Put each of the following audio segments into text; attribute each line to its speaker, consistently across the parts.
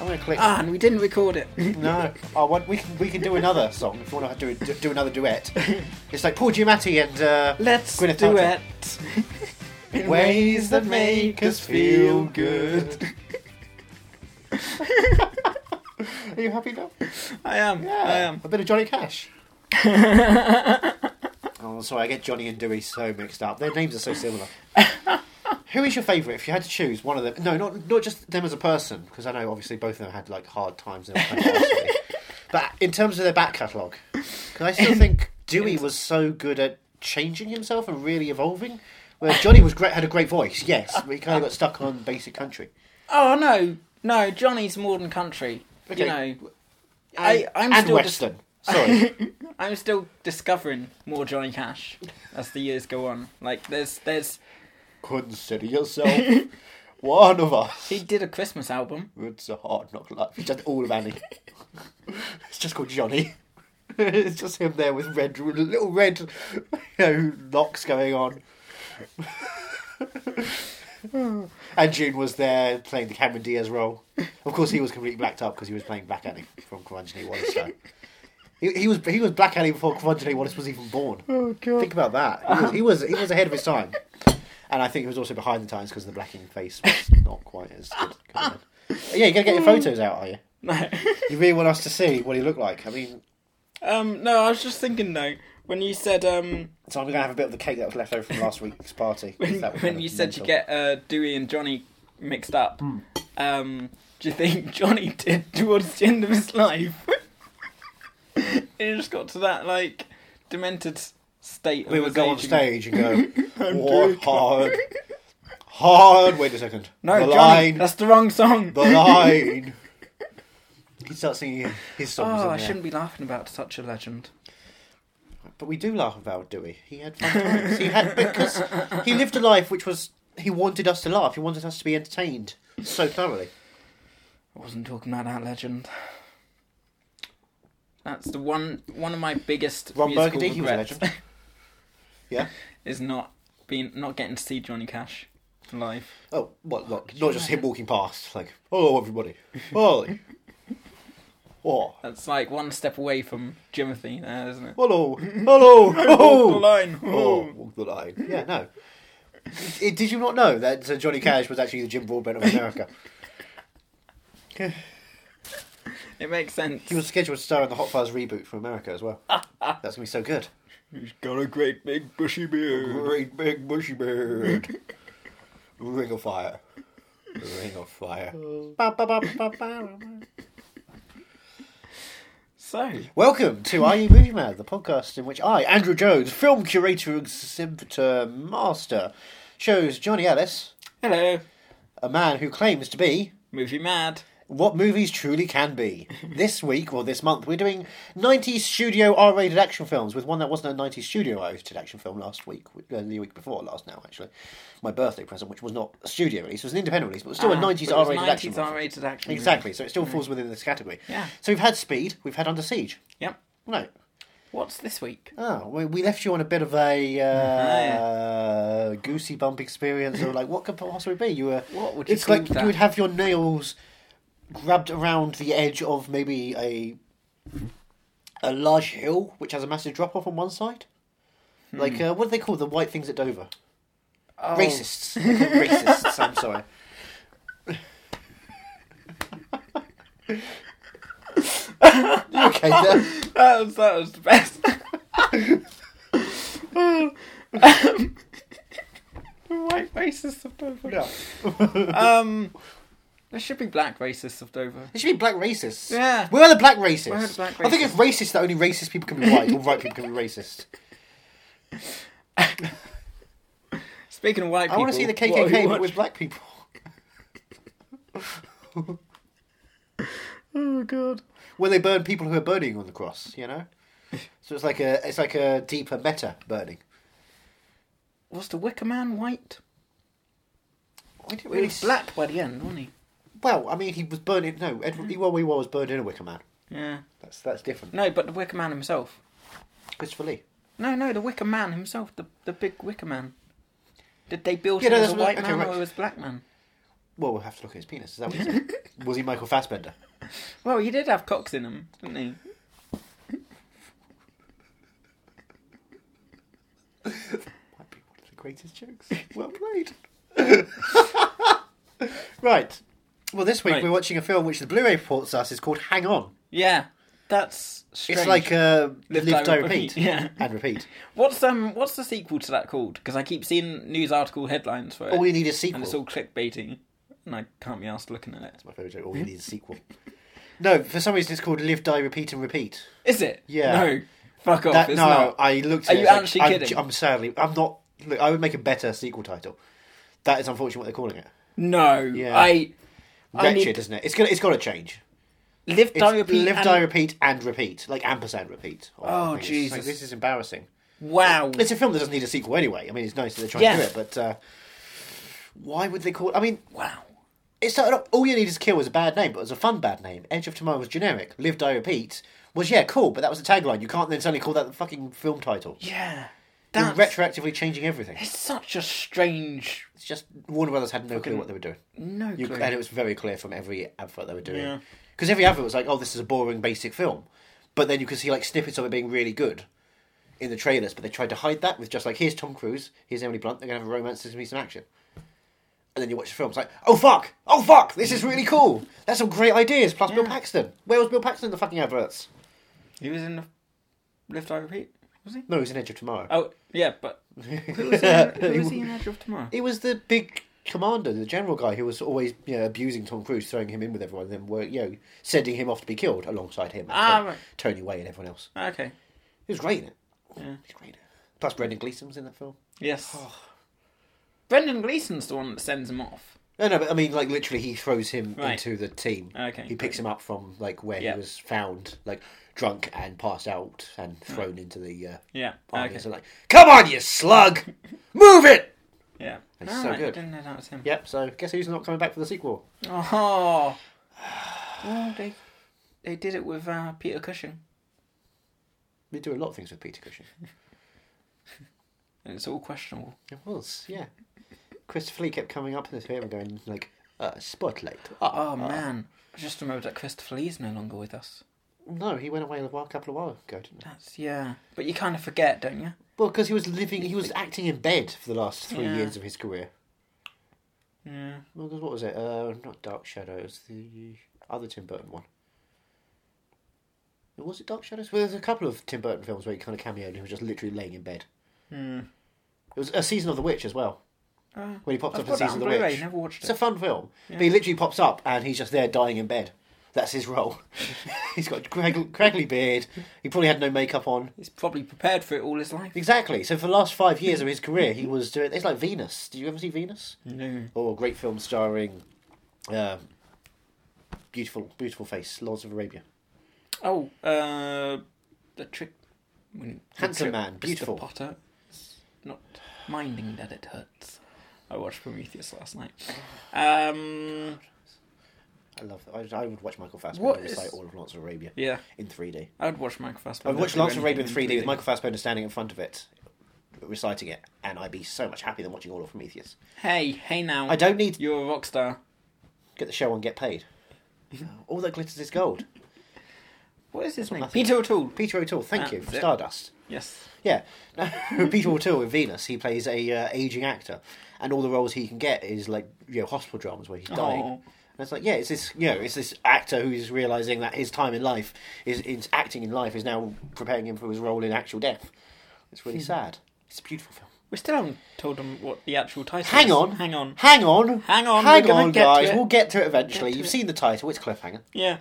Speaker 1: ironically.
Speaker 2: Ah, and we didn't record it.
Speaker 1: No, I want, we can we can do another song if you want to do do, do another duet. It's like Paul Giamatti and uh,
Speaker 2: Let's
Speaker 1: Gwyneth
Speaker 2: do
Speaker 1: Paltrow.
Speaker 2: it.
Speaker 1: In ways that make us feel good. Are you happy now?
Speaker 2: I am.
Speaker 1: Yeah,
Speaker 2: I am.
Speaker 1: a bit of Johnny Cash. oh, sorry, I get Johnny and Dewey so mixed up. Their names are so similar. Who is your favourite? If you had to choose one of them, no, not not just them as a person, because I know obviously both of them had like hard times. In their playing but in terms of their back catalogue, because I still think Dewey was so good at changing himself and really evolving. Where Johnny was great, had a great voice, yes, but he kind of got stuck on basic country.
Speaker 2: Oh no, no. Johnny's modern country.
Speaker 1: Okay.
Speaker 2: You know, I, I'm
Speaker 1: and
Speaker 2: still
Speaker 1: Western. Sorry,
Speaker 2: Dis- I'm still discovering more Johnny Cash as the years go on. Like there's there's
Speaker 1: consider yourself one of us.
Speaker 2: he did a Christmas album.
Speaker 1: It's a hard knock life. He's done all of Annie. it's just called Johnny. it's just him there with red, with little red, you know, knocks going on. and June was there playing the Cameron Diaz role. Of course, he was completely blacked up because he was playing Black Annie from Comanche Wallace. So. He, he was he was Black Annie before Comanche Wallace was even born.
Speaker 2: Oh
Speaker 1: Think about that. He was, he was he was ahead of his time, and I think he was also behind the times because the blacking face was not quite as good. Coming in. Yeah, you're gonna get your photos out, are you?
Speaker 2: No.
Speaker 1: You really want us to see what he looked like? I mean,
Speaker 2: um. No, I was just thinking though when you said um
Speaker 1: so I'm gonna have a bit of the cake that was left over from last week's party.
Speaker 2: when,
Speaker 1: That was kind
Speaker 2: when
Speaker 1: of
Speaker 2: you said you
Speaker 1: mental.
Speaker 2: get uh, Dewey and Johnny mixed up. Um. Do you think Johnny did towards the end of his life? he just got to that like demented state. of
Speaker 1: we would
Speaker 2: his
Speaker 1: go on
Speaker 2: aging.
Speaker 1: stage and go,
Speaker 2: doing
Speaker 1: "Work hard, hard." Wait a second.
Speaker 2: No,
Speaker 1: the
Speaker 2: Johnny,
Speaker 1: line,
Speaker 2: that's the wrong song.
Speaker 1: the line. He starts singing his songs.
Speaker 2: Oh,
Speaker 1: in
Speaker 2: I
Speaker 1: there.
Speaker 2: shouldn't be laughing about such a legend.
Speaker 1: But we do laugh about Dewey. He had fun times. he had because he lived a life which was he wanted us to laugh. He wanted us to be entertained so thoroughly.
Speaker 2: I wasn't talking about that legend. That's the one one of my biggest
Speaker 1: Ron
Speaker 2: musical
Speaker 1: Burgundy, he was a
Speaker 2: regrets
Speaker 1: legend. Yeah.
Speaker 2: is not being not getting to see Johnny Cash live.
Speaker 1: Oh, what? Not, not just him walking past. Like, oh, everybody, Ollie, oh,
Speaker 2: That's like one step away from Jimothy now, isn't it?
Speaker 1: hello, hello,
Speaker 2: Oh, the
Speaker 1: oh,
Speaker 2: line.
Speaker 1: oh,
Speaker 2: Oh.
Speaker 1: walk the line. Yeah, no. It, did you not know that Sir Johnny Cash was actually the Jim Broadbent of America?
Speaker 2: Oh, It makes sense.
Speaker 1: He was scheduled to star in the Hot Fuzz reboot for America as well. That's gonna be so good.
Speaker 2: He's got a great big bushy beard.
Speaker 1: Great big bushy beard. Ring of fire. Ring of fire. Ba, ba, ba, ba, ba.
Speaker 2: So
Speaker 1: Welcome to Are You Movie Mad, the podcast in which I, Andrew Jones, film curator, exhibitor, master, shows Johnny Ellis,
Speaker 2: hello,
Speaker 1: a man who claims to be
Speaker 2: movie mad.
Speaker 1: what movies truly can be. This week, or this month, we're doing 90s studio R rated action films, with one that wasn't a 90s studio R rated action film last week, uh, the week before last now, actually. My birthday present, which was not a studio release, it was an independent release, but it was still
Speaker 2: Ah,
Speaker 1: a 90s
Speaker 2: but it was
Speaker 1: R rated action
Speaker 2: 90s
Speaker 1: film.
Speaker 2: R-rated action.
Speaker 1: Exactly, so it still falls within this category.
Speaker 2: Yeah.
Speaker 1: So we've had Speed, we've had Under Siege.
Speaker 2: Yep.
Speaker 1: No.
Speaker 2: What's this week?
Speaker 1: Oh, we, we left you on a bit of a uh, goosey bump experience of like, what could possibly be? You were.
Speaker 2: What would you
Speaker 1: It's
Speaker 2: call
Speaker 1: like
Speaker 2: that?
Speaker 1: you would have your nails grabbed around the edge of maybe a a large hill which has a massive drop off on one side. Like uh, what do they call the white things at Dover?
Speaker 2: Hmm. Oh.
Speaker 1: Racists. They're called racists. I'm sorry. You okay, there.
Speaker 2: Oh. That was, that was the best. um, the white racists of Dover. Um, there should be black racists of Dover.
Speaker 1: It should be black racists.
Speaker 2: Yeah.
Speaker 1: Where are the black racists?
Speaker 2: Where are the black
Speaker 1: I think it's racist that only racist people can be white, or white people can be racist.
Speaker 2: Speaking of white
Speaker 1: I
Speaker 2: people,
Speaker 1: want to see the
Speaker 2: what have you
Speaker 1: KKK but
Speaker 2: watched?
Speaker 1: with black people.
Speaker 2: Oh god.
Speaker 1: Where they burn people who are burning on the cross, you know? So it's like a it's like a deeper meta burning.
Speaker 2: Was the Wicker Man white?
Speaker 1: I didn't
Speaker 2: He
Speaker 1: really
Speaker 2: was black by the end, wasn't he?
Speaker 1: Well, I mean, he was burning. No, Edward Ewan Weaver was burned in a Wicker Man.
Speaker 2: Yeah.
Speaker 1: That's that's different.
Speaker 2: No, but the Wicker Man himself.
Speaker 1: Christopher Lee.
Speaker 2: No, no, the Wicker Man himself, the the big Wicker Man. Did they build
Speaker 1: Yeah,
Speaker 2: him
Speaker 1: no,
Speaker 2: as a
Speaker 1: that's what-
Speaker 2: white
Speaker 1: okay,
Speaker 2: man
Speaker 1: right.
Speaker 2: or as black man?
Speaker 1: Well, we'll have to look at his penis. Is that what he said? Was he Michael Fassbender?
Speaker 2: Well, he did have cocks in him, didn't he?
Speaker 1: Might be one of the greatest jokes. Well played. right. Well, this week
Speaker 2: Right.
Speaker 1: we're watching a film which the Blu-ray reports us is called Hang On.
Speaker 2: Yeah, that's strange.
Speaker 1: It's like uh, Live,
Speaker 2: Die,
Speaker 1: Die,
Speaker 2: Repeat,
Speaker 1: Repeat.
Speaker 2: yeah.
Speaker 1: And Repeat.
Speaker 2: What's um what's the sequel to that called? Because I keep seeing news article headlines for it,
Speaker 1: All you need is sequel.
Speaker 2: and it's all clickbaity, and I can't be asked looking at it.
Speaker 1: my favourite joke. All you need is sequel. No, for some reason it's called Live, Die, Repeat and Repeat.
Speaker 2: Is it?
Speaker 1: Yeah.
Speaker 2: No. Fuck off.
Speaker 1: That,
Speaker 2: it's
Speaker 1: no,
Speaker 2: not.
Speaker 1: I looked
Speaker 2: Are
Speaker 1: at it.
Speaker 2: you
Speaker 1: it's like,
Speaker 2: actually
Speaker 1: I'm-
Speaker 2: kidding?
Speaker 1: I'm, sadly, I'm not. Look, I would make a better sequel title. That is unfortunately what they're calling it.
Speaker 2: No.
Speaker 1: Yeah.
Speaker 2: I. I
Speaker 1: Wretched,
Speaker 2: need
Speaker 1: isn't it? It's gonna, it's got to change.
Speaker 2: live,
Speaker 1: It's
Speaker 2: die, repeat.
Speaker 1: live,
Speaker 2: and-
Speaker 1: die, repeat, and repeat, like ampersand repeat.
Speaker 2: Oh,
Speaker 1: I think it's- like,
Speaker 2: Jesus.
Speaker 1: this is embarrassing.
Speaker 2: Wow.
Speaker 1: It's a film that doesn't need a sequel anyway. I mean, it's nice that they're trying
Speaker 2: Yeah.
Speaker 1: to do it, but uh, why would they call? I mean,
Speaker 2: Wow.
Speaker 1: it started off. All you need is kill was a bad name, but it was a fun bad name. Edge of Tomorrow was generic. Live, die, repeat was yeah, cool, but that was the tagline. You can't then suddenly call that the fucking film title.
Speaker 2: Yeah.
Speaker 1: You're
Speaker 2: That's
Speaker 1: retroactively changing everything.
Speaker 2: it's such a strange.
Speaker 1: It's just Warner Brothers had no clue what they were doing.
Speaker 2: No
Speaker 1: You,
Speaker 2: clue.
Speaker 1: and it was very clear from every advert they were
Speaker 2: Yeah.
Speaker 1: doing. Because every advert was like, "Oh, this is a boring, basic film," but then you could see like snippets of it being really good in the trailers. But they tried to hide that with just like, "Here's Tom Cruise, here's Emily Blunt. They're gonna have a romance, there's gonna be some action." And then you watch the film. It's like, "Oh fuck! Oh fuck! This is really cool. That's some great ideas." Plus Bill
Speaker 2: Yeah.
Speaker 1: Paxton. Where was Bill Paxton in the fucking adverts?
Speaker 2: He was in the Live, Die, Repeat, was he?
Speaker 1: No, he was in Edge of Tomorrow.
Speaker 2: Oh, yeah, but who was he in, who was he in Edge of Tomorrow?
Speaker 1: He was the big commander, the general guy who was always you know, abusing Tom Cruise, throwing him in with everyone, and then were, you know sending him off to be killed alongside him, and
Speaker 2: Ah,
Speaker 1: Tony-
Speaker 2: right.
Speaker 1: Tony Way and everyone else.
Speaker 2: Ah, Okay.
Speaker 1: He was great in it.
Speaker 2: Yeah.
Speaker 1: He's great. In it. Plus, Brendan Gleeson was in that film.
Speaker 2: Yes. Brendan Gleeson's the one that sends him off.
Speaker 1: No, no, but I mean, like literally, he throws him
Speaker 2: Right. Oh,
Speaker 1: into the team.
Speaker 2: Ah, Okay,
Speaker 1: He picks him up from like where
Speaker 2: Yeah.
Speaker 1: he was found, like drunk and passed out, and thrown into the uh,
Speaker 2: Yeah. Ah,
Speaker 1: army.
Speaker 2: okay.
Speaker 1: So like, come on, you slug, move it.
Speaker 2: Yeah.
Speaker 1: It's
Speaker 2: All
Speaker 1: so
Speaker 2: right,
Speaker 1: good.
Speaker 2: I didn't know that was him.
Speaker 1: Yep. So guess who's not coming back for the sequel?
Speaker 2: Oh. Well, they they did it with uh, Peter Cushing,
Speaker 1: They do a lot of things with Peter Cushing.
Speaker 2: and it's all questionable.
Speaker 1: It was, yeah. Christopher Lee kept coming up in this film and going like, uh, "Spotlight." Ah,
Speaker 2: Oh man, I just remembered that Christopher Lee's no longer with us.
Speaker 1: no, he went away a while, couple of while ago, didn't he?
Speaker 2: That's yeah, but you kind of forget, don't you?
Speaker 1: Well, because he was living, he was acting in bed for the last three
Speaker 2: Yeah.
Speaker 1: years of his career.
Speaker 2: Yeah.
Speaker 1: Well, 'cause what was it? Uh, not Dark Shadows, the other Tim Burton one. Was it Dark Shadows? Well, there's a couple of Tim Burton films where he kind of cameoed and he was just literally laying in bed.
Speaker 2: Hmm.
Speaker 1: It was a Season of the Witch as well,
Speaker 2: Uh,
Speaker 1: when he popped
Speaker 2: I've
Speaker 1: up in
Speaker 2: got that on
Speaker 1: Season of the
Speaker 2: Blu-ray.
Speaker 1: Witch.
Speaker 2: Never watched
Speaker 1: It's
Speaker 2: it.
Speaker 1: a fun film. But he literally pops up and he's just there dying in bed. That's his role. he's got a cragg- craggly beard. He probably had no makeup on.
Speaker 2: He's probably prepared for it all his life.
Speaker 1: Exactly. So for the last five years of his career, he was doing. It's like Venus. Did you ever see Venus?
Speaker 2: No.
Speaker 1: Or a great film starring, um, beautiful, beautiful face, Lords of Arabia.
Speaker 2: Oh, uh, the trick. when- the
Speaker 1: Handsome
Speaker 2: trick-
Speaker 1: man,
Speaker 2: Mr.
Speaker 1: beautiful.
Speaker 2: Potter, is not minding that it hurts. I watched Prometheus last night. Um,
Speaker 1: I love that. I, I would watch Michael
Speaker 2: What
Speaker 1: Fassbender
Speaker 2: is-
Speaker 1: recite all of Lords of Arabia
Speaker 2: yeah,
Speaker 1: in 3D.
Speaker 2: I would watch Michael
Speaker 1: I
Speaker 2: Fassbender.
Speaker 1: would watch
Speaker 2: do
Speaker 1: Lords of Arabia in
Speaker 2: anything
Speaker 1: 3D with Michael Fassbender standing in front of it, reciting it, and I'd be so much happier than watching all of Prometheus.
Speaker 2: Hey, hey now,
Speaker 1: I don't need
Speaker 2: you're a rock star.
Speaker 1: get the show on, get paid.
Speaker 2: Mm-hmm.
Speaker 1: All that glitters is gold.
Speaker 2: What is his name?
Speaker 1: nothing.
Speaker 2: Peter O'Toole.
Speaker 1: Peter O'Toole, thank you
Speaker 2: That's
Speaker 1: for
Speaker 2: it.
Speaker 1: Stardust.
Speaker 2: Yes.
Speaker 1: Yeah, No, Peter O'Toole in Venus, he plays a uh, aging actor, and all the roles he can get is like you know hospital dramas where he's dying.
Speaker 2: Oh.
Speaker 1: And it's like yeah, it's this you know it's this actor who's realizing that his time in life is, is acting in life is now preparing him for his role in actual death. It's
Speaker 2: Hmm.
Speaker 1: really sad. It's a beautiful film.
Speaker 2: We still haven't told them what the actual title is.
Speaker 1: Hang on,
Speaker 2: Hang on.
Speaker 1: hang on,
Speaker 2: Hang on, we're
Speaker 1: hang
Speaker 2: gonna
Speaker 1: on,
Speaker 2: get to
Speaker 1: guys.
Speaker 2: it.
Speaker 1: We'll get to it eventually.
Speaker 2: Get to
Speaker 1: You've
Speaker 2: it.
Speaker 1: seen the title. It's cliffhanger.
Speaker 2: Yeah.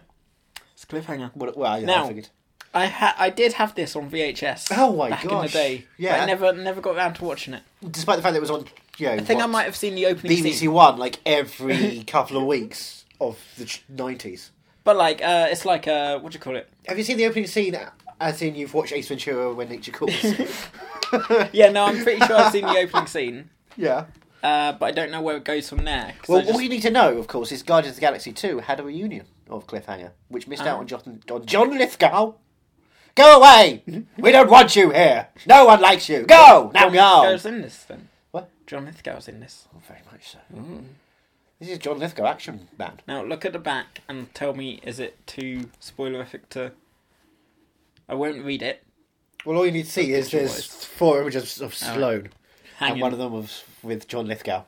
Speaker 2: It's a cliffhanger.
Speaker 1: Well, well yeah, I
Speaker 2: Now-
Speaker 1: figured.
Speaker 2: I ha- I did have this on VHS.
Speaker 1: Oh my
Speaker 2: back in the
Speaker 1: gosh.
Speaker 2: day.
Speaker 1: Yeah.
Speaker 2: But I never never got around to watching it.
Speaker 1: Despite the fact that it was on, you know,
Speaker 2: I think I
Speaker 1: what?
Speaker 2: might have seen the opening scene.
Speaker 1: BBC One like every couple of weeks of the nineties.
Speaker 2: But like, uh, it's like uh, what do you call it?
Speaker 1: Have you seen the opening scene? As in, you've watched Ace Ventura when nature calls.
Speaker 2: Yeah, no, I'm pretty sure I've seen the opening scene,
Speaker 1: yeah.
Speaker 2: uh, but I don't know where it goes from there. 'cause I
Speaker 1: Well,
Speaker 2: just-
Speaker 1: all you need to know, of course, is Guardians of the Galaxy Two had a reunion of Cliffhanger, which missed out
Speaker 2: Oh.
Speaker 1: on John, on John Lithgow. Go away! we don't want you here. No one likes you. Go now.
Speaker 2: Mm-hmm.
Speaker 1: Oh,
Speaker 2: John
Speaker 1: Go.
Speaker 2: Lithgow's in this then.
Speaker 1: What?
Speaker 2: John Lithgow's in this.
Speaker 1: Very much so. This is John Lithgow, action man.
Speaker 2: Now look at the back and tell me is it too spoilerific to. I won't read it.
Speaker 1: Well, all you need to see is there's
Speaker 2: picture-wise.
Speaker 1: four images of
Speaker 2: Alright.
Speaker 1: Sloane, and
Speaker 2: Hang
Speaker 1: one of
Speaker 2: on.
Speaker 1: them was with John Lithgow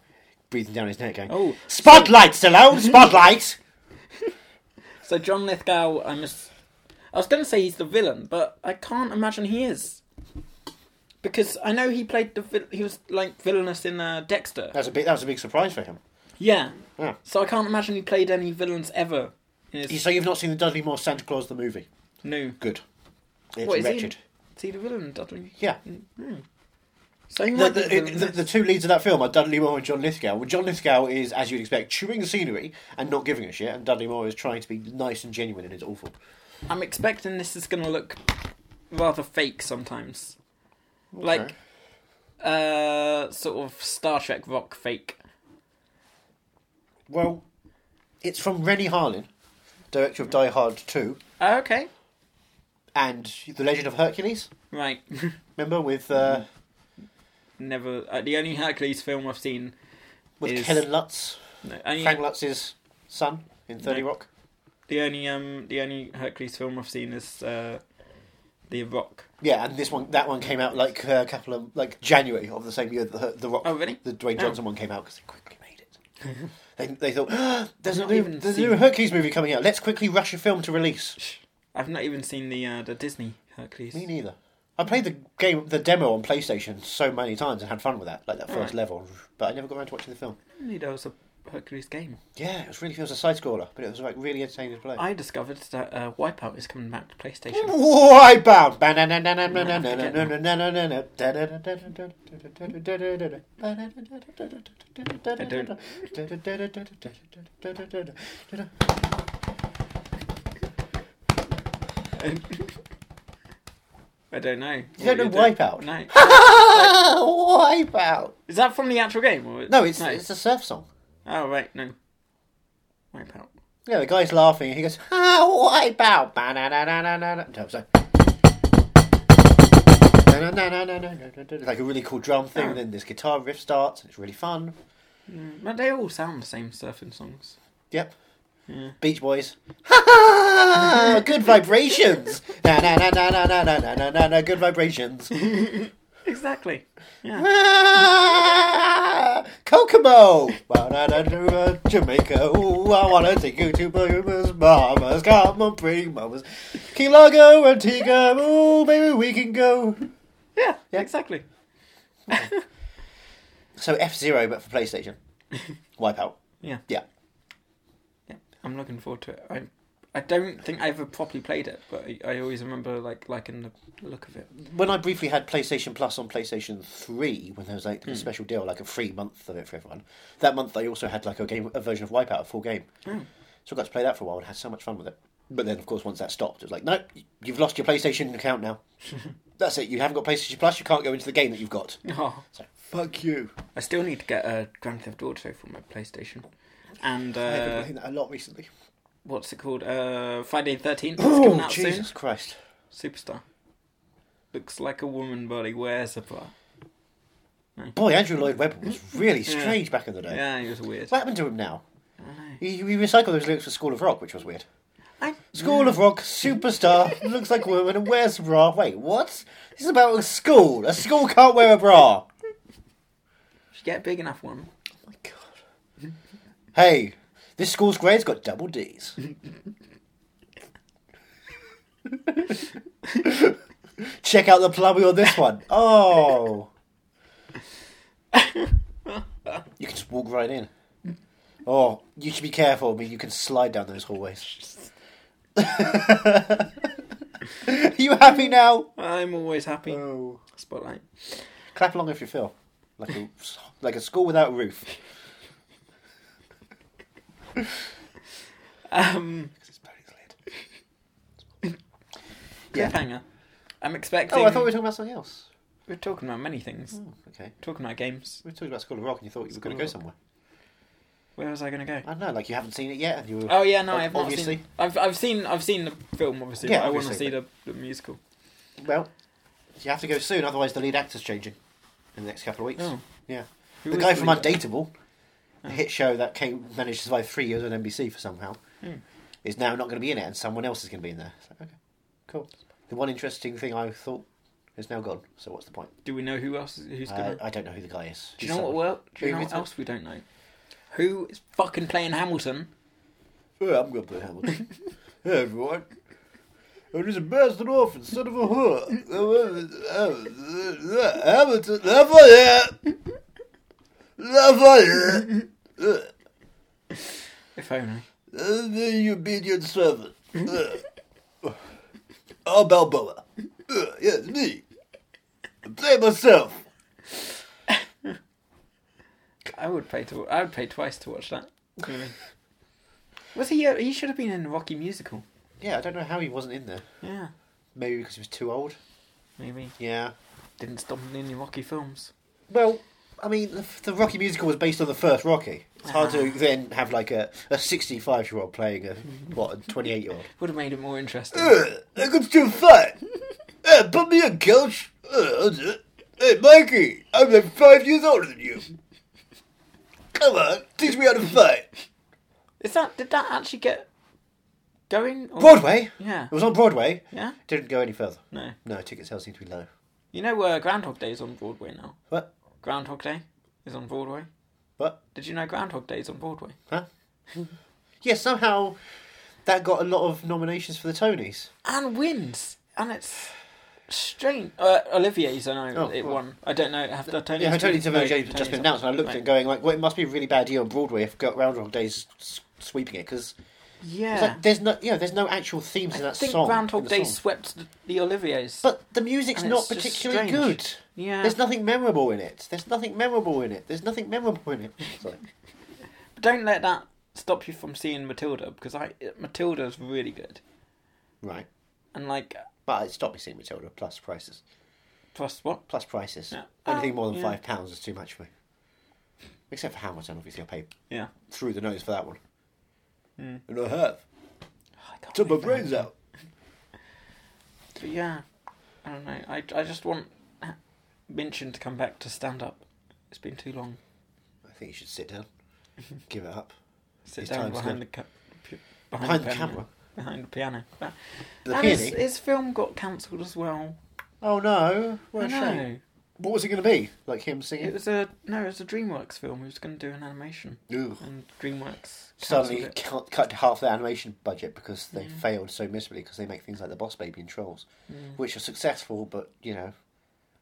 Speaker 1: breathing down his neck, going,
Speaker 2: Oh,
Speaker 1: "Spotlight, Sloane, spotlight."
Speaker 2: So John Lithgow, I must. I was going to say he's the villain, but I can't imagine he is. Because I know he played the vil- he was like villainous in uh, Dexter.
Speaker 1: That was a big. That was a big surprise for him.
Speaker 2: Yeah.
Speaker 1: Yeah.
Speaker 2: So I can't imagine he played any villains ever. In his
Speaker 1: So you've not seen the Dudley Moore Santa Claus the movie?
Speaker 2: new.
Speaker 1: Good. It's
Speaker 2: What, is he-
Speaker 1: wretched.
Speaker 2: Is he the villain, Dudley?
Speaker 1: Yeah.
Speaker 2: So he
Speaker 1: The,
Speaker 2: might be
Speaker 1: the,
Speaker 2: villain.
Speaker 1: the, the two leads of that film are Dudley Moore and John Lithgow. Well, John Lithgow is, as you'd expect, chewing scenery and not giving a shit, and Dudley Moore is trying to be nice and genuine, and it's awful.
Speaker 2: I'm expecting this is going to look rather fake sometimes. Like, uh, sort of Star Trek rock fake.
Speaker 1: Well, it's from Rennie Harlin, director of Die Hard 2
Speaker 2: Oh, okay.
Speaker 1: and The Legend of Hercules.
Speaker 2: Right.
Speaker 1: Remember with
Speaker 2: Mm-hmm.
Speaker 1: uh,
Speaker 2: Never. Uh, the only Hercules film I've seen.
Speaker 1: with
Speaker 2: Is-
Speaker 1: Helen Lutz,
Speaker 2: No, only,
Speaker 1: Frank Lutz's son in Thirty
Speaker 2: No.
Speaker 1: Rock.
Speaker 2: the only um the only Hercules film I've seen is uh, the Rock.
Speaker 1: Yeah, and this one that one came out like uh, a couple of like January of the same year that the, the Rock,
Speaker 2: Oh, really?
Speaker 1: the Dwayne
Speaker 2: Oh.
Speaker 1: Johnson one came out because they quickly made it. they, they thought "Ah, there's a
Speaker 2: Not
Speaker 1: new
Speaker 2: even
Speaker 1: there's a
Speaker 2: seen
Speaker 1: new
Speaker 2: it."
Speaker 1: Hercules movie coming out. Let's quickly rush a film to release.
Speaker 2: I've not even seen the uh, the Disney Hercules.
Speaker 1: Me neither. I played the game, the demo on PlayStation so many times and had fun with that, like that first
Speaker 2: Alright.
Speaker 1: level. But I never got around to watching the film.
Speaker 2: Only there was a Hercules game.
Speaker 1: Yeah, it was really it was a side scroller, but it was like really entertaining to play.
Speaker 2: I discovered that uh, Wipeout is coming back to PlayStation.
Speaker 1: Wipeout.
Speaker 2: I don't know.
Speaker 1: You don't know
Speaker 2: What
Speaker 1: Wipeout?
Speaker 2: No.
Speaker 1: Wipeout.
Speaker 2: Is that from the actual game? Or...
Speaker 1: No, it's it's a surf song.
Speaker 2: Oh right, no. Wipeout.
Speaker 1: Yeah, the guy's laughing. He goes, "Ah, Wipeout." No, sorry. Like a really cool drum thing, and then this guitar riff starts, and it's really fun.
Speaker 2: But they all sound the same surfing songs.
Speaker 1: Yep.
Speaker 2: Yeah.
Speaker 1: Beach Boys. Ha ha! Good vibrations. Na na na na na na na na na na na. Good vibrations.
Speaker 2: Exactly. Yeah.
Speaker 1: Ah, Kokomo. Wa na na na na, Jamaica. Ooh, I wanna take you to Bahamas, Bahamas. Come on, pretty mamas. Key Largo, Antigua. Ooh, baby, we can go.
Speaker 2: Yeah, exactly.
Speaker 1: So F Zero, but for PlayStation. Wipeout.
Speaker 2: Yeah.
Speaker 1: Yeah.
Speaker 2: Yeah. I'm looking forward to it. I I don't think I ever properly played it, but I, I always remember like liking the look of it.
Speaker 1: When I briefly had PlayStation Plus on PlayStation Three, when there was like a special deal, like a free month of it for everyone, that month I also had like a game, a version of Wipeout, a full game. So I got to play that for a while and had so much fun with it. But then, of course, once that stopped, it was like, no, you've lost your PlayStation account now. That's it. You haven't got PlayStation Plus. You can't go into the game that you've got.
Speaker 2: Oh,
Speaker 1: So fuck you.
Speaker 2: I still need to get a Grand Theft Auto for my PlayStation. And
Speaker 1: I've been
Speaker 2: uh,
Speaker 1: playing that a lot recently.
Speaker 2: what's it called? Uh, Friday the 13th. It's coming
Speaker 1: Oh
Speaker 2: out
Speaker 1: Jesus Christ!
Speaker 2: soon. Superstar. Looks like a woman, but he wears a bra.
Speaker 1: Boy, Andrew Lloyd Webber was really strange back in the day.
Speaker 2: Yeah, it was weird.
Speaker 1: What happened to him now?
Speaker 2: I don't know.
Speaker 1: He, he recycled those lyrics for School of Rock, which was weird.
Speaker 2: I,
Speaker 1: School of Rock superstar looks like a woman and wears a bra. Wait, what? This is about a school. A school can't wear a bra.
Speaker 2: should get a big enough one.
Speaker 1: Oh my god. Hey, this school's grades got double D's. Check out the plummy on this one. Oh. You can just walk right in. Oh, you should be careful, but you can slide down those hallways. Are you happy now?
Speaker 2: I'm always happy.
Speaker 1: Oh.
Speaker 2: Spotlight.
Speaker 1: Clap along if you feel like a like a school without a roof.
Speaker 2: Um,
Speaker 1: It's Boney's lid. Yeah.
Speaker 2: cliffhanger. I'm expecting.
Speaker 1: Oh, I thought we were talking about something else.
Speaker 2: We're talking about many things.
Speaker 1: Oh, okay.
Speaker 2: Talking about games.
Speaker 1: We were talking about School of Rock, and you thought you were going to
Speaker 2: School
Speaker 1: go somewhere.
Speaker 2: of Where was I going to go?
Speaker 1: I don't know, like you haven't seen it yet, and you were.
Speaker 2: Oh yeah, no,
Speaker 1: Ob-
Speaker 2: I have not
Speaker 1: obviously.
Speaker 2: seen. I've I've seen I've seen the film obviously.
Speaker 1: Yeah,
Speaker 2: but I want to
Speaker 1: obviously,
Speaker 2: see the, the musical.
Speaker 1: Well, you have to go soon, otherwise the lead actor's changing in the next couple of weeks.
Speaker 2: Oh.
Speaker 1: Yeah,
Speaker 2: Who
Speaker 1: the
Speaker 2: is
Speaker 1: guy from
Speaker 2: lead-
Speaker 1: Undateable. The hit show that came managed to survive three years on NBC for somehow
Speaker 2: Hmm.
Speaker 1: is now not going to be in it, and someone else is going to be in there. It's like, okay, cool. The one interesting thing I thought is now gone. So what's the point?
Speaker 2: Do we know who else? is- Who's
Speaker 1: Uh,
Speaker 2: gonna?
Speaker 1: I don't know who the guy is.
Speaker 2: do you know what? Well, do you
Speaker 1: Who
Speaker 2: know
Speaker 1: is it?
Speaker 2: what else we don't know? Who is fucking playing Hamilton?
Speaker 1: Yeah, I'm going to play Hamilton. hey, everyone. I'm just a bastard orphan, son of a whore. Hamilton, Lafayette! Lafayette!
Speaker 2: If only.
Speaker 1: Uh, the obedient servant. Uh, oh, Balboa. Uh, yes, me. I play myself.
Speaker 2: I would pay to. I would pay twice to watch that. You know what I mean? Was he? Uh, he should have been in a Rocky musical.
Speaker 1: Yeah, I don't know how he wasn't in there.
Speaker 2: Yeah,
Speaker 1: Maybe because he was too old.
Speaker 2: maybe
Speaker 1: Yeah.
Speaker 2: didn't stop in any Rocky films.
Speaker 1: Well, I mean, the, the Rocky musical was based on the first Rocky. It's hard to then have like a a sixty-five year old playing a what a twenty-eight year old.
Speaker 2: Would have made it more interesting.
Speaker 1: I could still fight. Uh, put me on couch. Uh, hey, Mikey, I'm like five years older than you. Come on, teach me how to fight.
Speaker 2: Is that? Did that actually get going? Or...
Speaker 1: Broadway.
Speaker 2: Yeah.
Speaker 1: It was on Broadway.
Speaker 2: Yeah.
Speaker 1: Didn't go any further.
Speaker 2: No.
Speaker 1: No, ticket sales seem to be low.
Speaker 2: You know, uh, Groundhog Day is on Broadway now.
Speaker 1: What?
Speaker 2: Groundhog Day is on Broadway.
Speaker 1: What?
Speaker 2: Did you know Groundhog Day is on Broadway?
Speaker 1: Huh? yeah, somehow that got a lot of nominations for the Tonys.
Speaker 2: And wins. And it's strange. Uh, Olivier's, I know
Speaker 1: Oh,
Speaker 2: it
Speaker 1: well.
Speaker 2: won. I don't know. Have the Tony's
Speaker 1: Yeah, her Tony
Speaker 2: been-
Speaker 1: Tavino
Speaker 2: no,
Speaker 1: James had
Speaker 2: Tony's
Speaker 1: just been
Speaker 2: on.
Speaker 1: announced, and I looked at it going like, "Well, it must be a really bad year on Broadway if Groundhog Day's s- sweeping it because
Speaker 2: Yeah.
Speaker 1: like, there's no, you know, there's no actual themes in
Speaker 2: I
Speaker 1: that
Speaker 2: think
Speaker 1: song. in
Speaker 2: Groundhog
Speaker 1: the
Speaker 2: Day
Speaker 1: song.
Speaker 2: swept the, the Olivier's.
Speaker 1: but the music's
Speaker 2: and
Speaker 1: not
Speaker 2: it's just
Speaker 1: particularly
Speaker 2: strange.
Speaker 1: good.
Speaker 2: yeah.
Speaker 1: There's nothing memorable in it. There's nothing memorable in it. There's nothing memorable in it. It's like,
Speaker 2: But don't let that stop you from seeing Matilda because I Matilda's really good.
Speaker 1: right,
Speaker 2: And like
Speaker 1: but it stopped me seeing Matilda plus prices.
Speaker 2: plus what?
Speaker 1: Plus prices.
Speaker 2: Yeah. Oh,
Speaker 1: Anything more than
Speaker 2: Yeah.
Speaker 1: five pounds is too much for me. Except for Hamilton, obviously, I paid
Speaker 2: Yeah. Hmm.
Speaker 1: through the nose for that one. And I have.
Speaker 2: I can't
Speaker 1: Took my uh,
Speaker 2: remember.
Speaker 1: brains out.
Speaker 2: But yeah, I don't know. I, I just want Minchin to come back to stand up. It's been too long.
Speaker 1: I think you should sit down. Give it up.
Speaker 2: Sit
Speaker 1: His
Speaker 2: down
Speaker 1: time's
Speaker 2: behind
Speaker 1: gone.
Speaker 2: the, ca- pu-
Speaker 1: Behind the
Speaker 2: piano.
Speaker 1: camera?
Speaker 2: Behind the piano. But-
Speaker 1: The
Speaker 2: and his,
Speaker 1: peony?
Speaker 2: his film got cancelled as well.
Speaker 1: Oh no! What
Speaker 2: I
Speaker 1: a shame.
Speaker 2: know.
Speaker 1: What was it going to be? Like him
Speaker 2: It
Speaker 1: singing?
Speaker 2: was a no. It was a DreamWorks film. He was going to do an animation,
Speaker 1: Ugh.
Speaker 2: and DreamWorks
Speaker 1: Suddenly
Speaker 2: cancelled
Speaker 1: cut,
Speaker 2: it.
Speaker 1: cut half their animation budget because they failed so miserably because they make things like the Boss Baby and Trolls,
Speaker 2: Mm.
Speaker 1: which are successful but you know,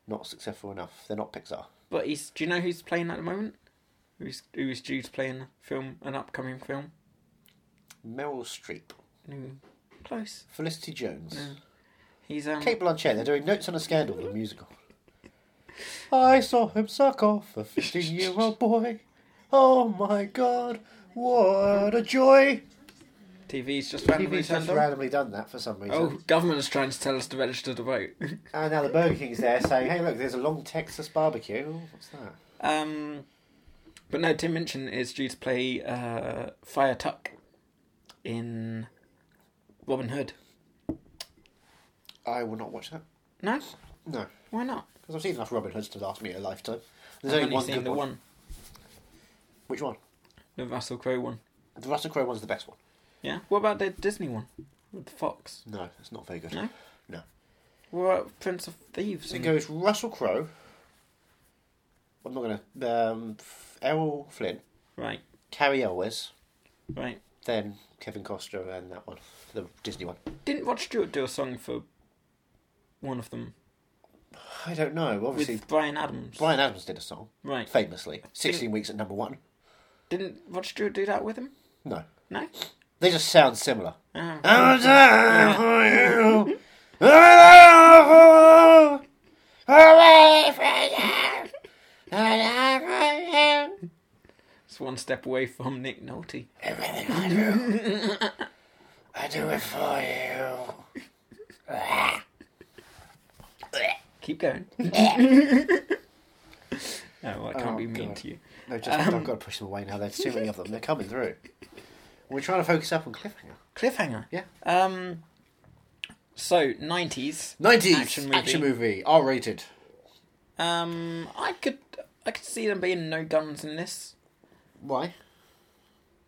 Speaker 1: not successful enough. They're not Pixar.
Speaker 2: But he's. Do you know who's playing at the moment? Who's who's due to play in a film, an upcoming film?
Speaker 1: Meryl Streep,
Speaker 2: Mm, Close.
Speaker 1: Felicity Jones,
Speaker 2: He's um.
Speaker 1: Kate Blanchett. They're doing Notes on a Scandal, the musical. I saw him suck off a fifteen-year-old boy. Oh my God! What a joy!
Speaker 2: TV's just randomly
Speaker 1: TV's
Speaker 2: turned
Speaker 1: just
Speaker 2: on.
Speaker 1: randomly done that for some reason.
Speaker 2: Oh, government is trying to tell us to register to vote.
Speaker 1: And now the Burger King's there saying, hey, look, there's a long Texas barbecue. Ooh, What's that?
Speaker 2: um, but no, Tim Minchin is due to play uh, Fire Tuck in Robin Hood.
Speaker 1: I will not watch that.
Speaker 2: No,
Speaker 1: No,
Speaker 2: why not?
Speaker 1: because I've seen enough Robin Hoods to last me a lifetime. There's
Speaker 2: I've
Speaker 1: only one
Speaker 2: seen
Speaker 1: good
Speaker 2: the
Speaker 1: one.
Speaker 2: one,
Speaker 1: Which one?
Speaker 2: the Russell Crowe one.
Speaker 1: The Russell Crowe one's the best one.
Speaker 2: Yeah. What about the Disney one with the fox?
Speaker 1: No, it's not very good.
Speaker 2: No?
Speaker 1: No.
Speaker 2: What about Prince of Thieves?
Speaker 1: So it
Speaker 2: and-
Speaker 1: goes Russell Crowe. I'm not going to. Um, F- Errol Flynn,
Speaker 2: Right,
Speaker 1: Carrie Elwes,
Speaker 2: right.
Speaker 1: then Kevin Costner, and that one. The Disney one.
Speaker 2: Didn't Rod Stewart do a song for one of them
Speaker 1: I don't know. Obviously,
Speaker 2: with Brian Adams?
Speaker 1: Brian Adams did a song,
Speaker 2: Right.
Speaker 1: famously. 16 weeks at number one.
Speaker 2: Didn't Rod Stewart do that with him?
Speaker 1: No.
Speaker 2: No.
Speaker 1: They just sound similar.
Speaker 2: Oh.
Speaker 1: I'm dying for you. I'm away from you. I'm away from you.
Speaker 2: It's one step away from Nick Nolte.
Speaker 1: Everything I do, I do it for you.
Speaker 2: Keep going. no, I can't
Speaker 1: Oh,
Speaker 2: be mean
Speaker 1: God.
Speaker 2: to you.
Speaker 1: No, just I've got to push them away now. There's too many of them. They're coming through. We're trying to focus up on cliffhanger.
Speaker 2: Cliffhanger.
Speaker 1: Yeah.
Speaker 2: Um. So nineties.
Speaker 1: 90s
Speaker 2: Action movie.
Speaker 1: action movie, R rated.
Speaker 2: Um. I could. I could see them being no guns in this.
Speaker 1: Why?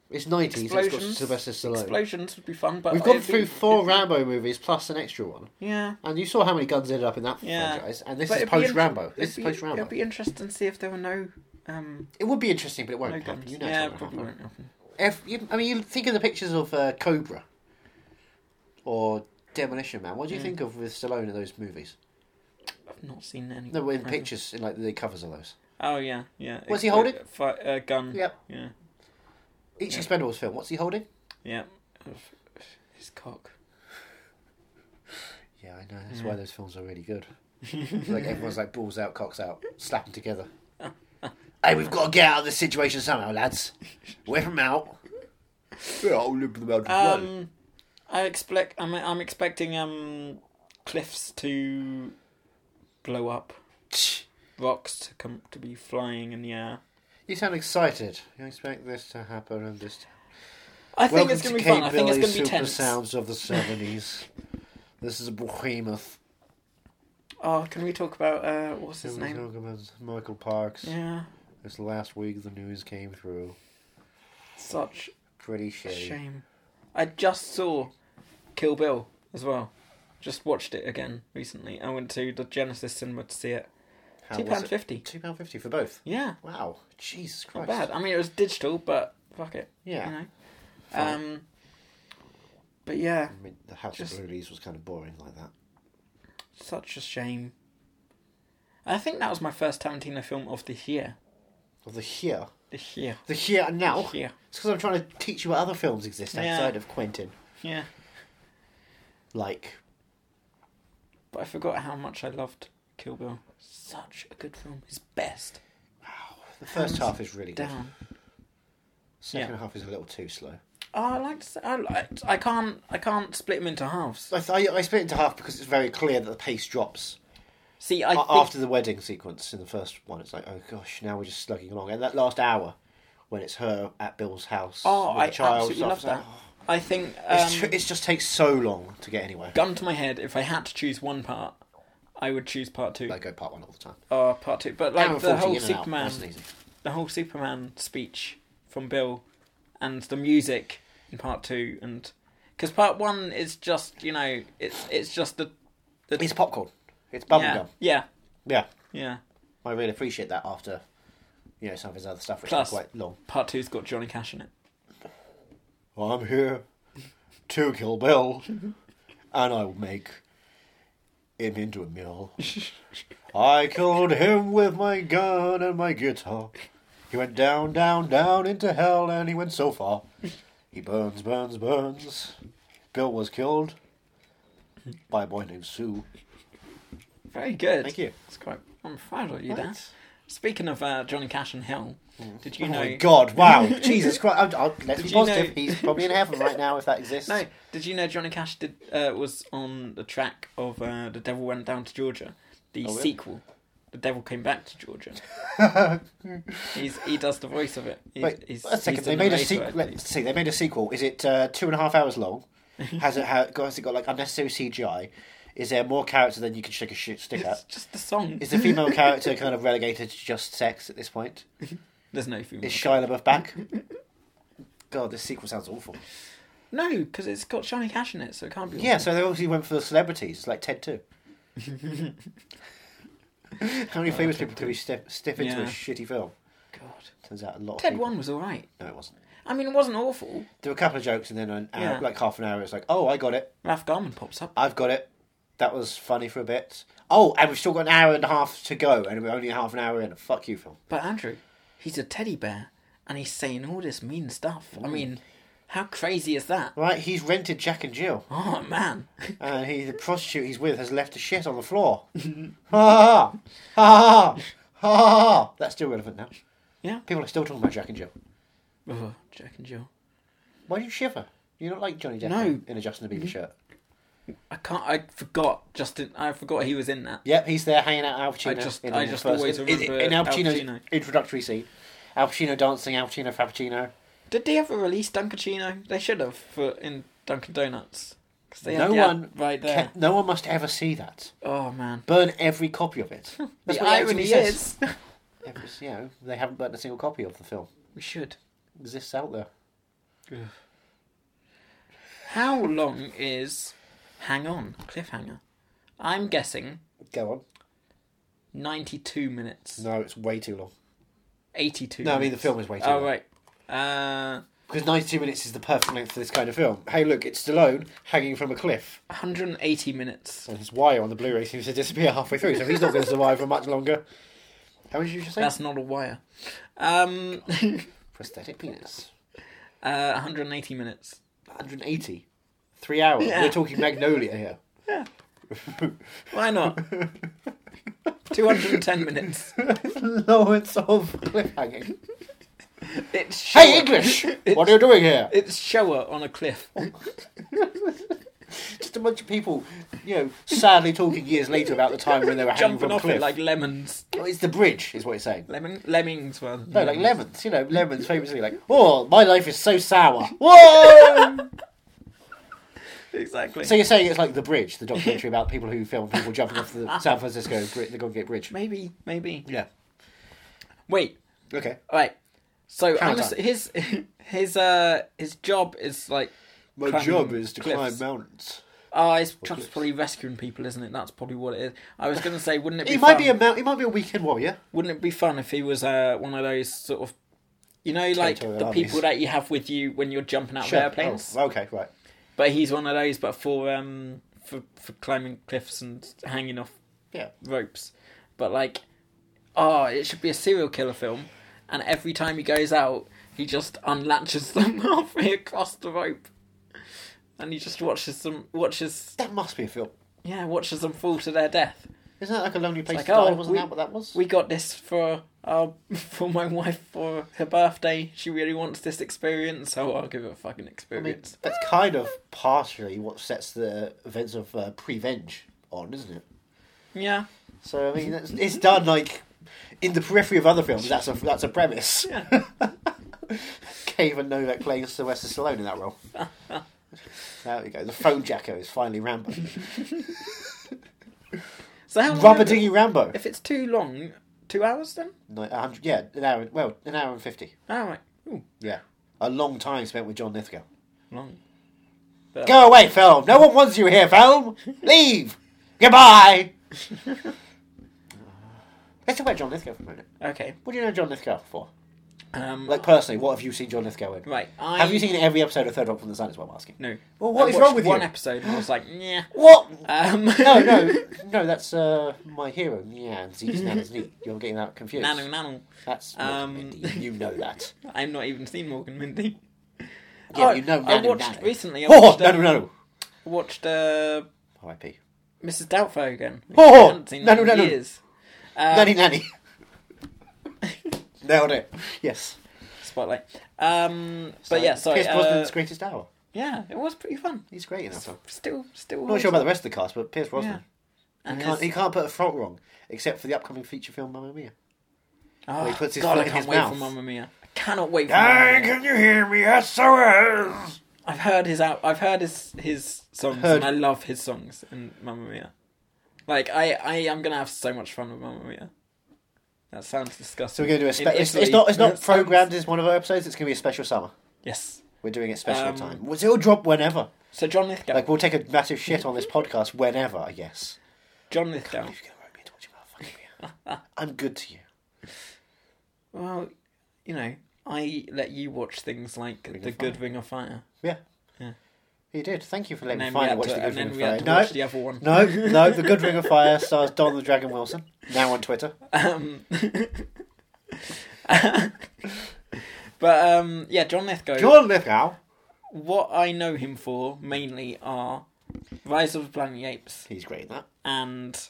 Speaker 1: It's nineties. It's got
Speaker 2: Explosions.
Speaker 1: Sylvester Stallone.
Speaker 2: Explosions would be fun, but
Speaker 1: We've gone
Speaker 2: it'd be-
Speaker 1: through four
Speaker 2: it'd be-
Speaker 1: Rambo movies plus an extra one,
Speaker 2: Yeah.
Speaker 1: and you saw how many guns ended up in that
Speaker 2: Yeah.
Speaker 1: franchise. And this
Speaker 2: But
Speaker 1: is
Speaker 2: it'd be
Speaker 1: post Rambo.
Speaker 2: inter-
Speaker 1: This is
Speaker 2: it'd be-
Speaker 1: post Rambo.
Speaker 2: It'd be interesting to see if there were no um
Speaker 1: It would be interesting, but it won't
Speaker 2: no
Speaker 1: happen.
Speaker 2: guns.
Speaker 1: You know,
Speaker 2: yeah,
Speaker 1: it's not
Speaker 2: probably
Speaker 1: going to happen.
Speaker 2: won't happen.
Speaker 1: If you, I mean, you think of the pictures of uh, Cobra or Demolition Man. What do you
Speaker 2: Mm.
Speaker 1: think of with Stallone in those movies?
Speaker 2: I've not seen any.
Speaker 1: No, in
Speaker 2: I-
Speaker 1: pictures, in like the covers of those.
Speaker 2: Oh yeah, yeah.
Speaker 1: What's he
Speaker 2: Explo-
Speaker 1: holding?
Speaker 2: Fi- a gun.
Speaker 1: Yep.
Speaker 2: Yeah,
Speaker 1: Each
Speaker 2: Yeah.
Speaker 1: Expendables film. What's he holding?
Speaker 2: yeah. Of- His cock.
Speaker 1: Yeah, I know. That's
Speaker 2: that's why
Speaker 1: why those films are really good. like everyone's like balls out, cocks out, slap them together. hey, we've got to get out of this situation somehow, lads. Whip them out. Yeah, I'll live them out.
Speaker 2: Um, I expect. I'm. I'm expecting um, cliffs to blow up, rocks to come to be flying in the air.
Speaker 1: You sound excited. You expect this to happen and this.
Speaker 2: I think
Speaker 1: Welcome
Speaker 2: it's gonna
Speaker 1: to
Speaker 2: be
Speaker 1: Kate
Speaker 2: fun. I think it's
Speaker 1: Billy's
Speaker 2: gonna be
Speaker 1: Super
Speaker 2: tense.
Speaker 1: Sounds of the seventies. this is a behemoth.
Speaker 2: Oh, can we talk about uh, what's his
Speaker 1: Can we
Speaker 2: name?
Speaker 1: talk about Michael Parks.
Speaker 2: Yeah,
Speaker 1: This last week, the news came through.
Speaker 2: such
Speaker 1: Pretty
Speaker 2: a
Speaker 1: shitty.
Speaker 2: shame. I just saw Kill Bill as well. Just watched it again recently. I went to the Genesis cinema to see it.
Speaker 1: How
Speaker 2: Two
Speaker 1: was
Speaker 2: pound
Speaker 1: it?
Speaker 2: fifty.
Speaker 1: Two pound fifty for both.
Speaker 2: Yeah,
Speaker 1: Wow, Jesus
Speaker 2: not
Speaker 1: Christ!
Speaker 2: bad. I mean, it was digital, but fuck it.
Speaker 1: Yeah.
Speaker 2: You know.
Speaker 1: Fine.
Speaker 2: Um. But yeah,
Speaker 1: I mean, the House
Speaker 2: Just-
Speaker 1: of Blues was kind of boring like that.
Speaker 2: such a shame. I think that was my first Tarantino film of this year.
Speaker 1: Well, the here,
Speaker 2: This year.
Speaker 1: the here and now.
Speaker 2: This year.
Speaker 1: It's because I'm trying to teach you what other films exist
Speaker 2: Yeah.
Speaker 1: outside of Quentin,
Speaker 2: Yeah.
Speaker 1: like
Speaker 2: But I forgot how much I loved Kill Bill. Such a good film. His best.
Speaker 1: the first
Speaker 2: Hands
Speaker 1: half is really good.
Speaker 2: Down.
Speaker 1: Second
Speaker 2: Yeah.
Speaker 1: half is a little too slow.
Speaker 2: Oh, I like to say, I, liked, I can't I can't split them into halves.
Speaker 1: I, I, I split it into half because it's very clear that the pace drops
Speaker 2: See, I
Speaker 1: A-
Speaker 2: think,
Speaker 1: Uh, after the wedding sequence in the first one. It's like, oh gosh, now we're just slugging along. And that last hour when it's her at Bill's house,
Speaker 2: oh,
Speaker 1: with
Speaker 2: I
Speaker 1: the child,
Speaker 2: absolutely
Speaker 1: stuff,
Speaker 2: love
Speaker 1: it's like,
Speaker 2: that. I think
Speaker 1: oh,
Speaker 2: um,
Speaker 1: it's too- it just takes so long to get anywhere.
Speaker 2: gun to my head. If I had to choose one part, I would choose part two.
Speaker 1: I go part one all the time.
Speaker 2: Oh, part two. But
Speaker 1: Hour
Speaker 2: like
Speaker 1: and
Speaker 2: the
Speaker 1: 40 in
Speaker 2: whole
Speaker 1: and out,
Speaker 2: Superman,
Speaker 1: nice and easy.
Speaker 2: the whole Superman speech from Bill, and the music in part two, and because part one is just you know it's it's just the the
Speaker 1: It's popcorn. It's bubblegum.
Speaker 2: yeah, yeah
Speaker 1: Yeah,
Speaker 2: yeah.
Speaker 1: I really appreciate that after, you know, some of his other stuff, which
Speaker 2: Plus-
Speaker 1: is quite long.
Speaker 2: Part two's got Johnny Cash in it.
Speaker 1: I'm here to kill Bill, and I'll make him into a mill. I killed him with my gun and my guitar. He went down, down, down into hell, and he went so far. He burns, burns, burns. Bill was killed by a boy named Sue.
Speaker 2: Very good.
Speaker 1: Thank you.
Speaker 2: It's quite. I'm proud of you, Dad.
Speaker 1: Right.
Speaker 2: Speaking of uh, Johnny Cash and Hell, did you
Speaker 1: oh
Speaker 2: know?
Speaker 1: my god, wow, Jesus Christ. i i let's be
Speaker 2: Did you know-
Speaker 1: positive, he's probably in heaven right now if that exists.
Speaker 2: No, did you know Johnny Cash did uh, was on the track of uh, "The Devil Went Down to Georgia," the
Speaker 1: Oh, really?
Speaker 2: sequel. The Devil came back to Georgia. he's he does the voice of it. He's,
Speaker 1: Wait,
Speaker 2: he's,
Speaker 1: a second.
Speaker 2: he's
Speaker 1: They
Speaker 2: the
Speaker 1: made a
Speaker 2: narrator, I
Speaker 1: sequel.
Speaker 2: believe.
Speaker 1: Let's see. They made a sequel. Is it uh, two and a half hours long? Has it, ha has it got like unnecessary CGI? Is there more character than you can shake a shit stick
Speaker 2: It's
Speaker 1: at?
Speaker 2: just the song.
Speaker 1: Is the female character kind of relegated to just sex at this point?
Speaker 2: There's no female.
Speaker 1: Is Shia LaBeouf back? God, this sequel sounds awful.
Speaker 2: No, because it's got Johnny Cash in it, so it can't be.
Speaker 1: Yeah, so they obviously went for the celebrities. It's like Ted 2. How many famous people could we stiff, stiff into a
Speaker 2: Oh, Yeah.
Speaker 1: shitty film?
Speaker 2: awful. God.
Speaker 1: Turns out a lot of
Speaker 2: Ted
Speaker 1: people.
Speaker 2: One was all right.
Speaker 1: No, it wasn't.
Speaker 2: I mean, it wasn't awful.
Speaker 1: There were a couple of jokes, and then an hour,
Speaker 2: Yeah.
Speaker 1: like half an hour, it's like, oh, I got it.
Speaker 2: Ralph Garman pops up.
Speaker 1: I've got it. That was funny for a bit. Oh, and we've still got an hour and a half to go, and we're only half an hour in. Fuck you, film.
Speaker 2: But Andrew, he's a teddy bear, and he's saying all this mean stuff. I mean, how crazy is that?
Speaker 1: Right, he's rented Jack and Jill,
Speaker 2: Oh man,
Speaker 1: and he, the prostitute he's with has left a shit on the floor. ha ha ha ha ha ha! ha. That's still relevant now.
Speaker 2: Yeah.
Speaker 1: people are still talking about Jack and Jill.
Speaker 2: Ugh, Oh, Jack and Jill.
Speaker 1: Why do you shiver? You don't like Johnny Depp
Speaker 2: No. Mm-hmm.
Speaker 1: in a Justin Bieber shirt.
Speaker 2: I can't. I forgot Justin. I forgot he was in that.
Speaker 1: Yep, he's there hanging out with Al Pacino.
Speaker 2: I just-
Speaker 1: in the
Speaker 2: I just
Speaker 1: first-
Speaker 2: always
Speaker 1: in- in-
Speaker 2: remember
Speaker 1: in Al
Speaker 2: Al
Speaker 1: Pacino's
Speaker 2: Pacino.
Speaker 1: introductory scene. Al Pacino dancing, Al Pacino, Frappuccino.
Speaker 2: Did they ever release Dunkachino? They should have for in Dunkin' Donuts because they
Speaker 1: No
Speaker 2: had the ad
Speaker 1: one
Speaker 2: right there.
Speaker 1: Can- No one must ever see that.
Speaker 2: Oh man,
Speaker 1: burn every copy of it.
Speaker 2: the
Speaker 1: what he
Speaker 2: irony
Speaker 1: actually says.
Speaker 2: is,
Speaker 1: Every, you know, they haven't burnt a single copy of the film.
Speaker 2: We should.
Speaker 1: It exists out there.
Speaker 2: How long is Hang On Cliffhanger? I'm guessing
Speaker 1: Go on.
Speaker 2: 92 minutes.
Speaker 1: No, it's way too long.
Speaker 2: 82.
Speaker 1: No, I mean the
Speaker 2: minutes.
Speaker 1: film is way too
Speaker 2: Oh,
Speaker 1: long.
Speaker 2: right. Uh,
Speaker 1: Because 92 minutes is the perfect length for this kind of film. Hey, look, it's Stallone hanging from a cliff.
Speaker 2: 180 minutes.
Speaker 1: And his wire on the Blu ray seems to disappear halfway through, so he's not going to survive for much longer. How much did you just say?
Speaker 2: That's not a wire. Um,
Speaker 1: Prosthetic penis.
Speaker 2: uh, 180 minutes.
Speaker 1: 180. Three hours.
Speaker 2: Yeah.
Speaker 1: We're talking Magnolia here.
Speaker 2: Why not? 210 minutes.
Speaker 1: Lawrence of cliffhanging.
Speaker 2: It's Showa.
Speaker 1: Hey, English! what are you doing here?
Speaker 2: It's Showa on a cliff.
Speaker 1: Just a bunch of people, you know, sadly talking years later about the time when they were hanging
Speaker 2: Jumping
Speaker 1: from a
Speaker 2: off
Speaker 1: cliff.
Speaker 2: it like lemons.
Speaker 1: Oh, it's the bridge, is what it's saying.
Speaker 2: Lemon, lemmings, rather. than
Speaker 1: No, like
Speaker 2: lemons.
Speaker 1: lemons. You know, lemons famously like, oh, my life is so sour. Whoa!
Speaker 2: Exactly.
Speaker 1: so you're saying it's like the bridge, the documentary about people who film people jumping off the San Francisco bri- the Golden Gate Bridge.
Speaker 2: maybe, maybe.
Speaker 1: Yeah.
Speaker 2: Wait,
Speaker 1: Okay.
Speaker 2: Right. So I'm
Speaker 1: Counter.
Speaker 2: gonna say- his his uh his job is like
Speaker 1: My
Speaker 2: Climbing
Speaker 1: job is to
Speaker 2: cliffs.
Speaker 1: climb mountains.
Speaker 2: oh his job's
Speaker 1: cliffs.
Speaker 2: probably rescuing people, isn't it? That's probably what it is. I was gonna say, wouldn't it be
Speaker 1: He might
Speaker 2: fun?
Speaker 1: be a mount. He might be a weekend warrior.
Speaker 2: wouldn't it be fun if he was uh one of those sort of you know like
Speaker 1: Territorial
Speaker 2: the
Speaker 1: armies.
Speaker 2: people that you have with you when you're jumping out of airplanes,
Speaker 1: Oh, okay, right.
Speaker 2: but he's one of those, but for um for for climbing cliffs and hanging off
Speaker 1: Yeah.
Speaker 2: ropes, but like oh it should be a serial killer film, and every time he goes out. He just unlatches them halfway across the rope. and he just watches them watches
Speaker 1: That must be a film.
Speaker 2: yeah watches them fall to their death.
Speaker 1: Isn't that like a lonely place
Speaker 2: like,
Speaker 1: to die?
Speaker 2: oh,
Speaker 1: Wasn't
Speaker 2: we-
Speaker 1: that what that was?
Speaker 2: We got this for our for my wife for her birthday. She really wants this experience, so I'll give her a
Speaker 1: I
Speaker 2: fucking
Speaker 1: mean,
Speaker 2: experience.
Speaker 1: that's kind of partially what sets the events of uh, Prevenge on, isn't it?
Speaker 2: yeah,
Speaker 1: So I mean, that's, it's done like in the periphery of other films. That's a that's a premise.
Speaker 2: yeah.
Speaker 1: Cave and Novak playing Sylvester Stallone in that role. there we go. The phone jacko is finally Rambo.
Speaker 2: So how long
Speaker 1: Rubber
Speaker 2: is it?
Speaker 1: dinghy Rambo.
Speaker 2: If it's too long, two hours then.
Speaker 1: No, a hundred- yeah, an hour. Well, an hour and fifty.
Speaker 2: All right, Ooh,
Speaker 1: Yeah, a long time spent with John Lithgow.
Speaker 2: long.
Speaker 1: Go away, film. No one wants you here, film. Leave. Goodbye. Let's talk about John Lithgow for a minute.
Speaker 2: Okay.
Speaker 1: What do you know John Lithgow for?
Speaker 2: Um.
Speaker 1: Like personally, what have you seen John Lithgow in?
Speaker 2: right. I
Speaker 1: Have you seen every episode of Third Rock from the Sun? Is what I'm asking.
Speaker 2: No.
Speaker 1: Well, what
Speaker 2: I
Speaker 1: is
Speaker 2: watched
Speaker 1: wrong with you?
Speaker 2: one episode and I was like, yeah.
Speaker 1: What?
Speaker 2: Um,
Speaker 1: No, no, no. That's uh, my hero. Yeah, Zeke's nan is neat. You're getting that confused.
Speaker 2: Nano, nano.
Speaker 1: That's Morgan
Speaker 2: Um,
Speaker 1: Mindy. You know that.
Speaker 2: I've not even seen Morgan Mindy.
Speaker 1: Yeah,
Speaker 2: Oh,
Speaker 1: you know
Speaker 2: I
Speaker 1: Nano
Speaker 2: watched
Speaker 1: Nano.
Speaker 2: recently. I
Speaker 1: Oh,
Speaker 2: watched,
Speaker 1: no,
Speaker 2: uh,
Speaker 1: no, no.
Speaker 2: watched uh,
Speaker 1: R.I.P.
Speaker 2: Mrs. Doubtfire again. which
Speaker 1: Oh,
Speaker 2: I haven't seen
Speaker 1: no,
Speaker 2: in
Speaker 1: no, no, no.
Speaker 2: years. Um,
Speaker 1: nanny, nanny. Nailed it. Yes.
Speaker 2: Spotlight. Um, but yeah, sorry.
Speaker 1: Pierce
Speaker 2: uh,
Speaker 1: Brosnan's greatest hour.
Speaker 2: yeah, it was pretty fun.
Speaker 1: He's great in that film.
Speaker 2: Still, still.
Speaker 1: I'm not sure about the rest of the cast, but Pierce Brosnan.
Speaker 2: And
Speaker 1: He, can't, he
Speaker 2: there's-
Speaker 1: can't put a front wrong, except for the upcoming feature film Mamma Mia.
Speaker 2: oh,
Speaker 1: he puts his
Speaker 2: God,
Speaker 1: foot
Speaker 2: I
Speaker 1: in
Speaker 2: can't
Speaker 1: his
Speaker 2: wait for
Speaker 1: mouth.
Speaker 2: Mamma Mia. I cannot wait for Mamma Mia.
Speaker 1: you hear me? SOS!
Speaker 2: I've heard his out. I've heard his his songs,
Speaker 1: Heard.
Speaker 2: and I love his songs in Mamma Mia. Like I, I am gonna have so much fun with Mamma Mia. That sounds
Speaker 1: So
Speaker 2: disgusting.
Speaker 1: we're going to do a
Speaker 2: In
Speaker 1: spe- it's, it's
Speaker 2: Italy,
Speaker 1: not it's
Speaker 2: that
Speaker 1: not
Speaker 2: sounds-
Speaker 1: programmed as one of our episodes. It's going to be a special summer.
Speaker 2: Yes.
Speaker 1: We're doing it special
Speaker 2: Um,
Speaker 1: time. Well, It'll drop whenever.
Speaker 2: So John Lithgow.
Speaker 1: Like we'll take a massive shit on this podcast whenever. I guess.
Speaker 2: John Lithgow.
Speaker 1: If you're going to write me to watch about fucking me, I'm good to you.
Speaker 2: Well, you know, I let you watch things like The
Speaker 1: of
Speaker 2: Good Ring of Fire.
Speaker 1: Yeah.
Speaker 2: Yeah.
Speaker 1: You did. Thank you for
Speaker 2: And
Speaker 1: letting me finally
Speaker 2: then we had
Speaker 1: watch
Speaker 2: to,
Speaker 1: the Good
Speaker 2: and
Speaker 1: Ring
Speaker 2: then
Speaker 1: of Fire.
Speaker 2: we had to
Speaker 1: No,
Speaker 2: watch the other one.
Speaker 1: no, no. The Good Ring of Fire stars Don the Dragon Wilson now on Twitter.
Speaker 2: Um, but um, yeah, John Lithgow.
Speaker 1: John Lithgow.
Speaker 2: What I know him for mainly are Rise of the Planet of the Apes
Speaker 1: He's great in that.
Speaker 2: and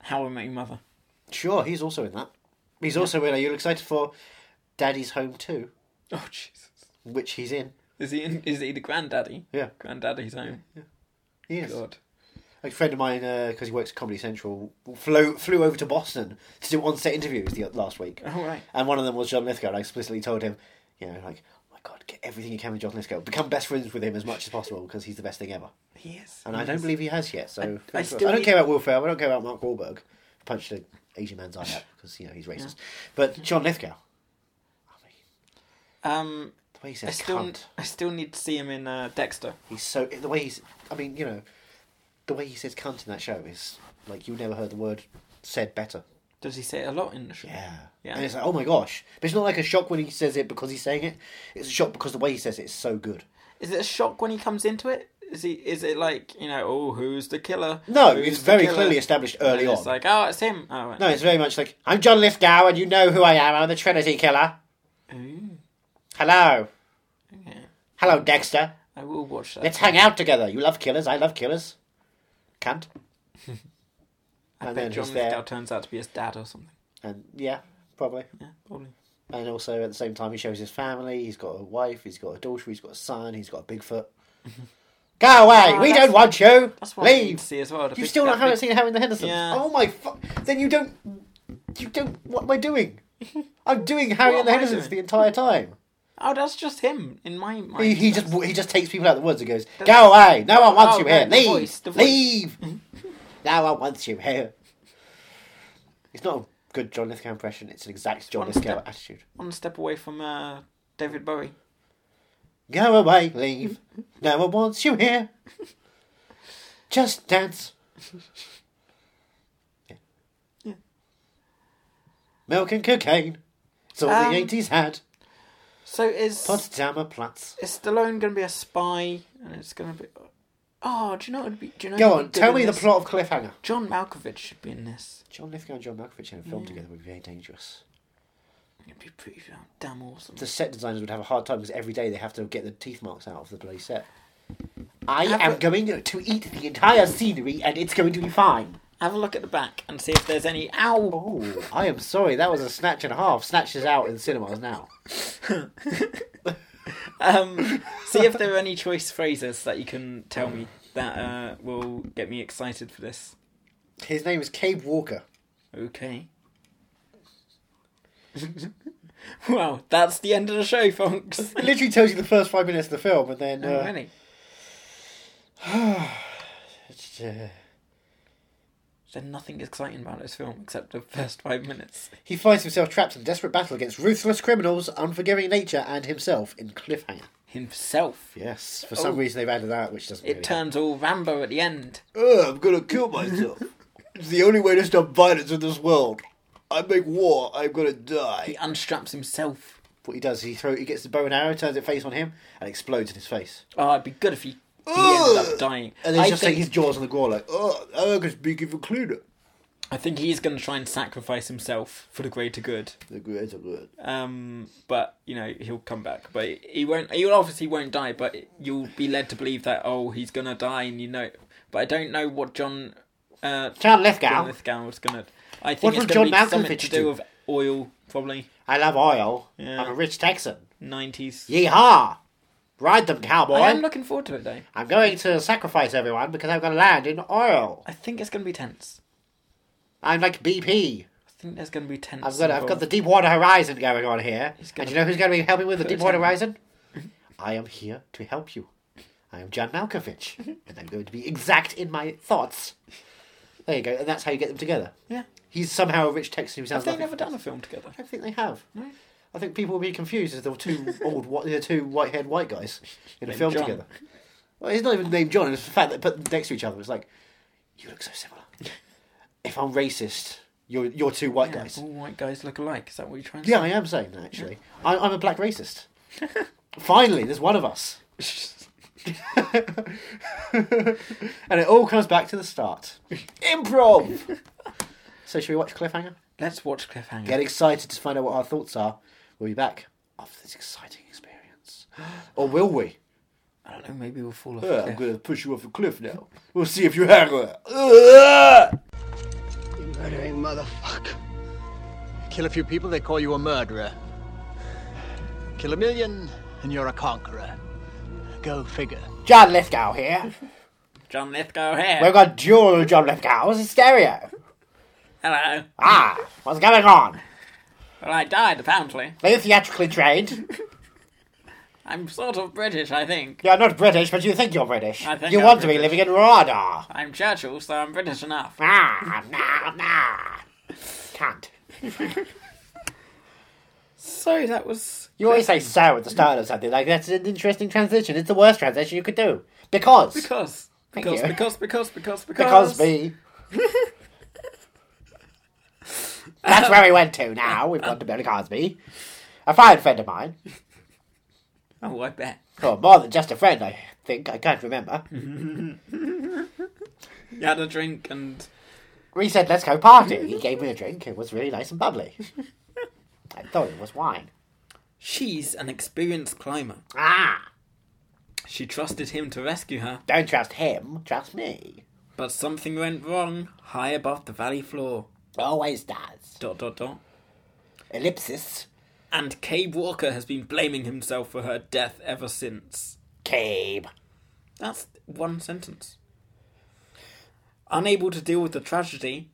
Speaker 2: How I Met Your Mother.
Speaker 1: Sure, he's also in that. He's also in. Are you excited for Daddy's Home Too,
Speaker 2: Oh Jesus!
Speaker 1: which he's in?
Speaker 2: Is he in, is he the granddaddy?
Speaker 1: Yeah.
Speaker 2: Granddaddy's home.
Speaker 1: He is.
Speaker 2: God.
Speaker 1: A friend of mine, because he works at Comedy Central, flew flew over to Boston to do on-set interviews the uh, last week,
Speaker 2: All right.
Speaker 1: and one of them was John Lithgow. And I explicitly told him, you know, like, oh my God, get everything you can with John Lithgow. Become best friends with him as much as possible because he's the best thing ever.
Speaker 2: He is.
Speaker 1: And I don't believe he has yet. So
Speaker 2: I
Speaker 1: I,
Speaker 2: still
Speaker 1: don't
Speaker 2: need-
Speaker 1: care about Will Ferrell. I don't care about Mark Wahlberg. Punched a Asian man's eye out because you know he's racist. But John Lithgow, I mean,
Speaker 2: Um,
Speaker 1: the way he
Speaker 2: I
Speaker 1: says
Speaker 2: still,
Speaker 1: cunt,
Speaker 2: I still need to see him in uh, Dexter.
Speaker 1: he's so the way he's. I mean, you know, the way he says cunt in that show is like you never heard the word said better.
Speaker 2: Does he say it a lot in the show?
Speaker 1: Yeah.
Speaker 2: Yeah.
Speaker 1: And it's like, oh my gosh. But it's not like a shock when he says it because he's saying it. It's a shock because the way he says it is so good.
Speaker 2: Is it a shock when he comes into it? Is he? Is it like you know? Oh, who's the killer?
Speaker 1: No,
Speaker 2: Who's
Speaker 1: it's
Speaker 2: the
Speaker 1: very
Speaker 2: killer?"
Speaker 1: clearly established
Speaker 2: And
Speaker 1: early on.
Speaker 2: It's like oh, it's him. Oh, right.
Speaker 1: no, it's very much like, I'm John Lithgow and you know who I am. I'm the Trinity Killer.
Speaker 2: Ooh,
Speaker 1: Hello.
Speaker 2: okay.
Speaker 1: Hello, Dexter.
Speaker 2: I will watch that.
Speaker 1: Let's hang out together. You love killers. I love killers. Can't.
Speaker 2: I
Speaker 1: and
Speaker 2: bet
Speaker 1: then
Speaker 2: John
Speaker 1: he's there.
Speaker 2: Lithgow turns out to be his dad or something.
Speaker 1: And yeah, probably.
Speaker 2: Yeah, probably.
Speaker 1: And also at the same time, he shows his family. He's got a wife. He's got a daughter. He's got a son. He's got a Bigfoot. Go away.
Speaker 2: Ah,
Speaker 1: we
Speaker 2: that's-
Speaker 1: don't want you.
Speaker 2: That's what I need
Speaker 1: Leave.
Speaker 2: to see as well. the
Speaker 1: You
Speaker 2: big-
Speaker 1: still not
Speaker 2: that
Speaker 1: haven't
Speaker 2: big-
Speaker 1: seen Harry and the Hendersons.
Speaker 2: Yeah.
Speaker 1: Oh my fuck! Then you don't. You don't. What am I doing? I'm doing Harry
Speaker 2: What
Speaker 1: and the
Speaker 2: am I
Speaker 1: Hendersons
Speaker 2: doing?
Speaker 1: the entire time.
Speaker 2: Oh, that's just him in my mind.
Speaker 1: He, he just he just takes people out of the woods and goes,
Speaker 2: That's-
Speaker 1: "Go away! No one wants
Speaker 2: Oh,
Speaker 1: you
Speaker 2: no,
Speaker 1: here.
Speaker 2: the
Speaker 1: Leave!
Speaker 2: voice, the voice.
Speaker 1: Leave! no one wants you here." It's not a good John Lithgow impression. It's an exact John
Speaker 2: One
Speaker 1: Lithgow
Speaker 2: step.
Speaker 1: attitude.
Speaker 2: one step away from uh, David Bowie.
Speaker 1: Go away! Leave! no one wants you here. Just dance. Yeah.
Speaker 2: Yeah.
Speaker 1: Milk and cocaine. It's all
Speaker 2: Um,
Speaker 1: the eighties had.
Speaker 2: So is
Speaker 1: Potsdamer Platz.
Speaker 2: is Stallone going to be a spy? And it's going to be. Oh, do you know? It'd be, do you know?
Speaker 1: Go
Speaker 2: who'd be
Speaker 1: on,
Speaker 2: good
Speaker 1: tell
Speaker 2: in
Speaker 1: me the
Speaker 2: this?
Speaker 1: plot of Cliffhanger.
Speaker 2: John Malkovich should be in this.
Speaker 1: John Lithgow and John Malkovich in a film together would be very dangerous.
Speaker 2: It'd be pretty damn awesome.
Speaker 1: The set designers would have a hard time because every day they have to get the teeth marks out of the bloody set. I
Speaker 2: Have
Speaker 1: am
Speaker 2: a-
Speaker 1: going to eat the entire scenery and it's going to be fine.
Speaker 2: Have a look at the back and see if there's any. Ow!
Speaker 1: Oh, I am sorry, that was a snatch and a half. Snatch is out in cinemas now.
Speaker 2: Um, see if there are any choice phrases that you can tell me that uh, will get me excited for this.
Speaker 1: His name is Cabe Walker.
Speaker 2: Okay. well, that's the end of the show, folks.
Speaker 1: It literally tells you the first five minutes of the film and then.
Speaker 2: Oh,
Speaker 1: Uh,
Speaker 2: really?
Speaker 1: it's, uh,
Speaker 2: There's nothing exciting about this film except the first five minutes.
Speaker 1: He finds himself trapped in desperate battle against ruthless criminals, unforgiving nature, and himself in cliffhanger.
Speaker 2: Himself.
Speaker 1: Yes, for
Speaker 2: Oh.
Speaker 1: some reason they've added that, which doesn't.
Speaker 2: It turns all Rambo at the end.
Speaker 1: Ugh, I'm gonna kill myself. it's the only way to stop violence in this world. I make war. I'm gonna
Speaker 2: He
Speaker 1: die.
Speaker 2: unstraps himself.
Speaker 1: What he does is he throw. He gets the bow and arrow, turns it face on him, and explodes in his face.
Speaker 2: Oh, it'd be good if he, he ended up
Speaker 1: Ugh.
Speaker 2: dying.
Speaker 1: And then
Speaker 2: I
Speaker 1: he's just
Speaker 2: think-
Speaker 1: like his jaws on the ground, like, oh, I can speak even cleaner.
Speaker 2: I think he's going to try and sacrifice himself for the greater good.
Speaker 1: The greater good.
Speaker 2: Um, but you know he'll come back. But he won't. He obviously won't die. But you'll be led to believe that oh he's going to die, and you know. But I don't know what John uh,
Speaker 1: John
Speaker 2: John
Speaker 1: Lithgow.
Speaker 2: Lithgow was going to. I
Speaker 1: What
Speaker 2: think it's
Speaker 1: would
Speaker 2: going to
Speaker 1: John
Speaker 2: be something
Speaker 1: Malkovich
Speaker 2: to do
Speaker 1: do?
Speaker 2: with oil, probably
Speaker 1: I love oil.
Speaker 2: Yeah.
Speaker 1: I'm a rich Texan.
Speaker 2: nineties.
Speaker 1: Yeehaw! Ride them, cowboy.
Speaker 2: I am looking forward to it though.
Speaker 1: I'm going to sacrifice everyone because I'm going to land in oil.
Speaker 2: I think it's going to be tense.
Speaker 1: I'm like BP.
Speaker 2: I think there's going to be tense.
Speaker 1: I've got I've got
Speaker 2: involved.
Speaker 1: the Deepwater Horizon going on here.
Speaker 2: He's gonna
Speaker 1: And you know who's going to be helping with the
Speaker 2: put it
Speaker 1: Deepwater
Speaker 2: in.
Speaker 1: Horizon? I am here to help you. I am John Malkovich, and I'm going to be exact in my thoughts. There you go, and that's how you get them together.
Speaker 2: yeah.
Speaker 1: He's somehow a rich Texan who sounds
Speaker 2: Have they
Speaker 1: nothing-
Speaker 2: never done a film together?
Speaker 1: I don't think they have.
Speaker 2: No.
Speaker 1: I think people will be confused as the two old, whi- the two white-haired white guys in a
Speaker 2: Named
Speaker 1: film
Speaker 2: John.
Speaker 1: together. Well, he's not even named John. It's the fact that they put them next to each other. It's like, you look so similar. if I'm racist, you're you're two white
Speaker 2: Yeah,
Speaker 1: guys.
Speaker 2: All white guys look alike. Is that what you're trying to
Speaker 1: Yeah, I am saying that actually. I, I'm a black racist. Finally, there's one of us,
Speaker 2: say?
Speaker 1: and it all comes back to the start. Improv. so, should we watch Cliffhanger?
Speaker 2: Let's watch Cliffhanger.
Speaker 1: Get excited to find out what our thoughts are. We'll be back after this exciting experience, or will we?
Speaker 2: I don't know, maybe we'll fall off.
Speaker 1: Uh,
Speaker 2: a
Speaker 1: I'm
Speaker 2: cliff.
Speaker 1: gonna push you off a cliff now. We'll see if you hang around. Uh!
Speaker 3: You murdering motherfucker. Kill a few people, they call you a murderer. Kill a million, and you're a conqueror. Go figure.
Speaker 1: John Lithgow here.
Speaker 2: John Lithgow here.
Speaker 1: We've got dual John Lithgows in stereo.
Speaker 2: Hello.
Speaker 1: Ah, what's going on?
Speaker 2: Well, I died, apparently.
Speaker 1: Are you theatrically trained?
Speaker 2: I'm sort of British, I think.
Speaker 1: You're not British, but you think you're British.
Speaker 2: I think
Speaker 1: you
Speaker 2: I'm
Speaker 1: want to be
Speaker 2: British.
Speaker 1: living in Rada.
Speaker 2: I'm Churchill, so I'm British enough.
Speaker 1: Ah, nah, nah. can't.
Speaker 2: So that was.
Speaker 1: You always say so at the start of something. Like, that's an interesting transition. It's the worst transition you could do. Because.
Speaker 2: Because.
Speaker 1: Thank
Speaker 2: Because,
Speaker 1: you.
Speaker 2: because, because, because, because,
Speaker 1: Because me. That's where we went to now. We've gone to Bill Cosby. A fine friend of mine.
Speaker 2: Oh, I bet.
Speaker 1: Or more than just a friend, I think. I can't remember.
Speaker 2: You had a drink and.
Speaker 1: We said, let's go party. He gave me a drink. It was really nice and bubbly. I thought it was wine.
Speaker 2: She's an experienced climber.
Speaker 1: Ah!
Speaker 2: She trusted him to rescue her,
Speaker 1: Don't trust him, trust me.
Speaker 2: but something went wrong high above the valley floor.
Speaker 1: Always does.
Speaker 2: Dot dot dot.
Speaker 1: Ellipsis.
Speaker 2: And Cabe Walker has been blaming himself for her death ever since.
Speaker 1: Cabe.
Speaker 2: That's one sentence. Unable to deal with the tragedy,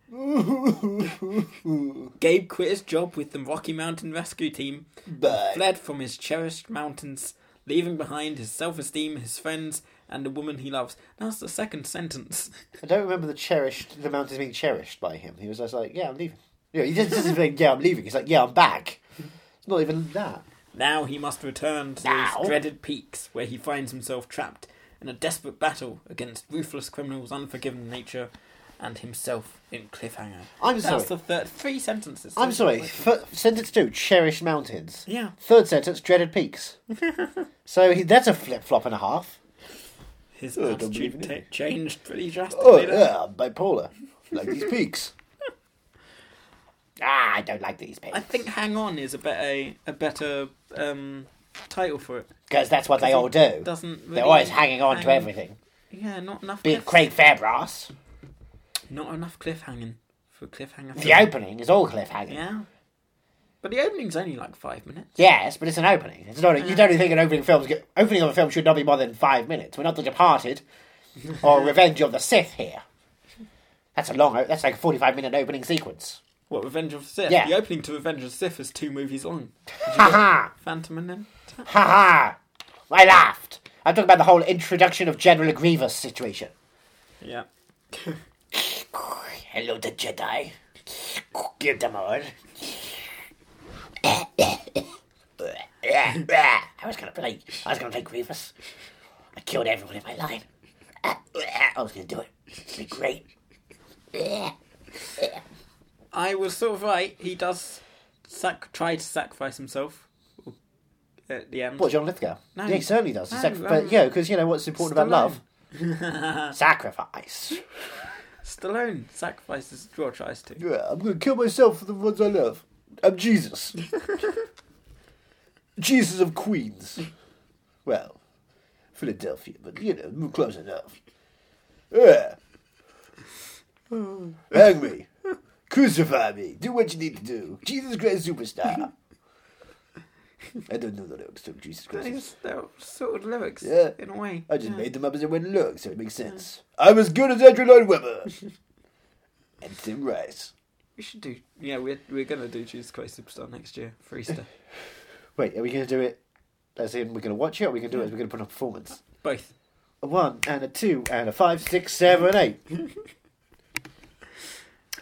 Speaker 2: Gabe quit his job with the Rocky Mountain Rescue Team,
Speaker 1: But
Speaker 2: fled from his cherished mountains, leaving behind his self esteem, his friends, and the woman he loves. That's the second sentence.
Speaker 1: I don't remember the cherished the mountains being cherished by him. He was just like, Yeah, I'm leaving. Yeah, he just doesn't say, Yeah, I'm leaving. He's like, Yeah, I'm back. It's not even that.
Speaker 2: Now he must return to
Speaker 1: Now?
Speaker 2: those dreaded peaks where he finds himself trapped in a desperate battle against ruthless criminals, unforgiving nature, and himself in cliffhanger.
Speaker 1: I'm
Speaker 2: That's
Speaker 1: sorry.
Speaker 2: the third three sentences.
Speaker 1: I'm sorry. F- sentence two, cherished mountains.
Speaker 2: Yeah.
Speaker 1: Third sentence, dreaded peaks. so he, that's a flip flop and a half.
Speaker 2: His
Speaker 1: I Oh, don't
Speaker 2: attitude
Speaker 1: believe it.
Speaker 2: ta- changed pretty drastically.
Speaker 1: Oh,
Speaker 2: then.
Speaker 1: yeah, I'm bipolar. Like these peaks. ah, I don't like these
Speaker 2: I
Speaker 1: peaks.
Speaker 2: think "Hang On" is a better a better um, title for it.
Speaker 1: Because that's what they all do.
Speaker 2: Doesn't really
Speaker 1: They're always hanging on to
Speaker 2: hang-
Speaker 1: everything.
Speaker 2: Yeah, not enough.
Speaker 1: Be
Speaker 2: Cliff-
Speaker 1: it Craig Fairbrass.
Speaker 2: not enough cliffhanging for cliffhanger.
Speaker 1: The
Speaker 2: film.
Speaker 1: opening is all cliffhanging.
Speaker 2: Yeah, but the opening's only like five minutes.
Speaker 1: Yes, but it's an opening. It's not.
Speaker 2: Uh-huh.
Speaker 1: you don't think an opening film's go- opening of a film should not be more than five minutes. We're not The Departed or Revenge of the Sith here. That's a long. o- That's like a forty-five minute opening sequence.
Speaker 2: What Revenge of the Sith?
Speaker 1: Yeah.
Speaker 2: The opening to Revenge of the Sith is two movies long.
Speaker 1: Ha ha
Speaker 2: Phantom and then
Speaker 1: ha ha! I laughed. I'm talking about the whole introduction of General Grievous situation.
Speaker 2: Yeah.
Speaker 1: Hello, the Jedi. Give them all. I was gonna play. I was gonna play Grievous. I killed everyone in my line. I was gonna do it. It'd be great.
Speaker 2: I was sort of right. He does sac- try to sacrifice himself at the end.
Speaker 1: What John Lithgow?
Speaker 2: No.
Speaker 1: yeah, he certainly does.
Speaker 2: No,
Speaker 1: Sac-
Speaker 2: um,
Speaker 1: but yeah, because you know what's important about
Speaker 2: Stallone.
Speaker 1: love? Sacrifice.
Speaker 2: Stallone sacrifices, or tries to.
Speaker 1: Yeah, I'm gonna kill myself for the ones I love. I'm Jesus. Jesus of Queens. Well, Philadelphia, but you know, close enough. Yeah. Hang me. Crucify me. Do what you need to do. Jesus Christ Superstar. I don't know the lyrics to Jesus Christ.
Speaker 2: Those they're sort of lyrics
Speaker 1: Yeah.
Speaker 2: in a way.
Speaker 1: I just
Speaker 2: Yeah.
Speaker 1: made them up as I went along, so it makes sense. I'm as good as Andrew Lloyd Webber. and Tim Rice.
Speaker 2: We should do. Yeah, we're we're gonna do Jesus Christ Superstar next year for Easter.
Speaker 1: Wait, are we going to do it as in we're going to watch it, or are we going to do it as we're going to put on a performance?
Speaker 2: Both.
Speaker 1: A one and a two and a five, six, seven, eight.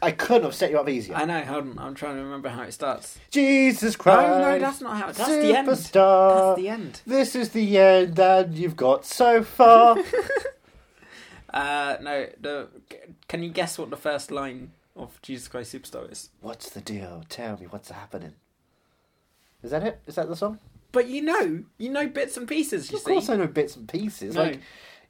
Speaker 1: I couldn't have set you up easier.
Speaker 2: I know. Hold on. I'm trying to remember how it starts.
Speaker 1: Jesus Christ!
Speaker 2: no, no, that's not how. That's the end.
Speaker 1: Superstar.
Speaker 2: That's the end.
Speaker 1: This is the end that you've got so far.
Speaker 2: Uh, no. The can you guess what the first line of Jesus Christ Superstar is?
Speaker 1: what's the deal? Tell me what's happening. Is that it? Is that the song?
Speaker 2: But you know, you know bits and pieces. You
Speaker 1: Of course,
Speaker 2: see.
Speaker 1: I know bits and pieces.
Speaker 2: No.
Speaker 1: Like,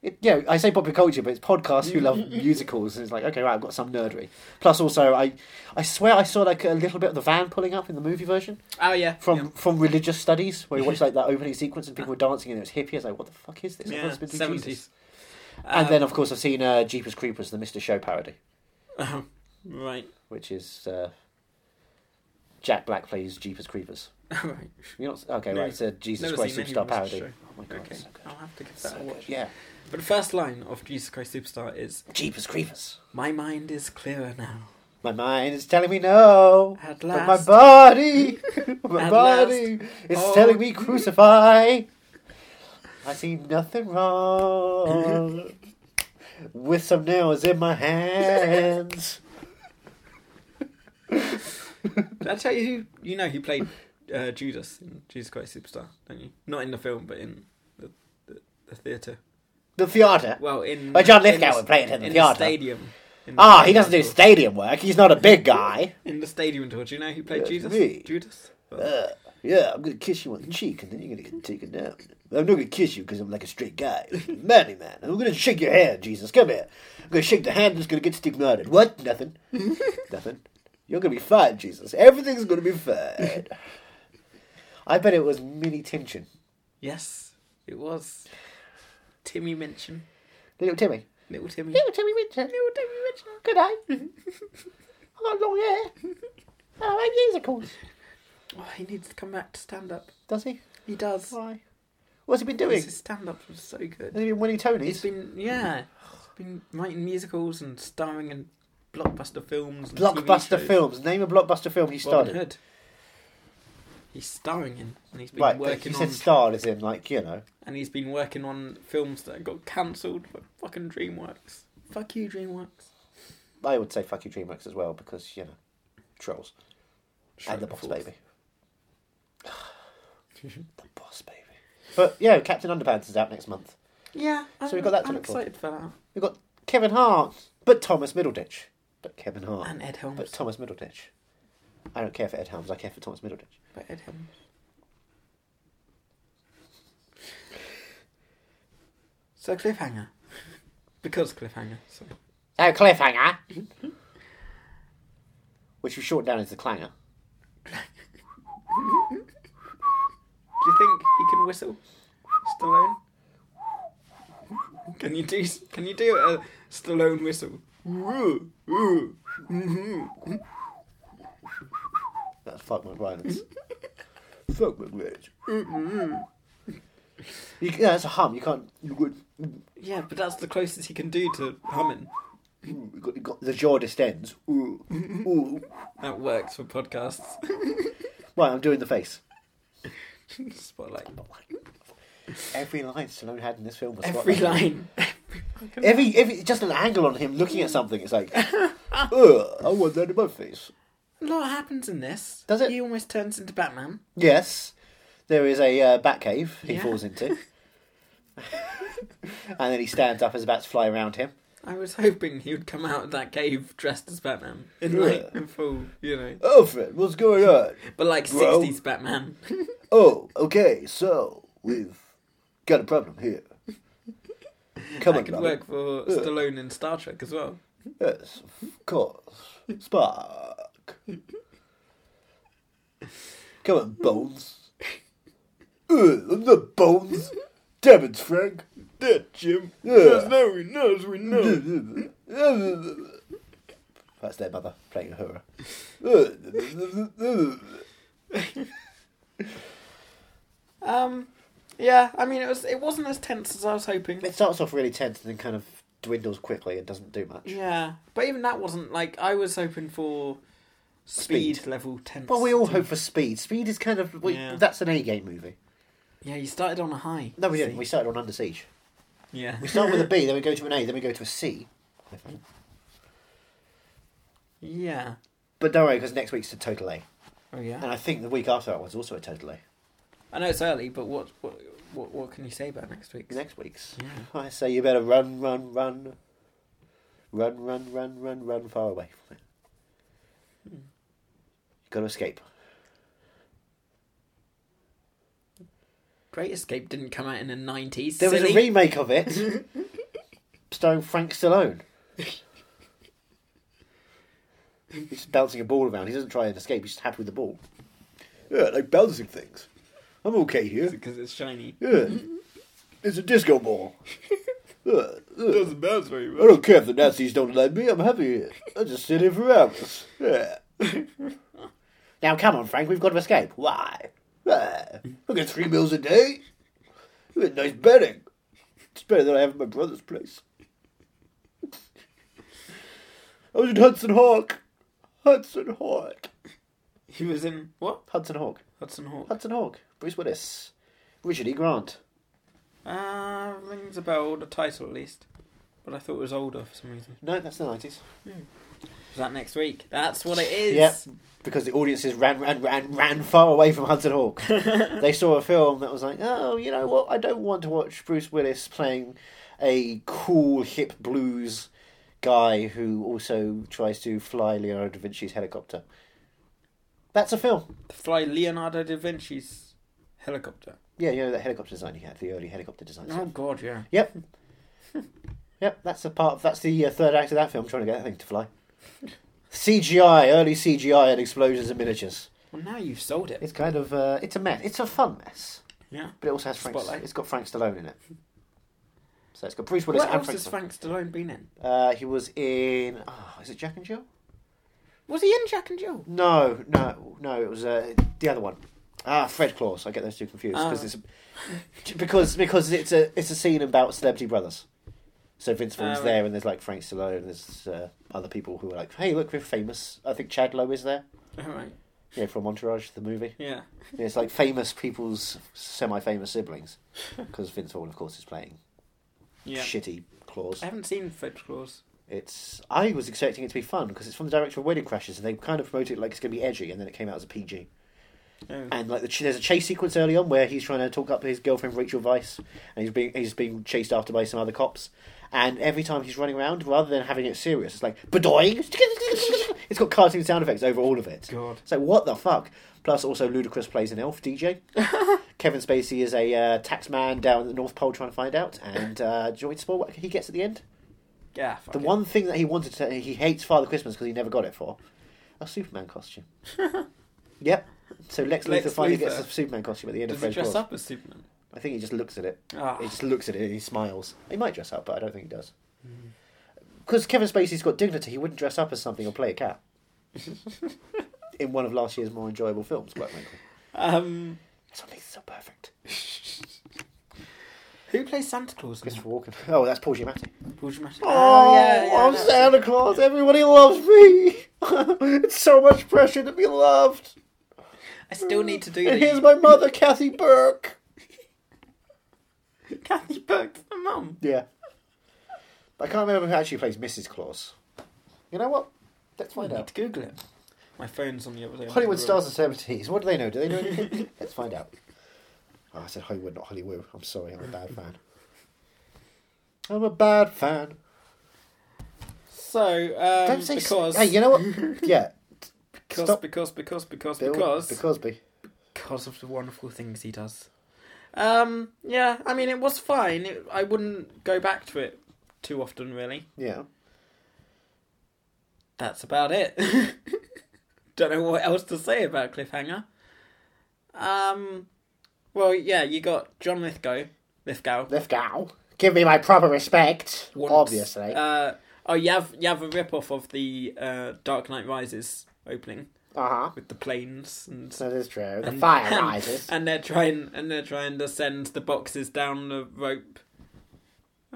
Speaker 1: it, yeah, I say popular culture, but it's podcasts who love musicals, and it's like, okay, right, I've got some nerdery. Plus, also, I, I swear, I saw like a little bit of the van pulling up in the movie version
Speaker 2: Oh yeah.
Speaker 1: from
Speaker 2: yeah.
Speaker 1: from religious studies, where you watch like that opening sequence and people were dancing and it was hippie. I was like, what the fuck is this? I thought
Speaker 2: Yeah,
Speaker 1: it's meant to be Jesus.
Speaker 2: seventies. Um,
Speaker 1: And then, of course, I've seen uh, Jeepers Creepers, the Mister Show parody,
Speaker 2: Right.
Speaker 1: which is uh, Jack Black plays Jeepers Creepers.
Speaker 2: right.
Speaker 1: You're not okay,
Speaker 2: No.
Speaker 1: right? It's a Jesus
Speaker 2: Never
Speaker 1: Christ
Speaker 2: seen any
Speaker 1: Superstar
Speaker 2: Mr.
Speaker 1: parody.
Speaker 2: Show.
Speaker 1: Oh my god,
Speaker 2: Okay.
Speaker 1: it's so good.
Speaker 2: I'll have to give that
Speaker 1: So
Speaker 2: a
Speaker 1: good.
Speaker 2: watch.
Speaker 1: Yeah,
Speaker 2: But the first line of Jesus Christ Superstar is
Speaker 1: Jeepers Creepers.
Speaker 2: My mind is clearer now.
Speaker 1: My mind is telling me no,
Speaker 2: At
Speaker 1: but my
Speaker 2: last.
Speaker 1: body, my
Speaker 2: At
Speaker 1: body is
Speaker 2: Oh.
Speaker 1: telling me crucify. I see nothing wrong with some nails in my hands.
Speaker 2: Did I tell you who? You know he played uh, Judas in Jesus Christ Superstar, don't you? Not in the film, but in the, the, the theatre.
Speaker 1: The theatre.
Speaker 2: Well, in
Speaker 1: Well, John
Speaker 2: in the
Speaker 1: Lithgow
Speaker 2: s-
Speaker 1: would play it in the
Speaker 2: the
Speaker 1: theatre.
Speaker 2: stadium. In the
Speaker 1: Ah, he
Speaker 2: stadium
Speaker 1: doesn't do
Speaker 2: tour.
Speaker 1: stadium work. He's not a big guy.
Speaker 2: in the stadium tour. Do you know who played Jesus?
Speaker 1: me.
Speaker 2: Judas.
Speaker 1: Uh, yeah, I'm gonna kiss you on the cheek, and then you're gonna get taken down. I'm not gonna kiss you because I'm like a straight guy, manly man. I'm gonna shake your hand, Jesus. Come here. I'm gonna shake the hand that's gonna get stigmatized. What? Nothing. Nothing. You're gonna be fine, Jesus. Everything's gonna be fine. I bet it was Minnie Tinchin.
Speaker 2: Yes, it was. Timmy Minchin.
Speaker 1: Little Timmy.
Speaker 2: Little Timmy.
Speaker 1: Little Timmy Winter. Little Timmy Winter. Good day. I got long hair. Oh, eight years of course.
Speaker 2: Oh, he needs to come back to stand up.
Speaker 1: Does he?
Speaker 2: He does.
Speaker 1: Why? What's he been doing?
Speaker 2: His
Speaker 1: Has
Speaker 2: stand up was so good.
Speaker 1: he been winning Tonys?
Speaker 2: He's been yeah, he's been writing musicals and starring in blockbuster films. And TV
Speaker 1: Blockbuster
Speaker 2: shows.
Speaker 1: films. Name a blockbuster film he
Speaker 2: Robin
Speaker 1: starred in.
Speaker 2: Hood. He's starring in, and he's been
Speaker 1: Right, but
Speaker 2: working
Speaker 1: he
Speaker 2: on,
Speaker 1: said starred as in, like, you know.
Speaker 2: and he's been working on films that got cancelled by fucking DreamWorks. Fuck you, DreamWorks.
Speaker 1: I would say fuck you, DreamWorks as well, because, you know, trolls. and the
Speaker 2: Shrek
Speaker 1: Boss
Speaker 2: Falls.
Speaker 1: Baby. the Boss Baby. But, yeah, Captain Underpants is out next month.
Speaker 2: Yeah, I'm,
Speaker 1: we've got that to
Speaker 2: I'm
Speaker 1: look forward
Speaker 2: excited for
Speaker 1: We've got Kevin Hart, but Thomas Middleditch. But Kevin Hart.
Speaker 2: that. And Ed Helms.
Speaker 1: Oh, But Thomas Middleditch. I don't care for Ed Helms, I care for Thomas Middleditch.
Speaker 2: But Ed Helms. So cliffhanger. Because cliffhanger. Sorry.
Speaker 1: Oh, cliffhanger! Which we shortened down as the clanger.
Speaker 2: Do you think he can whistle, Stallone? Can you do? Can you do a Stallone whistle? Woo, woo.
Speaker 1: That's fuck my violence. fuck my violence. you, yeah, that's a hum. You can't. You got,
Speaker 2: Yeah, but that's the closest he can do to humming.
Speaker 1: you got, you got the jaw distends. Ooh, ooh.
Speaker 2: That works for podcasts.
Speaker 1: Right, I'm doing the face.
Speaker 2: Spotlight.
Speaker 1: Every line Stallone had in this film was
Speaker 2: Every
Speaker 1: spotlight.
Speaker 2: line.
Speaker 1: Every every just an angle on him looking at something. It's like, Ugh, I want that in my face.
Speaker 2: A lot happens in this.
Speaker 1: Does it?
Speaker 2: He almost turns into Batman.
Speaker 1: Yes, there is a uh, bat cave he
Speaker 2: Yeah.
Speaker 1: falls into, and then he stands up as bats fly around him.
Speaker 2: I was hoping he would come out of that cave dressed as Batman in like in full, you know,
Speaker 1: Alfred, "Oh, what's going on?
Speaker 2: but like
Speaker 1: Bro.
Speaker 2: sixties Batman.
Speaker 1: Oh, okay, so we've got a problem here. Come
Speaker 2: that
Speaker 1: on,
Speaker 2: could
Speaker 1: brother.
Speaker 2: work for Stallone in Star Trek as well.
Speaker 1: Yes, of course. Spark. Come on, Bones. Ugh, I'm not Bones. Damn it, Frank.
Speaker 2: That Jim.
Speaker 1: Yeah.
Speaker 2: no, we knows, we know.
Speaker 1: That's their mother playing her.
Speaker 2: Um, yeah. I mean, it was. It wasn't as tense as I was hoping.
Speaker 1: It starts off really tense and then kind of dwindles quickly and doesn't do much.
Speaker 2: Yeah, but even that wasn't like I was hoping for speed, level tense.
Speaker 1: Well, we all hope for speed. Speed is kind of. We,
Speaker 2: Yeah.
Speaker 1: That's an A game movie.
Speaker 2: Yeah, you started on a high.
Speaker 1: No, we didn't.
Speaker 2: See?
Speaker 1: We started on Under Siege.
Speaker 2: Yeah.
Speaker 1: We start with a B, then we go to an A, then we go to a C.
Speaker 2: yeah.
Speaker 1: But don't worry, because next week's a total A.
Speaker 2: Oh
Speaker 1: And
Speaker 2: yeah.
Speaker 1: I think the week after that one's also a total A.
Speaker 2: I know it's early, but what what what, what can you say about next week?
Speaker 1: Next week's.
Speaker 2: Yeah.
Speaker 1: I say you better run, run, run. Run, run, run, run, run far away from it.
Speaker 2: Hmm.
Speaker 1: You've got to escape.
Speaker 2: Great Escape didn't come out in the nineties.
Speaker 1: There was a remake of it, starring Frank Stallone. He's just bouncing a ball around. He doesn't try and escape. He's just happy with the ball. Yeah, like bouncing things. I'm okay here.
Speaker 2: because it's shiny.
Speaker 1: Yeah, it's a disco ball. Yeah, yeah.
Speaker 2: Doesn't bounce very
Speaker 1: I don't care if the Nazis don't like me. I'm happy here. I just sit here for hours. Yeah. now come on, Frank. We've got to escape. Why? Why? I get three meals a day. You get nice bedding. It's better than I have at my brother's place. I was in Hudson Hawk. Hudson Hawk.
Speaker 2: He was in what?
Speaker 1: Hudson Hawk.
Speaker 2: Hudson Hawk.
Speaker 1: Hudson Hawk. Bruce Willis. Richard E. Grant.
Speaker 2: Ah, rings a bell. The title at least, but I thought it was older for some reason.
Speaker 1: No, that's the nineties.
Speaker 2: Is that next week? That's what it is.
Speaker 1: Yep, because the audiences ran, ran, ran, ran far away from Hudson Hawk. they saw a film that was like, oh, you know what? I don't want to watch Bruce Willis playing a cool, hip blues guy who also tries to fly Leonardo da Vinci's helicopter. That's a film.
Speaker 2: Fly Leonardo da Vinci's helicopter.
Speaker 1: Yeah, you know that helicopter design he had, the early helicopter design.
Speaker 2: Oh God, yeah.
Speaker 1: Yep. yep, that's the part. Of, that's the uh, third act of that film. trying to get that thing to fly. CGI, early CGI, and explosions and miniatures.
Speaker 2: Well, now you've sold it.
Speaker 1: It's kind of uh, it's a mess. It's a fun mess,
Speaker 2: Yeah.
Speaker 1: but it also has Frank.
Speaker 2: Spotlight.
Speaker 1: It's got Frank Stallone in it. So it's got Bruce Willis
Speaker 2: What
Speaker 1: and
Speaker 2: else
Speaker 1: Frank.
Speaker 2: has
Speaker 1: Stallone.
Speaker 2: Frank Stallone been in?
Speaker 1: Uh, he was in. Oh, is it Jack and Jill?
Speaker 2: Was he in Jack and Jill?
Speaker 1: No, no, no. It was uh, the other one. Ah, Fred Claus. I get those two confused because
Speaker 2: Ah.
Speaker 1: it's a, because because it's a it's a scene about celebrity brothers. So Vince Vaughn's
Speaker 2: Ah, right.
Speaker 1: there, and there's like Frank Stallone, and there's uh, other people who are like, "Hey, look, we're famous." I think Chad Lowe is there.
Speaker 2: All right.
Speaker 1: Yeah, from Entourage, the movie.
Speaker 2: Yeah.
Speaker 1: Yeah, it's like famous people's semi-famous siblings, because Vince Vaughn, of course, is playing
Speaker 2: Yeah.
Speaker 1: shitty Claus.
Speaker 2: I haven't seen Fred Claus.
Speaker 1: It's I was expecting it to be fun because it's from the director of Wedding Crashes, and they kind of promoted it like it's going to be edgy, and then it came out as a PG.
Speaker 2: Oh.
Speaker 1: And like the ch- there's a chase sequence early on where he's trying to talk up his girlfriend Rachel Vice, and he's being he's being chased after by some other cops. And every time he's running around, rather than having it serious, it's like bedoing. it's got cartoon sound effects over all of it.
Speaker 2: God.
Speaker 1: So what the fuck? Plus, also Ludacris plays an elf DJ. Kevin Spacey is a uh, tax man down at the North Pole trying to find out. And uh, do you want me to spoil what he gets at the end?
Speaker 2: Yeah. Fuck
Speaker 1: The
Speaker 2: it.
Speaker 1: one thing that he wanted to, he hates Father Christmas because he never got it for a Superman costume. yep. So Lex,
Speaker 2: Lex
Speaker 1: Luthor finally
Speaker 2: Luthor.
Speaker 1: gets a Superman costume at the end
Speaker 2: Does
Speaker 1: of
Speaker 2: he
Speaker 1: Fred
Speaker 2: dress
Speaker 1: Claus.
Speaker 2: up as Superman?
Speaker 1: I think he just looks at it.
Speaker 2: Ah.
Speaker 1: He just looks at it and he smiles. He might dress up, but I don't think he does.
Speaker 2: Mm.
Speaker 1: Because Kevin Spacey's got dignity, he wouldn't dress up as something or play a cat. In one of last year's more enjoyable films, Black Winkle.
Speaker 2: Um,
Speaker 1: That's what makes it so perfect.
Speaker 2: who plays Santa Claus? in
Speaker 1: Christopher Walken. Oh, that's Paul Giamatti.
Speaker 2: Paul Giamatti.
Speaker 1: Oh, I'm
Speaker 2: that's it.
Speaker 1: Santa Claus. Everybody loves me. it's so much pressure to be loved.
Speaker 2: I still need to do
Speaker 1: And here's
Speaker 2: the
Speaker 1: my mother, Kathy Burke.
Speaker 2: Kathy Burke's the mum.
Speaker 1: Yeah. I can't remember who actually plays Mrs. Claus. You know what? Let's
Speaker 2: I
Speaker 1: find
Speaker 2: need
Speaker 1: out.
Speaker 2: to Google it. My phone's on the other side. of
Speaker 1: Hollywood
Speaker 2: the
Speaker 1: stars
Speaker 2: room.
Speaker 1: and celebrities. What do they know? Do they know anything? Let's find out. Oh, I said Hollywood, not Hollywood. I'm sorry. I'm a bad fan. I'm a bad fan.
Speaker 2: So, um,
Speaker 1: Don't say s-
Speaker 2: because,
Speaker 1: Hey, you know what? Yeah.
Speaker 2: because,
Speaker 1: stop.
Speaker 2: because, because, because,
Speaker 1: Bill
Speaker 2: because,
Speaker 1: Cosby.
Speaker 2: because of the wonderful things he does. Um, yeah, I mean, it was fine. It, I wouldn't go back to it too often, really.
Speaker 1: Yeah.
Speaker 2: That's about it. Don't know what else to say about Cliffhanger. Um, well, yeah, you got John Lithgow, Lithgow.
Speaker 1: Lithgow. Give me my proper respect.
Speaker 2: once.
Speaker 1: Obviously.
Speaker 2: Uh, oh, you have you have a rip off of the uh, Dark Knight Rises opening
Speaker 1: Uh huh.
Speaker 2: with the planes and
Speaker 1: That is true. The fire
Speaker 2: and,
Speaker 1: rises.
Speaker 2: and they're trying and they're trying to send the boxes down the rope.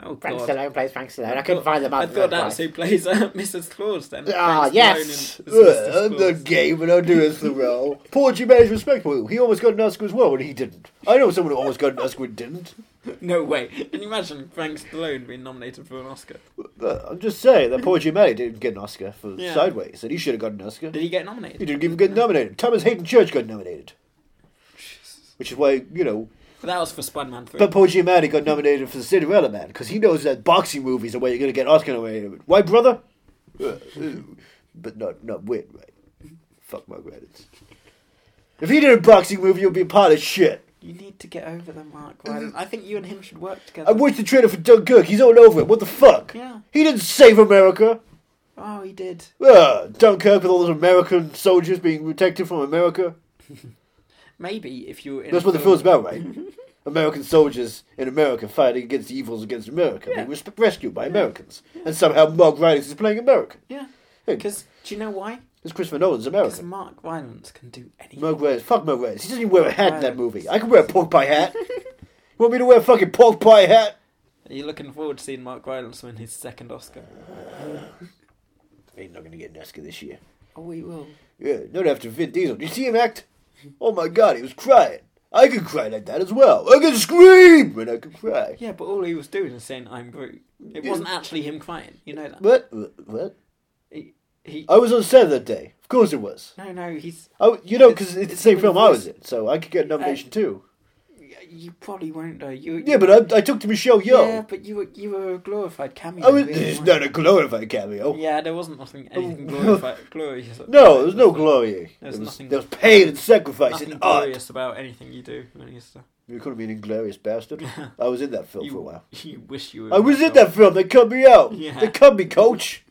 Speaker 2: Oh
Speaker 1: Frank
Speaker 2: god.
Speaker 1: Stallone plays Frank Stallone. I couldn't find the
Speaker 2: I
Speaker 1: mother.
Speaker 2: thought that's who plays uh, Mrs. Claus then.
Speaker 1: Ah,
Speaker 2: Frank
Speaker 1: yes!
Speaker 2: Stallone in- as Mrs.
Speaker 1: Ugh, I'm
Speaker 2: Claus.
Speaker 1: not gay, but I'll do this the role. Poor Jimenez respectable. He almost got an Oscar as well, and he didn't. I know someone who almost got an Oscar and didn't.
Speaker 2: No way. Can you imagine Frank Stallone being nominated for an Oscar?
Speaker 1: But I'm just saying that poor Jimenez didn't get an Oscar for
Speaker 2: Yeah.
Speaker 1: Sideways, and he should have got an Oscar.
Speaker 2: Did he get
Speaker 1: He
Speaker 2: nominated?
Speaker 1: didn't even get nominated. Thomas Hayden Church got nominated. Which is why, you know,
Speaker 2: But that was for Spider-Man 3.
Speaker 1: but Paul Giamatti got nominated for the Cinderella Man because he knows that boxing movies are where you're going to get Oscar nominated. Why, brother? Uh, uh, but not not win, right? Fuck my credits. If he did a boxing movie, you'd be a pile of shit.
Speaker 2: you need to get over the Mark Rylance. I think you and him should work together.
Speaker 1: I watched the trailer for Dunkirk. He's all over it. What the fuck?
Speaker 2: Yeah.
Speaker 1: He didn't save America.
Speaker 2: Oh, he did.
Speaker 1: Uh, Dunkirk with all those American soldiers being protected from America.
Speaker 2: Maybe if you were in
Speaker 1: That's
Speaker 2: a
Speaker 1: what the
Speaker 2: film-
Speaker 1: film's about, right? American soldiers in America fighting againts the evils against America, being res- rescued by Americans, and somehow Mark Rylance is playing American.
Speaker 2: Yeah.
Speaker 1: Hey,
Speaker 2: Because, do you know why?
Speaker 1: it's Christopher Nolan's
Speaker 2: Because
Speaker 1: American.
Speaker 2: Mark Rylance can do anything.
Speaker 1: Mark Rylance, fuck Mark Rylance. He doesn't even wear a hat in that
Speaker 2: Rylance.
Speaker 1: movie. I can wear a pork pie hat. you want me to wear a fucking pork pie hat?
Speaker 2: Are you looking forward to seeing Mark Rylance win his second Oscar?
Speaker 1: He's not going to get an Oscar this year.
Speaker 2: Oh, we will.
Speaker 1: Yeah, not after Vin Diesel. Did you see him act? Oh my god, he was crying. I can cry like that as well. I can scream and I can cry.
Speaker 2: Yeah, but all he was doing is saying, I'm Groot. It wasn't actually him crying. You know that.
Speaker 1: What? What?
Speaker 2: He, He,
Speaker 1: I was on set that day. Of course it was.
Speaker 2: no, no, he's.
Speaker 1: Oh, you know, because it's,
Speaker 2: It's-
Speaker 1: the same
Speaker 2: it's
Speaker 1: film
Speaker 2: the
Speaker 1: I was
Speaker 2: voice- Uh,
Speaker 1: in, so I could get a nomination too.
Speaker 2: You probably won't though. You,
Speaker 1: Yeah, but I, I took to Michelle Yeoh.
Speaker 2: yeah, but you were you were a glorified cameo.
Speaker 1: I was,
Speaker 2: really,
Speaker 1: it's
Speaker 2: weren't
Speaker 1: not
Speaker 2: you?
Speaker 1: a glorified cameo.
Speaker 2: Yeah, there wasn't nothing anything glorified, glorious.
Speaker 1: No, there was no glory. There
Speaker 2: There's
Speaker 1: was,
Speaker 2: nothing-
Speaker 1: there was pain and sacrifice
Speaker 2: nothing
Speaker 1: and art.
Speaker 2: glorious about anything you do. Any stuff.
Speaker 1: You could have been inglorious bastard. I was in that film
Speaker 2: You,
Speaker 1: for a while.
Speaker 2: you wish you were.
Speaker 1: I was in that film. They cut me out.
Speaker 2: Yeah.
Speaker 1: They cut me, coach.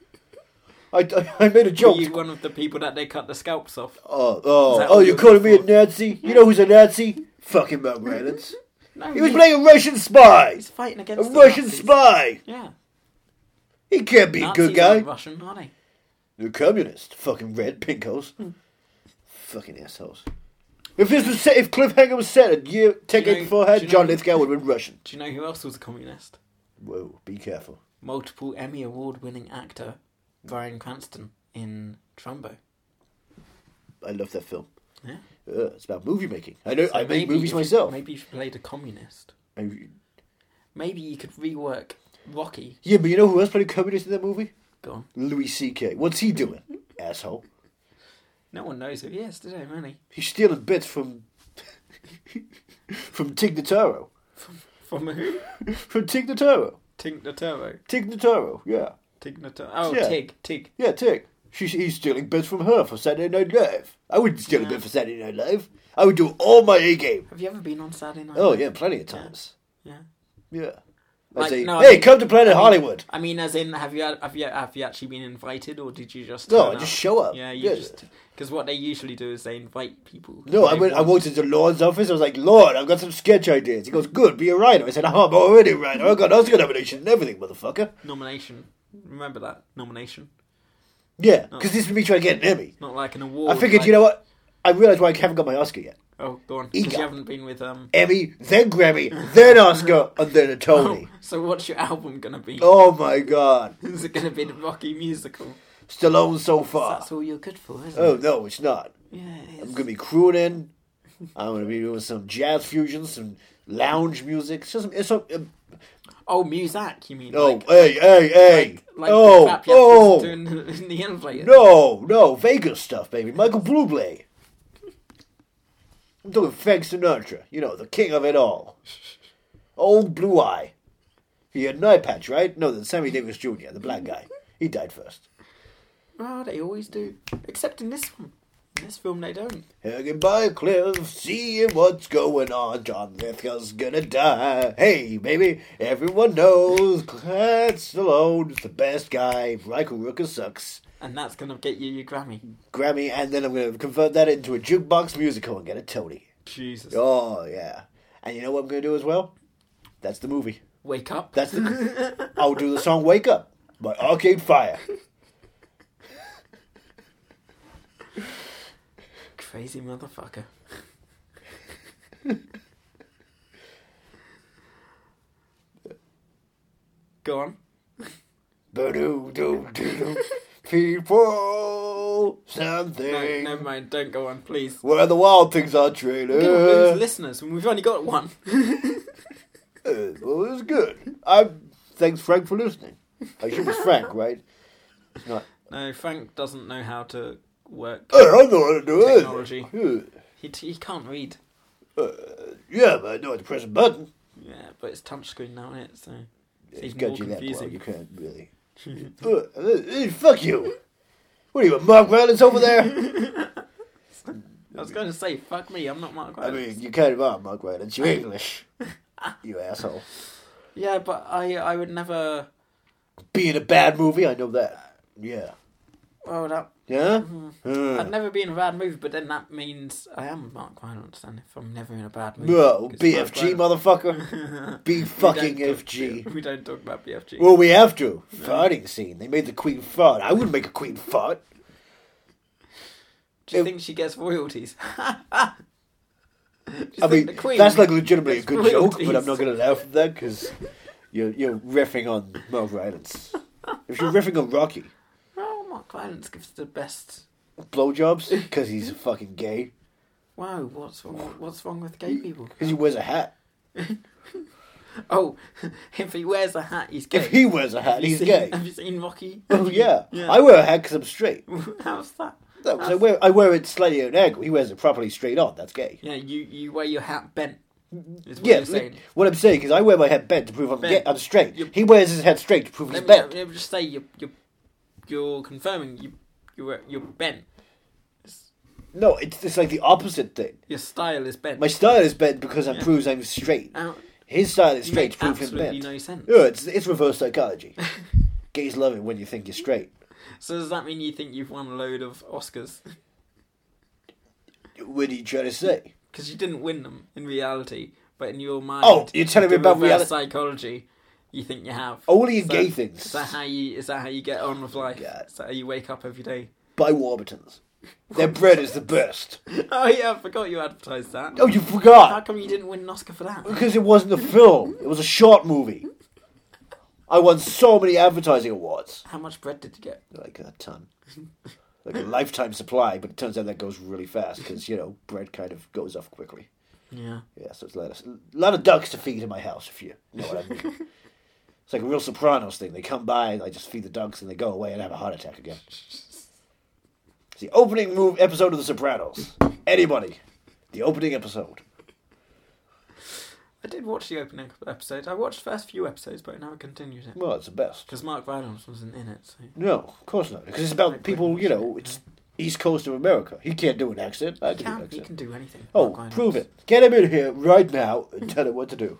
Speaker 1: I, I, I made a
Speaker 2: Were
Speaker 1: joke.
Speaker 2: you one of the people that they cut the scalps off?
Speaker 1: Oh,
Speaker 2: Is
Speaker 1: oh,
Speaker 2: that
Speaker 1: oh! You're
Speaker 2: what you're
Speaker 1: calling me a
Speaker 2: looking for?
Speaker 1: Nazi? You know who's a Nazi? Fucking Mark Rylance.
Speaker 2: No,
Speaker 1: He was playing a Russian spy.
Speaker 2: He's fighting
Speaker 1: A
Speaker 2: against the
Speaker 1: Russian
Speaker 2: Nazis.
Speaker 1: spy.
Speaker 2: Yeah,
Speaker 1: He can't be a
Speaker 2: Nazis
Speaker 1: good guy.
Speaker 2: aren't Russian, are they?
Speaker 1: You're a communist. Fucking red pinkos.
Speaker 2: Hmm.
Speaker 1: Fucking assholes. If this was set, if Cliffhanger was set a year, decade
Speaker 2: know- do
Speaker 1: beforehand,
Speaker 2: you
Speaker 1: John
Speaker 2: know-
Speaker 1: Lithgow would have been Russian.
Speaker 2: Do you know who else was a communist?
Speaker 1: Whoa, be careful.
Speaker 2: Multiple Emmy Award-winning actor Brian Cranston in Trumbo.
Speaker 1: I love that film.
Speaker 2: Yeah.
Speaker 1: Ugh, it's about movie making. I know.
Speaker 2: So
Speaker 1: I make
Speaker 2: maybe
Speaker 1: movies
Speaker 2: if-
Speaker 1: myself.
Speaker 2: Maybe if you played a communist,
Speaker 1: I-
Speaker 2: maybe you could rework Rocky.
Speaker 1: yeah, but you know who else played a communist in that movie?
Speaker 2: Go on.
Speaker 1: Louis C.K. What's he doing? Asshole.
Speaker 2: No one knows who he is, do they, really?
Speaker 1: He's stealing bits from from Tig Notaro.
Speaker 2: From who?
Speaker 1: From Tig Notaro.
Speaker 2: Tig Notaro.
Speaker 1: Tig Notaro. Yeah.
Speaker 2: Tig Notaro. Oh,
Speaker 1: Yeah.
Speaker 2: Tig. Tig.
Speaker 1: Yeah, Tig. She's, he's stealing bits from her for Saturday Night Live. I wouldn't steal a bit for Saturday Night Live. I would do all my A game.
Speaker 2: Have you ever been on Saturday Night?
Speaker 1: Oh
Speaker 2: Live?
Speaker 1: yeah, plenty of times.
Speaker 2: Uh-huh. Yeah.
Speaker 1: Yeah. I
Speaker 2: Like,
Speaker 1: say,
Speaker 2: no, I
Speaker 1: hey,
Speaker 2: mean-
Speaker 1: come to Planet
Speaker 2: I mean-
Speaker 1: Hollywood.
Speaker 2: I mean, as in, have you have you have you actually been invited, or did you just?
Speaker 1: No,
Speaker 2: turn
Speaker 1: I just show up.
Speaker 2: Yeah, you
Speaker 1: Yeah.
Speaker 2: just because what they usually do is they invite people.
Speaker 1: No, I
Speaker 2: They
Speaker 1: went. I
Speaker 2: want-
Speaker 1: walked into Lord's office. I was like, Lord, I've got some sketch ideas. He goes, Good, be a writer. I said, oh, I'm already a writer. I got Oscar nomination and everything, motherfucker.
Speaker 2: nomination. Remember that nomination,
Speaker 1: Yeah, because this would be trying to get an Emmy.
Speaker 2: not like an award.
Speaker 1: I figured,
Speaker 2: Oh. like,
Speaker 1: you know what? I realized why I haven't got my Oscar yet.
Speaker 2: Oh, go on. Because
Speaker 1: Ego.
Speaker 2: you haven't been with um.
Speaker 1: Emmy, then Grammy, then Oscar, and then a Tony.
Speaker 2: oh, So what's your album gonna be?
Speaker 1: Oh my God,
Speaker 2: Is it gonna be the Rocky musical?
Speaker 1: Stallone so far.
Speaker 2: That's all you're good for, isn't
Speaker 1: Oh
Speaker 2: it?
Speaker 1: no, it's not.
Speaker 2: Yeah. It
Speaker 1: I'm
Speaker 2: is.
Speaker 1: gonna be crooning. I'm gonna be doing some jazz fusion, some lounge music. It's just some. It's some uh,
Speaker 2: Oh, Muzak, you mean?
Speaker 1: oh,
Speaker 2: like,
Speaker 1: hey, hey, hey!
Speaker 2: like, like the
Speaker 1: oh,
Speaker 2: crap you have to
Speaker 1: oh!
Speaker 2: do in the, in the elevator.
Speaker 1: No, no, Vegas stuff, baby. Michael Bublé. I'm doing Frank Sinatra. You know, the king of it all. Old Blue Eye. He had an eye patch, right? No, the Sammy Davis Jr., the black guy. He died first.
Speaker 2: Oh, they always do. Except in this one. In this film, they don't.
Speaker 1: Hanging by a cliff, seeing what's going on. John Lithgow's gonna die. Hey, baby, everyone knows Clyde Stallone is the best guy. Michael Rooker sucks.
Speaker 2: And that's going to get you your Grammy.
Speaker 1: Grammy, and then I'm gonna convert that into a jukebox musical and get a Tony.
Speaker 2: Jesus.
Speaker 1: Oh yeah. And you know what I'm gonna do as well? That's the movie.
Speaker 2: Wake up.
Speaker 1: That's the I'll do the song Wake Up by Arcade Fire.
Speaker 2: Crazy motherfucker. Go on.
Speaker 1: Ba-doo, doo, doo, doo. People
Speaker 2: No,
Speaker 1: something
Speaker 2: never mind. Don't go on, please.
Speaker 1: Where the wild things are
Speaker 2: We're going to lose
Speaker 1: trailer.
Speaker 2: listeners when we've only got one.
Speaker 1: Uh, well, it was good. I'm thanks Frank for listening. I should be Frank, right? It's not
Speaker 2: no, Frank doesn't know how to work.
Speaker 1: I don't know how to do
Speaker 2: Technology.
Speaker 1: it. Uh,
Speaker 2: He, he can't read.
Speaker 1: Yeah, but I know how to press a button.
Speaker 2: Yeah, but it's touchscreen now, isn't it? So it's
Speaker 1: He's
Speaker 2: even
Speaker 1: got
Speaker 2: more
Speaker 1: you that far. You
Speaker 2: confusing.
Speaker 1: can't really. Uh, uh, hey, fuck you! What are you, a Mark Rylance over there?
Speaker 2: I was going to say, fuck me, I'm not Mark
Speaker 1: I
Speaker 2: Rylance.
Speaker 1: mean, you kind of are Mark Rylance. You're English. You asshole.
Speaker 2: Yeah, but I I would never.
Speaker 1: Be in a bad movie, I know that. Yeah.
Speaker 2: Oh, that
Speaker 1: Yeah?
Speaker 2: I'd
Speaker 1: Uh,
Speaker 2: never be in a bad movie, but then that means I am Mark Rylance. Then if I'm never in a bad movie,
Speaker 1: no,
Speaker 2: 'cause
Speaker 1: BFG,
Speaker 2: Mark
Speaker 1: motherfucker. B
Speaker 2: Rylance-
Speaker 1: fucking
Speaker 2: we don't talk-
Speaker 1: FG.
Speaker 2: We don't talk about BFG.
Speaker 1: Well, we have to. Farting scene. They made the queen fart. I wouldn't make a queen fart.
Speaker 2: Do you think she gets royalties?
Speaker 1: I mean,
Speaker 2: the Queen
Speaker 1: that's like legitimately a
Speaker 2: gets
Speaker 1: good joke, but I'm
Speaker 2: royalties.
Speaker 1: not going to laugh at that because you're, you're riffing on Mark Rylance. If you're riffing on Rocky,
Speaker 2: oh, Mark Rylance gives the best.
Speaker 1: blowjobs because he's fucking gay
Speaker 2: Wow, what's wrong? What's wrong with gay people?
Speaker 1: because he wears a hat.
Speaker 4: Oh, if he wears a hat, he's gay.
Speaker 1: If he wears a hat,
Speaker 4: Have you
Speaker 1: he's
Speaker 4: seen-
Speaker 1: gay.
Speaker 4: Have you seen Rocky?
Speaker 1: Oh yeah.
Speaker 4: Yeah.
Speaker 1: I wear a hat because I'm straight.
Speaker 4: How's that?
Speaker 1: No, 'cause I wear I wear it slightly on angle. He wears it properly straight on. That's gay.
Speaker 4: Yeah, you, you wear your hat bent. Is what
Speaker 1: Yeah,
Speaker 4: you're saying.
Speaker 1: what I'm saying is I wear my head bent to prove I'm
Speaker 4: Bent.
Speaker 1: gay. I'm straight.
Speaker 4: You-
Speaker 1: He wears his head straight to prove he's
Speaker 4: Let me,
Speaker 1: bent.
Speaker 4: let me just say you you you're confirming you you're you're bent.
Speaker 1: No, it's it's like the opposite thing.
Speaker 4: Your style is bent.
Speaker 1: My style is bent because it
Speaker 4: Yeah.
Speaker 1: proves I'm straight.
Speaker 4: Out-
Speaker 1: His style is
Speaker 4: you
Speaker 1: straight to
Speaker 4: make
Speaker 1: prove him
Speaker 4: absolutely
Speaker 1: bent.
Speaker 4: no sense.
Speaker 1: Yeah, it's it's reverse psychology. Gays love it when you think you're straight.
Speaker 4: So does that mean you think you've won a load of Oscars?
Speaker 1: What are you trying to say?
Speaker 4: Because you didn't win them in reality, but in your mind.
Speaker 1: Oh, you're telling me
Speaker 4: the
Speaker 1: about
Speaker 4: reverse
Speaker 1: reality-
Speaker 4: psychology. You think you have
Speaker 1: Only in
Speaker 4: So-
Speaker 1: gay things. Oh
Speaker 4: Is that how you? Is that how you get on with life?
Speaker 1: God.
Speaker 4: Is that how you wake up every day?
Speaker 1: By Warburtons. Their bread is the best.
Speaker 4: Oh yeah, I forgot you advertised that.
Speaker 1: Oh, you
Speaker 4: How
Speaker 1: forgot.
Speaker 4: come you didn't win an Oscar for that?
Speaker 1: Because it wasn't a film. It was a short movie. I won so many advertising awards.
Speaker 4: How much bread did you get?
Speaker 1: Like a ton. Like a lifetime supply, but it turns out that goes really fast because, you know, bread kind of goes off quickly.
Speaker 4: Yeah.
Speaker 1: Yeah, so it's a lot of, a lot of ducks to feed in my house, if you know what I mean. it's like a real Sopranos thing. They come by, and I just feed the ducks, and they go away and have a heart attack again. It's the opening move episode of The Sopranos. Anybody, the opening episode.
Speaker 4: I did watch the opening episode. I watched the first few episodes, but I never continued it
Speaker 1: Well, it's the best.
Speaker 4: because Mark Rylance wasn't in it. So.
Speaker 1: No, of course not. Because it's about people, you know, it's East Coast of America. He can't do an accent. I can do an
Speaker 4: Can, he
Speaker 1: accent.
Speaker 4: can do anything.
Speaker 1: Oh,
Speaker 4: Mark Rylance.
Speaker 1: prove it. Get him in here right now and tell him what to do.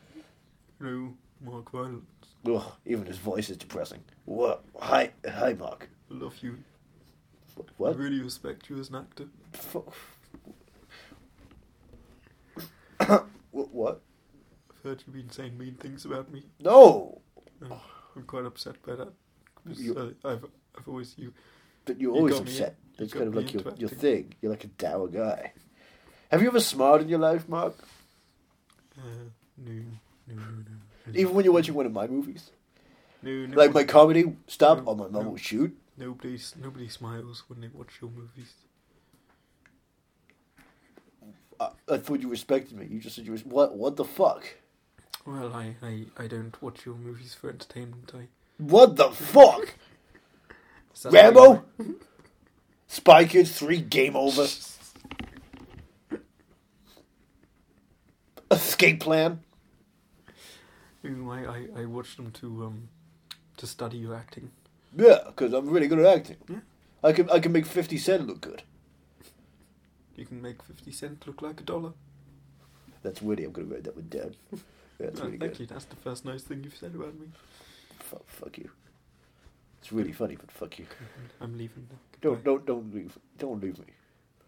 Speaker 4: Hello, Mark Rylance.
Speaker 1: Ugh, even his voice is depressing. What? Hi, hi, Mark.
Speaker 4: I love you.
Speaker 1: What?
Speaker 4: I really respect you as an actor.
Speaker 1: Fu- Wh- what?
Speaker 4: I've heard you've been saying mean things about me. Uh,
Speaker 1: No,
Speaker 4: I'm quite upset by that. 'Cause,
Speaker 1: You-
Speaker 4: uh, I've I've always you.
Speaker 1: but you're
Speaker 4: You
Speaker 1: always
Speaker 4: got me-
Speaker 1: upset.
Speaker 4: you
Speaker 1: That's
Speaker 4: got
Speaker 1: kind of
Speaker 4: me
Speaker 1: like your,
Speaker 4: into
Speaker 1: your
Speaker 4: acting.
Speaker 1: thing. You're like a dour guy. Have you ever smiled in your life, Mark?
Speaker 4: Uh, no, no, no, no,
Speaker 1: Even when you're watching one of my movies,
Speaker 4: no, no.
Speaker 1: like my comedy stop
Speaker 4: No,
Speaker 1: or my mum
Speaker 4: no.
Speaker 1: will shoot.
Speaker 4: Nobody s- nobody smiles when they watch your movies.
Speaker 1: I, I thought you respected me. You just said you was what? What the fuck?
Speaker 4: Well, I, I, I don't watch your movies for entertainment. I
Speaker 1: What the fuck?
Speaker 4: Is that how
Speaker 1: Rambo,
Speaker 4: you-
Speaker 1: Spy Kids Three, Game Over, Escape Plan.
Speaker 4: Ooh, I, I, I watched them to um to study your acting.
Speaker 1: Yeah, because I'm really good at acting.
Speaker 4: Yeah.
Speaker 1: I can I can make Fifty Cent look good.
Speaker 4: You can make fifty cent look like a dollar.
Speaker 1: That's witty. I'm gonna write that one down. That's
Speaker 4: Oh,
Speaker 1: really
Speaker 4: thank
Speaker 1: good.
Speaker 4: you. That's the first nice thing you've said about me.
Speaker 1: Fuck, fuck you. It's really funny, but fuck you.
Speaker 4: I'm leaving. Now.
Speaker 1: Don't
Speaker 4: Goodbye.
Speaker 1: don't don't leave. Don't leave me.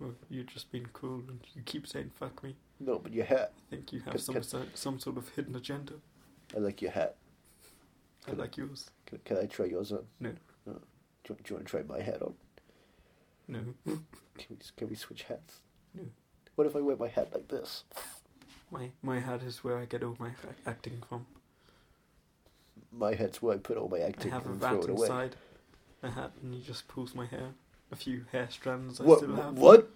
Speaker 4: Well, you've just been cruel and you keep saying fuck me.
Speaker 1: No, but your hat.
Speaker 4: I think you
Speaker 1: Can-
Speaker 4: have some
Speaker 1: can-
Speaker 4: so- some sort of hidden agenda.
Speaker 1: I like your hat.
Speaker 4: I
Speaker 1: Can-
Speaker 4: like yours.
Speaker 1: Can, can I try yours on? Uh,
Speaker 4: No,
Speaker 1: Do you, do you want to try my hat on?
Speaker 4: no.
Speaker 1: Can we s- can we switch hats?
Speaker 4: No.
Speaker 1: What if I wear my hat like this?
Speaker 4: My my hat is where I get all my ac- acting from.
Speaker 1: My hat's where I put all my acting
Speaker 4: I have a
Speaker 1: and throw
Speaker 4: rat
Speaker 1: it away.
Speaker 4: inside a hat, and he just pulls my hair. A few hair strands I
Speaker 1: What?
Speaker 4: still have.
Speaker 1: What?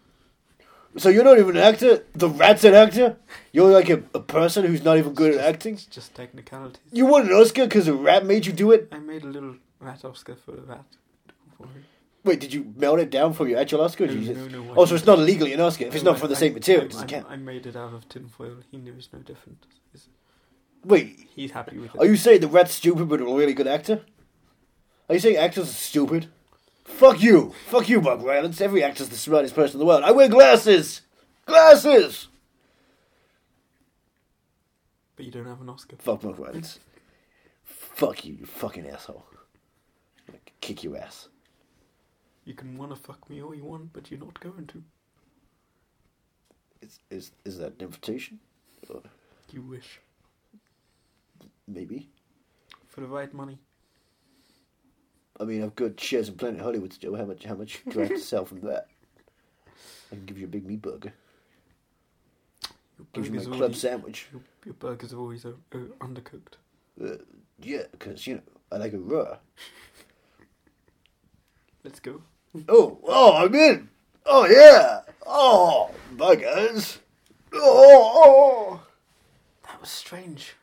Speaker 1: So you're not even an actor? The rat's an actor? You're like a, a person who's not even good at acting?
Speaker 4: It's just technicalities.
Speaker 1: You won an Oscar because a rat made you do it?
Speaker 4: I made a little rat Oscar for the rat. Don't worry.
Speaker 1: Wait, did you melt it down from your actual Oscar? or did
Speaker 4: No,
Speaker 1: you just...
Speaker 4: no, no,
Speaker 1: oh,
Speaker 4: I
Speaker 1: so it's not
Speaker 4: didn't.
Speaker 1: illegally an Oscar if it's
Speaker 4: No,
Speaker 1: not from
Speaker 4: I-
Speaker 1: the
Speaker 4: I-
Speaker 1: same materials.
Speaker 4: I,
Speaker 1: it can't.
Speaker 4: I, I made it out of tinfoil. He knew it's no different. He's,
Speaker 1: Wait,
Speaker 4: he's happy with it.
Speaker 1: are you saying the rat's stupid but a really good actor? Are you saying actors are stupid? Fuck you! Fuck you, Mark Rylance. Every actor's the smartest person in the world. I wear glasses! Glasses!
Speaker 4: But you don't have an Oscar.
Speaker 1: Fuck Mark Rylance. Fuck you, you fucking asshole. I'm gonna kick your ass.
Speaker 4: You can wanna fuck me all you want, but you're not going to.
Speaker 1: Is, is, is that an invitation? Or
Speaker 4: You wish
Speaker 1: maybe.
Speaker 4: for the right money.
Speaker 1: I mean, I've got shares in Planet Hollywood still. How much? How much do I have to sell from that? I can give you a big meat burger.
Speaker 4: Your
Speaker 1: Give you my
Speaker 4: burgers are
Speaker 1: club
Speaker 4: already-
Speaker 1: sandwich.
Speaker 4: your, your burgers are always uh, uh, undercooked.
Speaker 1: Uh, yeah, because you know I like it raw.
Speaker 4: Let's go.
Speaker 1: Oh, oh, I'm in. Oh yeah. Oh, burgers. Oh, oh, oh.
Speaker 4: That was strange.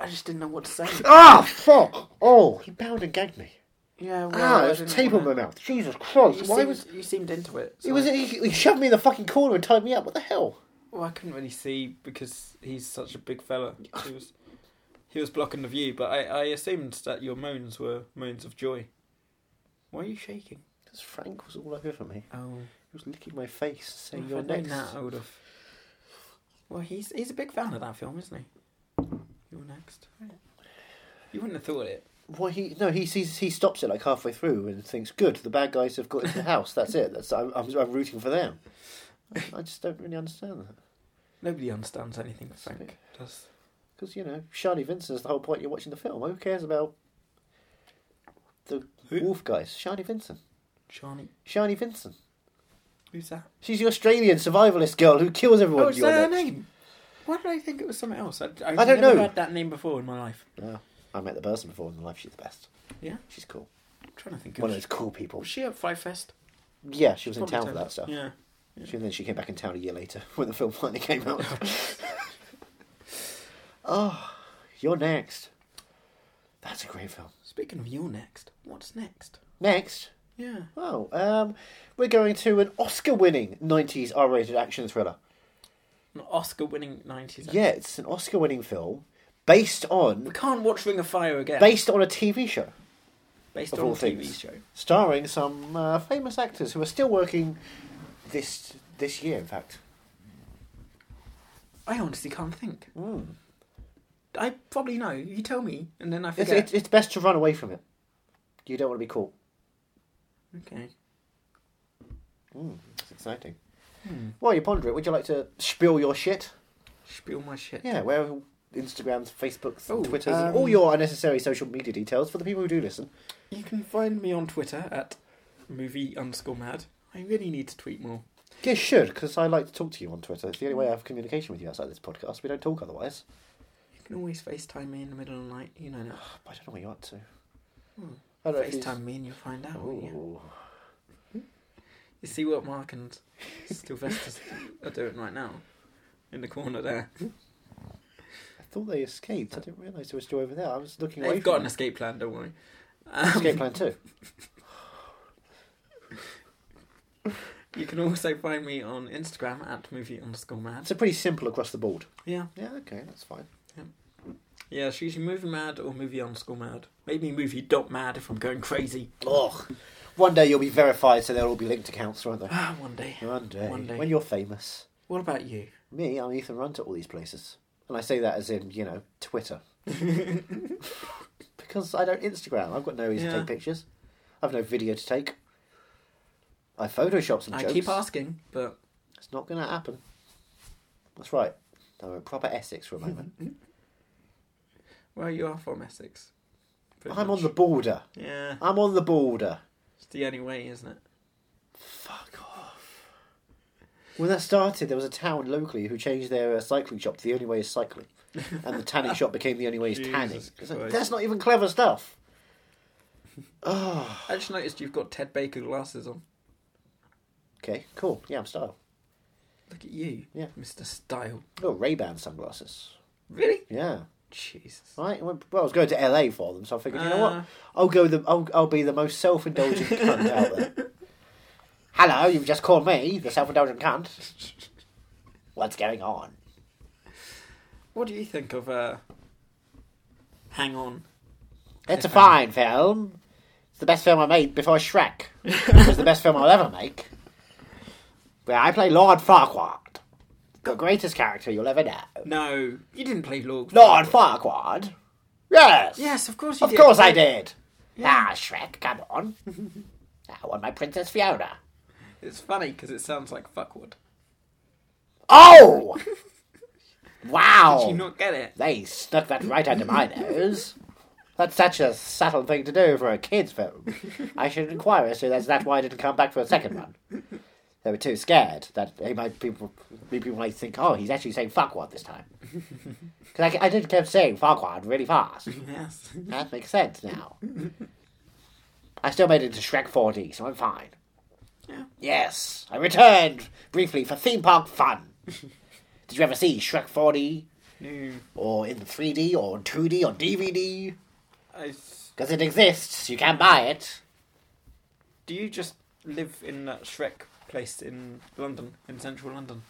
Speaker 2: I just didn't know what to say.
Speaker 1: Ah, fuck! Oh, he bowed and gagged me.
Speaker 2: Yeah, well,
Speaker 1: Ah,
Speaker 2: I
Speaker 1: there's a
Speaker 2: didn't
Speaker 1: tape in my
Speaker 2: wanna-
Speaker 1: mouth. Jesus Christ!
Speaker 2: You
Speaker 1: Why
Speaker 2: seemed,
Speaker 1: was
Speaker 2: you seemed into it?
Speaker 1: he
Speaker 2: so
Speaker 1: was
Speaker 2: I-
Speaker 1: he, he shoved me in the fucking corner and tied me up? What the hell?
Speaker 2: Well, I couldn't really see because he's such a big fella. He was he was blocking the view, but I, I assumed that your moans were moans of joy. Why are you shaking?
Speaker 1: Because Frank was all over me.
Speaker 2: Oh,
Speaker 1: He was licking my face, saying
Speaker 2: if
Speaker 1: you're
Speaker 2: I'd known
Speaker 1: next.
Speaker 2: that, I would have. Well, he's he's a big fan of that film, isn't he? You're next. You wouldn't have thought it.
Speaker 1: Well, he no, he sees he stops it like halfway through and thinks, "Good, the bad guys have got into the house. That's it. That's I'm, I'm, I'm rooting for them." I just don't really understand that
Speaker 2: Nobody understands anything Frank does.
Speaker 1: because you know Charlie Vincent's the whole point. You're watching the film. Who cares about the
Speaker 2: Who?
Speaker 1: wolf guys? Charlie Vincent.
Speaker 2: Charlie,
Speaker 1: Charlie Vincent.
Speaker 2: who's that?
Speaker 1: She's the Australian survivalist girl who kills everyone.
Speaker 2: Oh, is
Speaker 1: You're
Speaker 2: that her
Speaker 1: next.
Speaker 2: name? Why did I think it was something else? I, I've
Speaker 1: I don't
Speaker 2: never
Speaker 1: know.
Speaker 2: heard that name before in my life.
Speaker 1: No, I met the person before in life. She's the best.
Speaker 2: Yeah,
Speaker 1: She's cool.
Speaker 2: I'm trying to think.
Speaker 1: One
Speaker 2: Of
Speaker 1: of those cool people.
Speaker 2: was she at Five Fest?
Speaker 1: Yeah, she was in
Speaker 2: Probably
Speaker 1: town for
Speaker 2: Tony.
Speaker 1: that stuff.
Speaker 2: Yeah.
Speaker 1: She, and then she came back in town a year later when the film finally came out. oh, you're next. That's a great film.
Speaker 2: Speaking of your next, what's next?
Speaker 1: Next,
Speaker 2: Yeah.
Speaker 1: oh, um, we're going to an Oscar-winning '90s R-rated action thriller.
Speaker 2: An Oscar-winning nineties.
Speaker 1: Yeah, it's an Oscar-winning film based
Speaker 2: We
Speaker 1: on
Speaker 2: can't watch Ring of Fire again.
Speaker 1: based on a TV show,
Speaker 2: based
Speaker 1: of
Speaker 2: on a
Speaker 1: all
Speaker 2: TV
Speaker 1: things,
Speaker 2: show.
Speaker 1: starring some uh, famous actors who are still working this this year. In fact,
Speaker 2: I honestly can't think.
Speaker 1: mm.
Speaker 2: I probably know. You tell me, and then I
Speaker 1: it's,
Speaker 2: forget.
Speaker 1: it's it's best to run away from it. You don't want to be caught.
Speaker 2: Okay.
Speaker 1: Mm, it's exciting.
Speaker 2: Hmm.
Speaker 1: While you ponder it, would you like to spill your shit?
Speaker 2: Spill my shit.
Speaker 1: Yeah, where are Instagrams, Facebooks,
Speaker 2: Oh,
Speaker 1: and Twitters, and
Speaker 2: um,
Speaker 1: all your unnecessary social media details for the people who do listen.
Speaker 2: You can find me on Twitter at movie underscore mad. I really need to tweet more.
Speaker 1: You should, because I like to talk to you on Twitter. It's the only way I have communication with you outside this podcast. We don't talk otherwise.
Speaker 2: You can always FaceTime me in the middle of the night. You know that.
Speaker 1: But I don't know what you're up to.
Speaker 2: Hmm.
Speaker 1: I don't know if you-
Speaker 2: FaceTime me and you'll find out. won't you?
Speaker 1: Ooh.
Speaker 2: You see what Mark and Sylvester are doing right now? In the corner there.
Speaker 1: I thought they escaped. I didn't realise they were still over there. I was looking away
Speaker 2: They've
Speaker 1: from
Speaker 2: got an
Speaker 1: them.
Speaker 2: escape plan, don't worry. Um,
Speaker 1: escape plan too.
Speaker 2: You can also find me on Instagram at movie underscore mad.
Speaker 1: It's a pretty simple across the board.
Speaker 2: Yeah.
Speaker 1: Yeah, okay, that's fine.
Speaker 2: Yeah, it's usually movie mad or movie underscore mad. Maybe movie dot mad if I'm going crazy.
Speaker 1: Ugh. One day you'll be verified, so they'll all be linked accounts, won't they?
Speaker 2: Ah, one day.
Speaker 1: One day.
Speaker 2: One day.
Speaker 1: When you're famous.
Speaker 2: What about you?
Speaker 1: Me, I'm Ethan Runt at all these places. And I say that as in, you know, Twitter. because I don't Instagram. I've got no reason
Speaker 2: Yeah.
Speaker 1: to take pictures. I've no video to take. I Photoshop some
Speaker 2: I
Speaker 1: jokes.
Speaker 2: keep asking, but
Speaker 1: It's not going to happen. That's right. Now we're in proper Essex for a moment.
Speaker 2: well, you are from Essex. pretty
Speaker 1: I'm
Speaker 2: much.
Speaker 1: on the border.
Speaker 2: Yeah,
Speaker 1: I'm on the border.
Speaker 2: it's the only way, isn't it?
Speaker 1: Fuck off. When that started, there was a town locally who changed their uh, cycling shop to the only way is cycling. And the tanning shop became the only way is tanning.
Speaker 2: Jesus
Speaker 1: It's like,
Speaker 2: Christ.
Speaker 1: That's not even clever stuff. Oh.
Speaker 2: I just noticed you've got Ted Baker glasses on.
Speaker 1: Okay, cool. Yeah, I'm style.
Speaker 2: Look at you,
Speaker 1: Yeah.
Speaker 2: Mr. Style.
Speaker 1: Oh, Ray Ban sunglasses.
Speaker 2: Really?
Speaker 1: Yeah.
Speaker 2: Jesus.
Speaker 1: Right. Well, I was going to LA for them, so I figured, you know
Speaker 2: Ah.
Speaker 1: what? I'll go. The I'll, I'll be the most self-indulgent cunt out there. Hello, you've just called me the self-indulgent cunt. What's going on?
Speaker 2: What do you think of uh? Hang on.
Speaker 1: It's a fine film. It's the best film I made before Shrek. it was the best film I'll ever make. Where I play Lord Farquaad, the greatest character you'll ever know.
Speaker 2: No, you didn't play Lord.
Speaker 1: Lord Farquaad. Yes.
Speaker 2: Yes, of course you
Speaker 1: Of
Speaker 2: did.
Speaker 1: course I did. Ah, Shrek, come on. I want my Princess Fiona.
Speaker 2: It's funny because it sounds like fuckwood.
Speaker 1: Oh!
Speaker 2: Did
Speaker 1: wow.
Speaker 2: you not get it?
Speaker 1: They snuck that right under my nose. That's such a subtle thing to do for a kid's film. I should inquire as to that's that why I didn't come back for a second one. They were too scared that they might people people might think, oh, he's actually saying fuckwad this time. Because I, I did kept saying fuckwad really fast.
Speaker 2: Yes.
Speaker 1: That makes sense now. I still made it to Shrek 4D, so I'm fine.
Speaker 2: Yeah.
Speaker 1: Yes, I returned briefly for theme park fun. Did you ever see Shrek 4D?
Speaker 2: No.
Speaker 1: or in 3D or 2D or DVD
Speaker 2: I s-
Speaker 1: because it exists. You can buy it.
Speaker 2: do you just live in that Shrek place in London, in central London?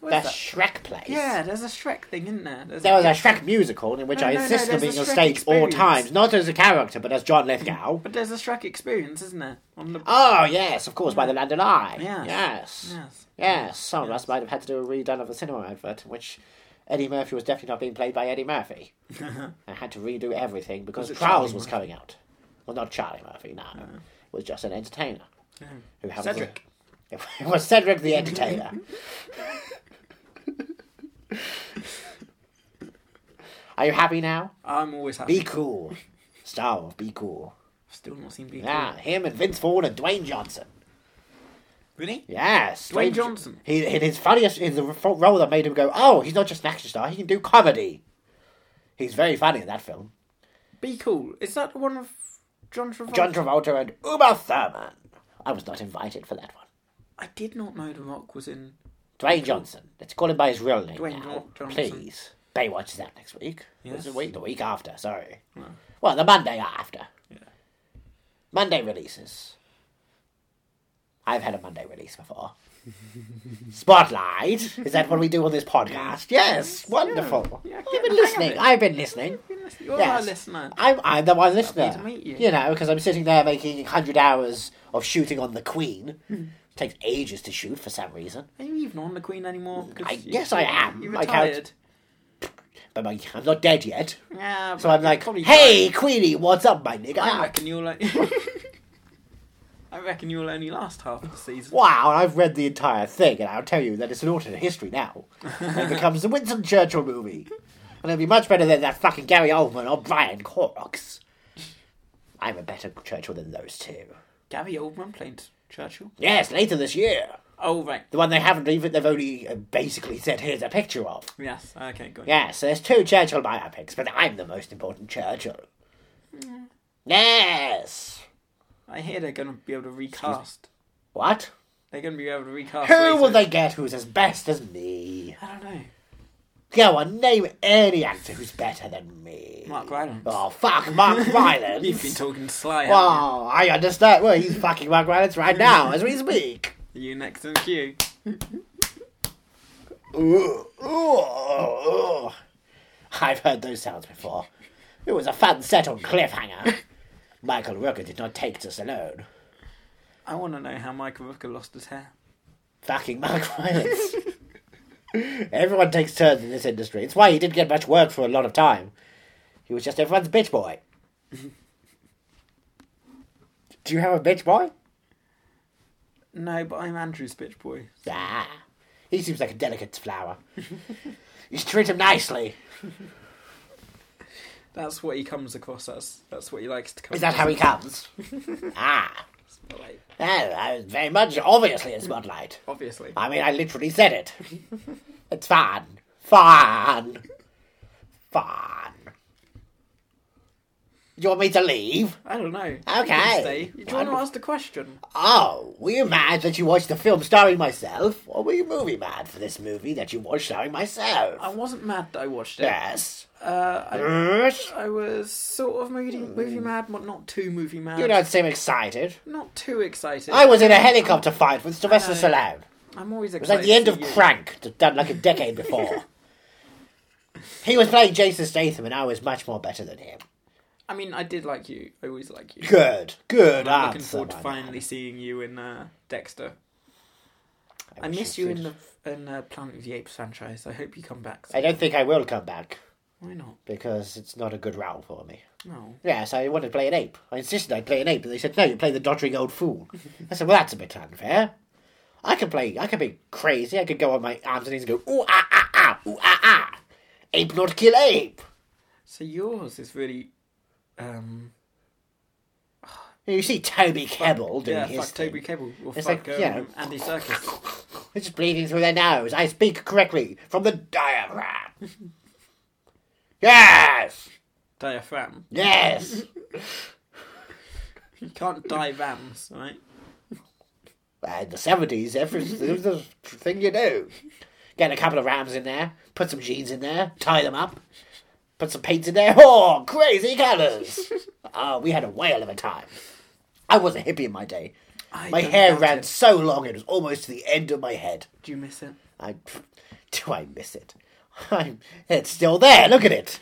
Speaker 1: The
Speaker 2: Where's that?
Speaker 1: Shrek place.
Speaker 2: yeah, there's a Shrek thing in there. There's
Speaker 1: There was a Shrek musical in which
Speaker 2: No,
Speaker 1: I
Speaker 2: no, no,
Speaker 1: insist on
Speaker 2: there's
Speaker 1: being
Speaker 2: the
Speaker 1: on
Speaker 2: Shrek
Speaker 1: stage all
Speaker 2: experience.
Speaker 1: times, not as a character, but as John Lithgow.
Speaker 2: But there's a Shrek experience, isn't there? On the
Speaker 1: oh, yes, of course, by the London Eye.
Speaker 2: Yeah.
Speaker 1: Yes.
Speaker 2: yes.
Speaker 1: Yes, some of us might have had to do a redone of the cinema advert in which Eddie Murphy was definitely not being played by Eddie Murphy.
Speaker 2: Uh-huh.
Speaker 1: I had to redo everything because
Speaker 2: Was it
Speaker 1: Prowls
Speaker 2: Charlie
Speaker 1: was
Speaker 2: Murphy?
Speaker 1: coming out. Well, not Charlie Murphy, no. It was just an entertainer. Who happens-
Speaker 2: Cedric.
Speaker 1: It was Cedric the Entertainer. Are you happy now?
Speaker 2: I'm always happy.
Speaker 1: Be cool. Star of Be Cool.
Speaker 2: Still not seen Beagle.
Speaker 1: Yeah, him and Vince Vaughn and Dwayne Johnson.
Speaker 2: Really?
Speaker 1: Yes,
Speaker 2: Dwayne Johnson.
Speaker 1: He in his funniest in the role that made him go, oh, he's not just an action star; he can do comedy. He's very funny in that film.
Speaker 2: Be cool. Is that the one of John Travolta?
Speaker 1: John Travolta and Uma Thurman. I was not invited for that one.
Speaker 2: I did not know The Rock was in.
Speaker 1: Dwayne Johnson. Let's call him by his real name
Speaker 2: Dwayne
Speaker 1: now,
Speaker 2: Jo- Johnson.
Speaker 1: please. Baywatch is out next week.
Speaker 2: Yes.
Speaker 1: It's a week, the week after. Sorry. Well, the Monday after.
Speaker 2: Yeah.
Speaker 1: Monday releases. I've had a Monday release before. Spotlight. Is that what we do on this podcast? Yes. Wonderful.
Speaker 2: Oh, Yeah,
Speaker 1: I've been
Speaker 2: get the hang of
Speaker 1: listening.
Speaker 2: it.
Speaker 1: I've been listening.
Speaker 2: You're
Speaker 1: Yes.
Speaker 2: our listener.
Speaker 1: I'm, I'm the one listener.
Speaker 2: to meet you.
Speaker 1: know, because I'm sitting there making 100 hours of shooting on the Queen. takes ages to shoot for some reason.
Speaker 2: Are you even on the Queen anymore? 'Cause
Speaker 1: I
Speaker 2: you-
Speaker 1: guess I am.
Speaker 2: You
Speaker 1: I can't-
Speaker 2: retired.
Speaker 1: But my, I'm not dead yet.
Speaker 2: Yeah, but
Speaker 1: So I'm
Speaker 2: you
Speaker 1: like,
Speaker 2: probably-
Speaker 1: hey, Queenie, what's up, my nigga? Ah,
Speaker 2: I reckon you'll. Like... I reckon you'll only last half of the season.
Speaker 1: Wow, and I've read the entire thing, and I'll tell you that it's an alternate history now. it becomes the Winston Churchill movie. And it'll be much better than that fucking Gary Oldman or Brian Cox. I'm a better Churchill than those two.
Speaker 2: Gary Oldman played Churchill.
Speaker 1: Yes, later this year.
Speaker 2: Oh right.
Speaker 1: The one they haven't even, they've only uh, basically said, here's a picture of.
Speaker 2: Yes. Okay. Good.
Speaker 1: Yes, there's two Churchill biopics, but I'm the most important Churchill. Yes!
Speaker 2: I hear they're going to be able to recast.
Speaker 1: What?
Speaker 2: They're going to be able to recast.
Speaker 1: Who will
Speaker 2: Razor.
Speaker 1: they get who's as best as me?
Speaker 2: I don't know.
Speaker 1: Go on, name any actor who's better than me.
Speaker 2: Mark Rylance.
Speaker 1: Oh, fuck Mark Rylance.
Speaker 2: You've been talking sly. haven't
Speaker 1: Wow, I understand. Well, he's fucking Mark Rylance right now as we speak.
Speaker 2: you? Are you next in queue?
Speaker 1: Ooh, ooh, ooh. I've heard those sounds before. It was a fun set on Cliffhanger. Michael Rooker did not take to Stallone.
Speaker 2: I want to know how Michael Rooker lost his hair.
Speaker 1: Fucking Mark Rylance. Everyone takes turns in this industry. It's why he didn't get much work for a lot of time. He was just everyone's bitch boy. Do you have a bitch boy?
Speaker 2: No, but I'm Andrew's bitch boy.
Speaker 1: Ah, he seems like a delicate flower. you should treat him nicely.
Speaker 2: That's what he comes across as. That's what he likes to come.
Speaker 1: Is that how he comes? ah,
Speaker 2: across like,
Speaker 1: oh, I was very much obviously in spotlight.
Speaker 2: obviously.
Speaker 1: I mean, I literally said it. It's fun, fun, fun. You want me to leave?
Speaker 2: I don't know. Okay.
Speaker 1: Okay.
Speaker 2: Stay. You trying to
Speaker 1: Wonderful.
Speaker 2: ask the question?
Speaker 1: Oh, were you mad that you watched the film starring myself, or were you movie mad for this movie that you watched starring myself?
Speaker 2: I wasn't mad that I watched it.
Speaker 1: yes.
Speaker 2: Uh, I,
Speaker 1: Yes.
Speaker 2: I was sort of movie, movie mad, but not too movie mad.
Speaker 1: You don't seem excited.
Speaker 2: Not too excited.
Speaker 1: I was in a helicopter fight with Sylvester
Speaker 2: I know.
Speaker 1: Stallone.
Speaker 2: I'm always
Speaker 1: It was
Speaker 2: excited.
Speaker 1: like the end
Speaker 2: for
Speaker 1: of
Speaker 2: you.
Speaker 1: Crank, d- done like a decade before. he was playing Jason Statham, and I was much more better than him.
Speaker 2: I mean, I did like you. I always like you.
Speaker 1: Good, good
Speaker 2: I'm
Speaker 1: answer.
Speaker 2: looking forward to
Speaker 1: my
Speaker 2: finally
Speaker 1: man.
Speaker 2: seeing you in uh, Dexter. I,
Speaker 1: wish
Speaker 2: miss you in
Speaker 1: could.
Speaker 2: the in uh, Planet of the Apes franchise. I hope you come back.
Speaker 1: I don't think I will come back
Speaker 2: Why not?
Speaker 1: because it's not a good role for me.
Speaker 2: No.
Speaker 1: Yes, I wanted to play an ape. I insisted I play an ape, but they said no. You play the doddering old fool. I said, well, that's a bit unfair. I could play. I could be crazy. I could go on my arms and knees and go ooh ah ah ah ooh ah ah. Ape not kill ape.
Speaker 2: So yours is really, um,
Speaker 1: You see Toby Kebbell doing
Speaker 2: yeah,
Speaker 1: his
Speaker 2: fuck
Speaker 1: thing.
Speaker 2: Toby Kebbell or
Speaker 1: It's
Speaker 2: fuck
Speaker 1: like, yeah.
Speaker 2: um, Andy Serkis.
Speaker 1: They're just bleeding through their nose. I speak correctly from the diaphragm. yes,
Speaker 2: Diaphragm.
Speaker 1: yes.
Speaker 2: You can't diagrams, right?
Speaker 1: Uh, In the seventies, every it was the thing you do. Get a couple of rams in there, put some jeans in there, tie them up, put some paint in there. Oh, crazy colours! oh, we had a whale of a time. I was a hippie in my day.
Speaker 2: I
Speaker 1: my
Speaker 2: don't
Speaker 1: hair
Speaker 2: doubt
Speaker 1: ran
Speaker 2: it.
Speaker 1: so long it was almost to the end of my head.
Speaker 2: Do you miss it?
Speaker 1: I do I miss it? I'm, it's still there. Look at it.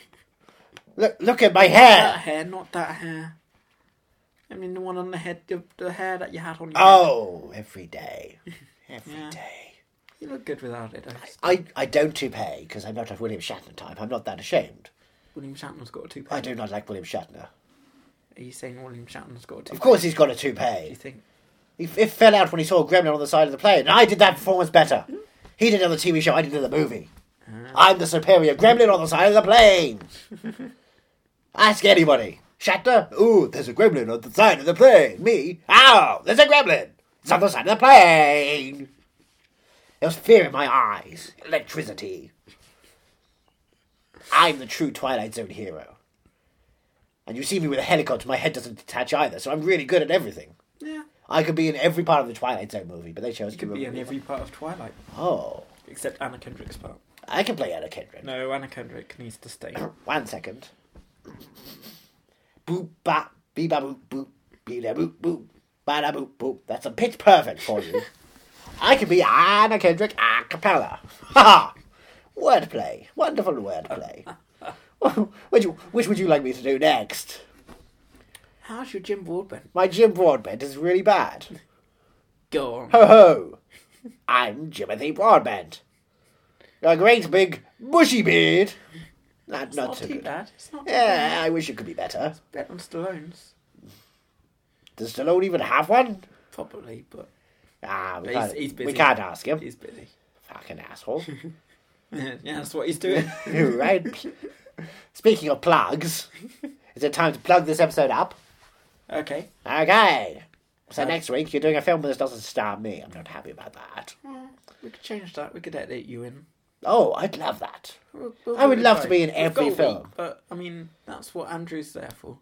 Speaker 1: Look, look at my
Speaker 2: That
Speaker 1: hair.
Speaker 2: hair, not that hair. I mean, the one on the head, the, the hair that you had on your head.
Speaker 1: Oh, every day, every day.
Speaker 2: Yeah. You look good without it. I-
Speaker 1: I, I don't toupee because I'm not a William Shatner type. I'm not that ashamed.
Speaker 2: William Shatner's got a toupee.
Speaker 1: I do not like William Shatner.
Speaker 2: Are you saying William Shatner's got a toupee?
Speaker 1: Of course, he's got a
Speaker 2: You
Speaker 1: toupee.
Speaker 2: think?
Speaker 1: He, it fell out when he saw a gremlin on the side of the plane. And I did that performance better. He did it on the TV show. I did it on the movie. I'm the superior gremlin on the side of the plane. Ask anybody. Shatner? Ooh, there's a gremlin on the side of the plane. Me? Ow, there's a gremlin. It's on the side of the plane. There was fear in my eyes. Electricity. I'm the true Twilight Zone hero. And you see me with a helicopter, my head doesn't detach either, so I'm really good at everything.
Speaker 2: Yeah.
Speaker 1: I could be in every part of the Twilight Zone movie, but they chose
Speaker 2: You
Speaker 1: to
Speaker 2: could be in
Speaker 1: remove
Speaker 2: every part of Twilight,
Speaker 1: me. Oh,
Speaker 2: except Anna Kendrick's part.
Speaker 1: I can play Anna Kendrick.
Speaker 2: No, Anna Kendrick needs to stay.
Speaker 1: One second. Boop bop, beep ba boop boop, beep da boop boop, ba da boop boop. That's a pitch perfect for you. I can be Anna Kendrick a cappella. Ha ha! Wordplay, wonderful wordplay. which, which would you like me to do next?
Speaker 2: How's your Jim Broadbent?
Speaker 1: My Jim Broadbent is really bad.
Speaker 2: Go on.
Speaker 1: Ho ho! I'm Jimothy Broadbent. A great big bushy beard. Not, not,
Speaker 2: not
Speaker 1: so
Speaker 2: too
Speaker 1: good.
Speaker 2: bad. It's not
Speaker 1: Yeah, I wish it could be better.
Speaker 2: Bet on Stallone's.
Speaker 1: Does Stallone even have one?
Speaker 2: Probably, but
Speaker 1: Ah, we,
Speaker 2: But he's-
Speaker 1: can't,
Speaker 2: he's busy.
Speaker 1: we can't ask him.
Speaker 2: he's busy.
Speaker 1: Fucking asshole.
Speaker 2: yeah, that's what he's doing.
Speaker 1: You're right. Speaking of plugs, is it time to plug this episode up?
Speaker 2: okay.
Speaker 1: Okay. So
Speaker 2: Right.
Speaker 1: next week you're doing a film that doesn't star me. I'm not happy about that.
Speaker 2: We could change that. We could edit you in.
Speaker 1: Oh, I'd love that.
Speaker 2: We'll- we'll
Speaker 1: I would
Speaker 2: give it a
Speaker 1: love to
Speaker 2: try.
Speaker 1: be in
Speaker 2: We've
Speaker 1: every
Speaker 2: got a
Speaker 1: film.
Speaker 2: week, but I mean, that's what Andrew's there for.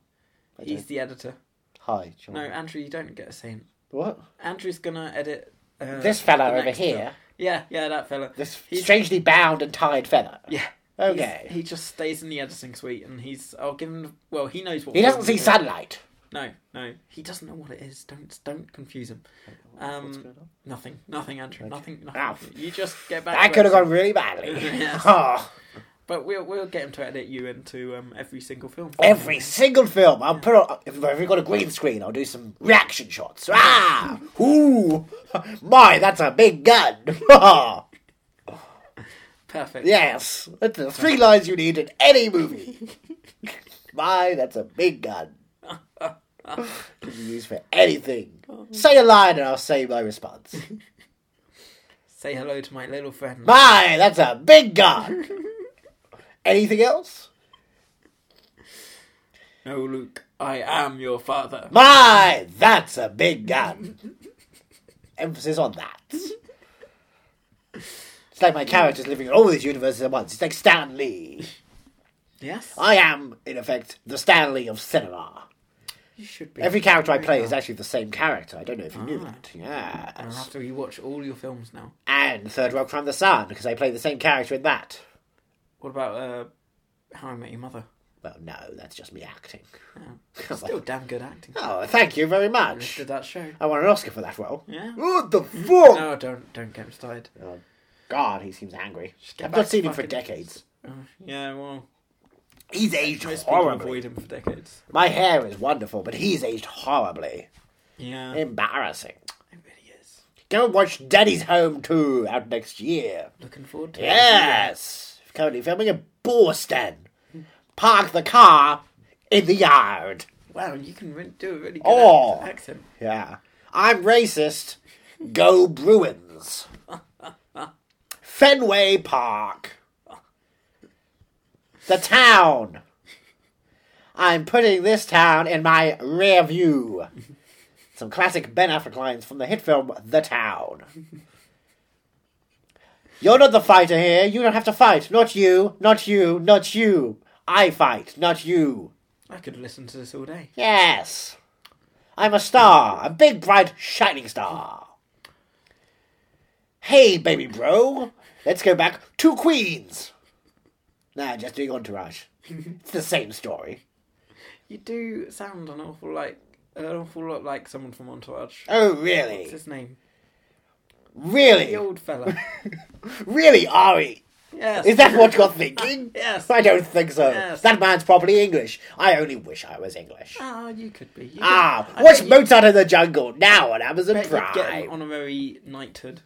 Speaker 2: He's the editor.
Speaker 1: Hi, John.
Speaker 2: No, Andrew, you don't get a scene.
Speaker 1: What?
Speaker 2: Andrew's gonna edit. Uh,
Speaker 1: This fella
Speaker 2: the
Speaker 1: over
Speaker 2: next
Speaker 1: here.
Speaker 2: film. Yeah, yeah, that fella.
Speaker 1: This
Speaker 2: He's-
Speaker 1: strangely bound and tied feather.
Speaker 2: Yeah.
Speaker 1: Okay.
Speaker 2: He's- He just stays in the editing suite, and he's. I'll give him. Well, he knows what.
Speaker 1: He doesn't
Speaker 2: film
Speaker 1: see
Speaker 2: it is.
Speaker 1: sunlight.
Speaker 2: No, no, he doesn't know what it is. Don't don't confuse him. Um,
Speaker 1: going on?
Speaker 2: Nothing, nothing, Andrew. Nothing, nothing.
Speaker 1: Ah.
Speaker 2: You just get back.
Speaker 1: That
Speaker 2: to
Speaker 1: could have
Speaker 2: editing.
Speaker 1: gone really badly.
Speaker 2: Yes.
Speaker 1: Oh,
Speaker 2: But we'll we'll get him to edit you into um, every single film.
Speaker 1: every single film, I'll put on. If we've got a green screen, I'll do some reaction shots. Ah! Ooh! My, that's a big gun!
Speaker 2: perfect.
Speaker 1: yes! That's the three lines you need in any movie. My, that's a big gun. Can be used for anything. Say a line and I'll say my response.
Speaker 2: Say hello to my little friend.
Speaker 1: My, that's a big gun! Anything else?
Speaker 2: no, Luke, I am your father.
Speaker 1: My, that's a big gun. Emphasis on that. It's like my character's living in all these universes at once. It's like Stan Lee.
Speaker 2: yes,
Speaker 1: I am, in effect, the Stan Lee of cinema.
Speaker 2: you should be.
Speaker 1: Every character I play is actually the same character. I don't know if you knew that.
Speaker 2: I'll
Speaker 1: Yes.
Speaker 2: have to rewatch all your films now.
Speaker 1: And Third Rock from the Sun, because I play the same character in that.
Speaker 2: What about uh, How I Met Your Mother?
Speaker 1: Well, no, that's just me acting.
Speaker 2: Still damn good acting.
Speaker 1: Oh, thank you very much.
Speaker 2: Did that show?
Speaker 1: I won an Oscar for that role.
Speaker 2: Yeah.
Speaker 1: What the fuck?
Speaker 2: No, don't don't get him started.
Speaker 1: Oh, God, he seems angry.
Speaker 2: get
Speaker 1: I've
Speaker 2: back
Speaker 1: not
Speaker 2: to
Speaker 1: seen him for
Speaker 2: fucking-
Speaker 1: decades.
Speaker 2: Oh, yeah, well,
Speaker 1: He's aged
Speaker 2: most people
Speaker 1: horribly.
Speaker 2: avoid him for decades.
Speaker 1: My hair is wonderful, but he's aged horribly.
Speaker 2: Yeah, it
Speaker 1: Embarrassing.
Speaker 2: really is.
Speaker 1: Go and watch Daddy's Home 2 out next year.
Speaker 2: Looking forward to it.
Speaker 1: Yes! Currently filming in Boston. Park the car in the yard.
Speaker 2: Wow, you can re- do a really good
Speaker 1: Oh.
Speaker 2: ac- accent.
Speaker 1: Yeah. I'm racist. Go Bruins. Fenway Park. The town. I'm putting this town in my rear view. Some classic Ben Affleck lines from the hit film The Town. You're not the fighter here. You don't have to fight. Not you. Not you. Not you. I fight. Not you.
Speaker 2: I could listen to this all day.
Speaker 1: Yes. I'm a star, a big, bright, shining star. Hey, baby bro, Let's go back to Queens. Nah, just doing Entourage. it's the same story.
Speaker 2: You do sound an awful like an awful lot like someone from Entourage.
Speaker 1: Oh,
Speaker 2: What's
Speaker 1: really?
Speaker 2: his name? The
Speaker 1: Really?
Speaker 2: old fella.
Speaker 1: Really, Ari?
Speaker 2: Yes.
Speaker 1: Is that what you're thinking?
Speaker 2: Yes.
Speaker 1: I don't think so.
Speaker 2: Yes.
Speaker 1: That man's probably English. I only wish I was English.
Speaker 2: Ah, you could be. You
Speaker 1: Ah,
Speaker 2: could- I
Speaker 1: watch
Speaker 2: bet you-
Speaker 1: Mozart in the Jungle now on Amazon
Speaker 2: bet you'd get an
Speaker 1: Prime.
Speaker 2: honorary knighthood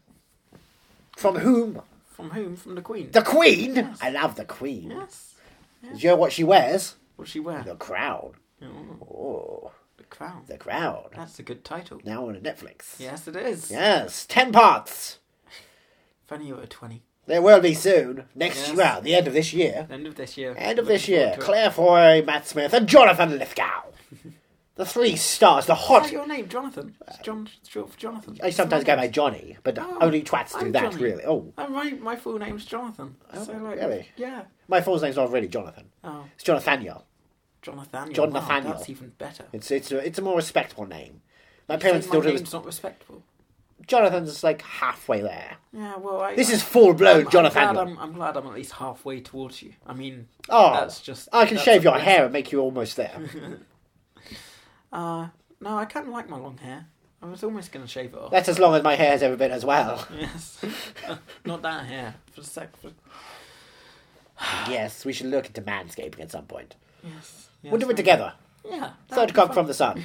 Speaker 1: From whom?
Speaker 2: from whom? From the Queen.
Speaker 1: The Queen? I love the Queen.
Speaker 2: Yes.
Speaker 1: Do you know what she wears?
Speaker 2: What'd she wear?
Speaker 1: The crown.
Speaker 2: Oh,
Speaker 1: Oh,
Speaker 2: the crown.
Speaker 1: the crown.
Speaker 2: That's a good title.
Speaker 1: Now on Netflix.
Speaker 2: Yes, it is.
Speaker 1: Yes, ten parts.
Speaker 2: If only you were 20.
Speaker 1: There will be soon. Next
Speaker 2: Yes.
Speaker 1: year, well, the end of this year.
Speaker 2: End of this year.
Speaker 1: End of
Speaker 2: Looking
Speaker 1: this year.
Speaker 2: forward to it.
Speaker 1: Claire Foy, Matt Smith, and Jonathan Lithgow. the three stars, the
Speaker 2: Is
Speaker 1: hot.
Speaker 2: that your name, Jonathan? It's John, short for Jonathan.
Speaker 1: I sometimes go by Johnny, but
Speaker 2: Oh,
Speaker 1: only twats do
Speaker 2: I'm
Speaker 1: that,
Speaker 2: Johnny.
Speaker 1: really. Oh,
Speaker 2: Oh, my, my full name's Jonathan. so like,
Speaker 1: really?
Speaker 2: Yeah.
Speaker 1: my full name's not really Jonathan.
Speaker 2: Oh,
Speaker 1: It's Jonathaniel.
Speaker 2: Jonathan.
Speaker 1: John
Speaker 2: wow,
Speaker 1: Nathaniel.
Speaker 2: That's even better.
Speaker 1: It's it's a, it's a more respectable name. My
Speaker 2: Saying
Speaker 1: parents
Speaker 2: my
Speaker 1: still do
Speaker 2: name's
Speaker 1: this.
Speaker 2: not respectable.
Speaker 1: Jonathan's like halfway there.
Speaker 2: Yeah, well, I,
Speaker 1: This is full blown
Speaker 2: I'm,
Speaker 1: Jonathan.
Speaker 2: I'm glad I'm, I'm glad I'm at least halfway towards you. I mean,
Speaker 1: Oh,
Speaker 2: that's just.
Speaker 1: I can
Speaker 2: that's
Speaker 1: shave
Speaker 2: a
Speaker 1: your
Speaker 2: blessing.
Speaker 1: hair and make you almost there.
Speaker 2: Uh, no, I kind of like my long hair. I was almost going to shave it off.
Speaker 1: That's as long as my hair's ever been as well.
Speaker 2: yes. not that hair. For a sec. For...
Speaker 1: yes, we should look into manscaping at some point.
Speaker 2: Yes. yes.
Speaker 1: We'll do it together.
Speaker 2: Yeah. that would
Speaker 1: Third
Speaker 2: be
Speaker 1: cock
Speaker 2: fun.
Speaker 1: from the sun.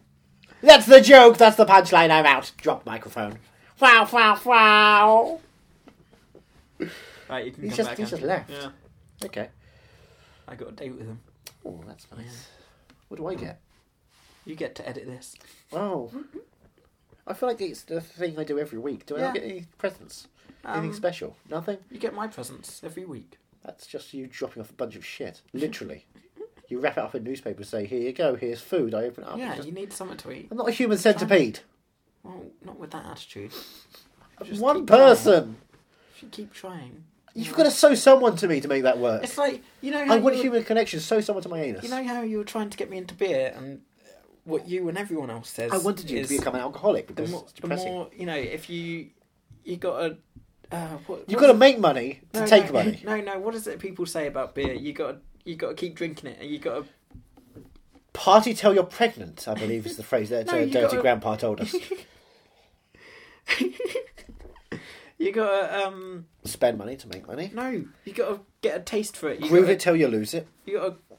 Speaker 1: that's the joke. That's the punchline. I'm out. Drop microphone. Wow, wow, wow.
Speaker 2: Right, you can
Speaker 1: He's
Speaker 2: come
Speaker 1: just-
Speaker 2: back.
Speaker 1: he's
Speaker 2: Andy.
Speaker 1: just left.
Speaker 2: Yeah.
Speaker 1: Okay.
Speaker 2: I got a date with him.
Speaker 1: Oh, that's nice. What do I get?
Speaker 2: You get to edit this.
Speaker 1: Oh.
Speaker 2: Mm-hmm.
Speaker 1: I feel like it's the thing I do every week. Do I not
Speaker 2: Yeah. Um.
Speaker 1: get any presents? Anything special? Nothing?
Speaker 2: You get my presents every week.
Speaker 1: That's just you dropping off a bunch of shit. Literally. you wrap it up in newspaper and say, here you go, here's food. I open it up.
Speaker 2: Yeah,
Speaker 1: It's just-
Speaker 2: you need something to eat.
Speaker 1: I'm not a human centipede.
Speaker 2: Well, not with that attitude. Just
Speaker 1: One
Speaker 2: keep trying.
Speaker 1: person.
Speaker 2: If you keep trying.
Speaker 1: You've got to sew someone to me to make that work.
Speaker 2: It's like you know. How
Speaker 1: I
Speaker 2: you,
Speaker 1: want
Speaker 2: were-
Speaker 1: human connection. Sew someone to my anus.
Speaker 2: you know how you were trying to get me into beer, and what you and everyone else says.
Speaker 1: I wanted you
Speaker 2: is
Speaker 1: to become an alcoholic
Speaker 2: The
Speaker 1: because
Speaker 2: more,
Speaker 1: it's
Speaker 2: the
Speaker 1: depressing.
Speaker 2: more you know, if you you got a. Uh, what,
Speaker 1: You've
Speaker 2: what
Speaker 1: got to
Speaker 2: is-
Speaker 1: make money to
Speaker 2: no,
Speaker 1: take
Speaker 2: no,
Speaker 1: money.
Speaker 2: No, no. What is it people say about beer? You got you got to keep drinking it, and you got to
Speaker 1: Party till you're pregnant, I believe is the phrase that
Speaker 2: No,
Speaker 1: uh,
Speaker 2: you
Speaker 1: Dirty
Speaker 2: gotta-
Speaker 1: Grandpa told us.
Speaker 2: you got to um
Speaker 1: Spend money to make money.
Speaker 2: no, you got to get a taste for it. You
Speaker 1: Groove
Speaker 2: gotta-
Speaker 1: it till you lose it.
Speaker 2: You got to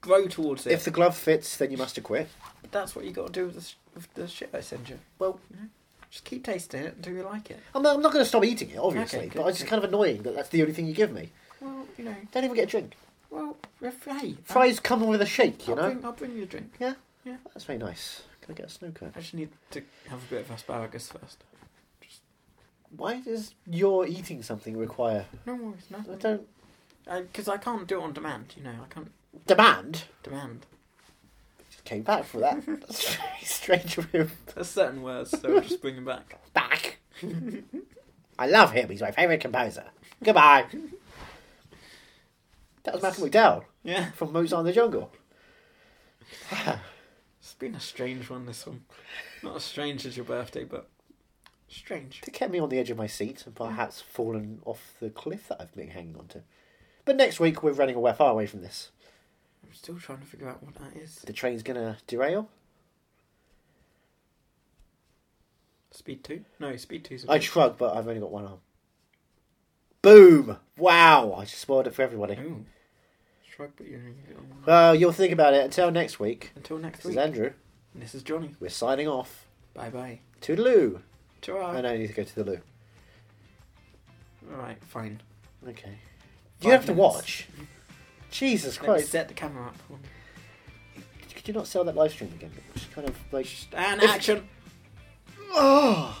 Speaker 2: grow towards it.
Speaker 1: If the glove fits, then you must acquit.
Speaker 2: That's what you got to do with the, sh- with the shit I send you.
Speaker 1: Well,
Speaker 2: Mm-hmm. Just keep tasting it until you like it.
Speaker 1: I'm not, I'm not going to stop eating it, obviously,
Speaker 2: Okay, good,
Speaker 1: but it's just kind of annoying that that's the only thing you give me.
Speaker 2: Well, you know.
Speaker 1: Don't even get a drink.
Speaker 2: Well, if, hey, um,
Speaker 1: Fries come with a shake, you
Speaker 2: I'll,
Speaker 1: know?
Speaker 2: bring, I'll bring you a drink.
Speaker 1: Yeah?
Speaker 2: Yeah.
Speaker 1: That's very nice. Can I get a snooker?
Speaker 2: I just need to have a bit of asparagus first.
Speaker 1: Why does your eating something require.
Speaker 2: No worries, no.
Speaker 1: I don't.
Speaker 2: Because I can't do it on demand. You know, I can't
Speaker 1: Demand?
Speaker 2: demand.
Speaker 1: Just came back from that. That's very strange of him.
Speaker 2: There's certain words, so I'll just bring them back.
Speaker 1: Back! I love him. He's my favourite composer. Goodbye. That was Malcolm McDowell
Speaker 2: Yeah,
Speaker 1: from Mozart in the Jungle.
Speaker 2: it's been a strange one. This one, not as strange as your birthday, but strange.
Speaker 1: It kept me on the edge of my seat and perhaps fallen off the cliff that I've been hanging on to. But next week we're running away far away from this.
Speaker 2: I'm still trying to figure out what that is.
Speaker 1: The train's gonna derail.
Speaker 2: Speed two? No, speed two's. a
Speaker 1: I
Speaker 2: bit-
Speaker 1: shrug, but I've only got one arm. Boom! Wow! I just spoiled it for everybody.
Speaker 2: Ooh. Oh. Shrug, but you're gonna get on.
Speaker 1: Well, you'll think about it. Until next week,
Speaker 2: Until next
Speaker 1: this is
Speaker 2: week.
Speaker 1: Andrew.
Speaker 2: And this is Johnny.
Speaker 1: We're signing off.
Speaker 2: Bye bye.
Speaker 1: To the loo.
Speaker 2: Ta-ra.
Speaker 1: And I need to go to the loo.
Speaker 2: All right, fine.
Speaker 1: Okay. Do you have to
Speaker 2: minutes.
Speaker 1: watch? Jesus
Speaker 2: Let me
Speaker 1: Christ!
Speaker 2: set the camera up.
Speaker 1: Could you not sell that live stream again? It's kind of like.
Speaker 2: And
Speaker 1: If-
Speaker 2: action.
Speaker 1: Oh!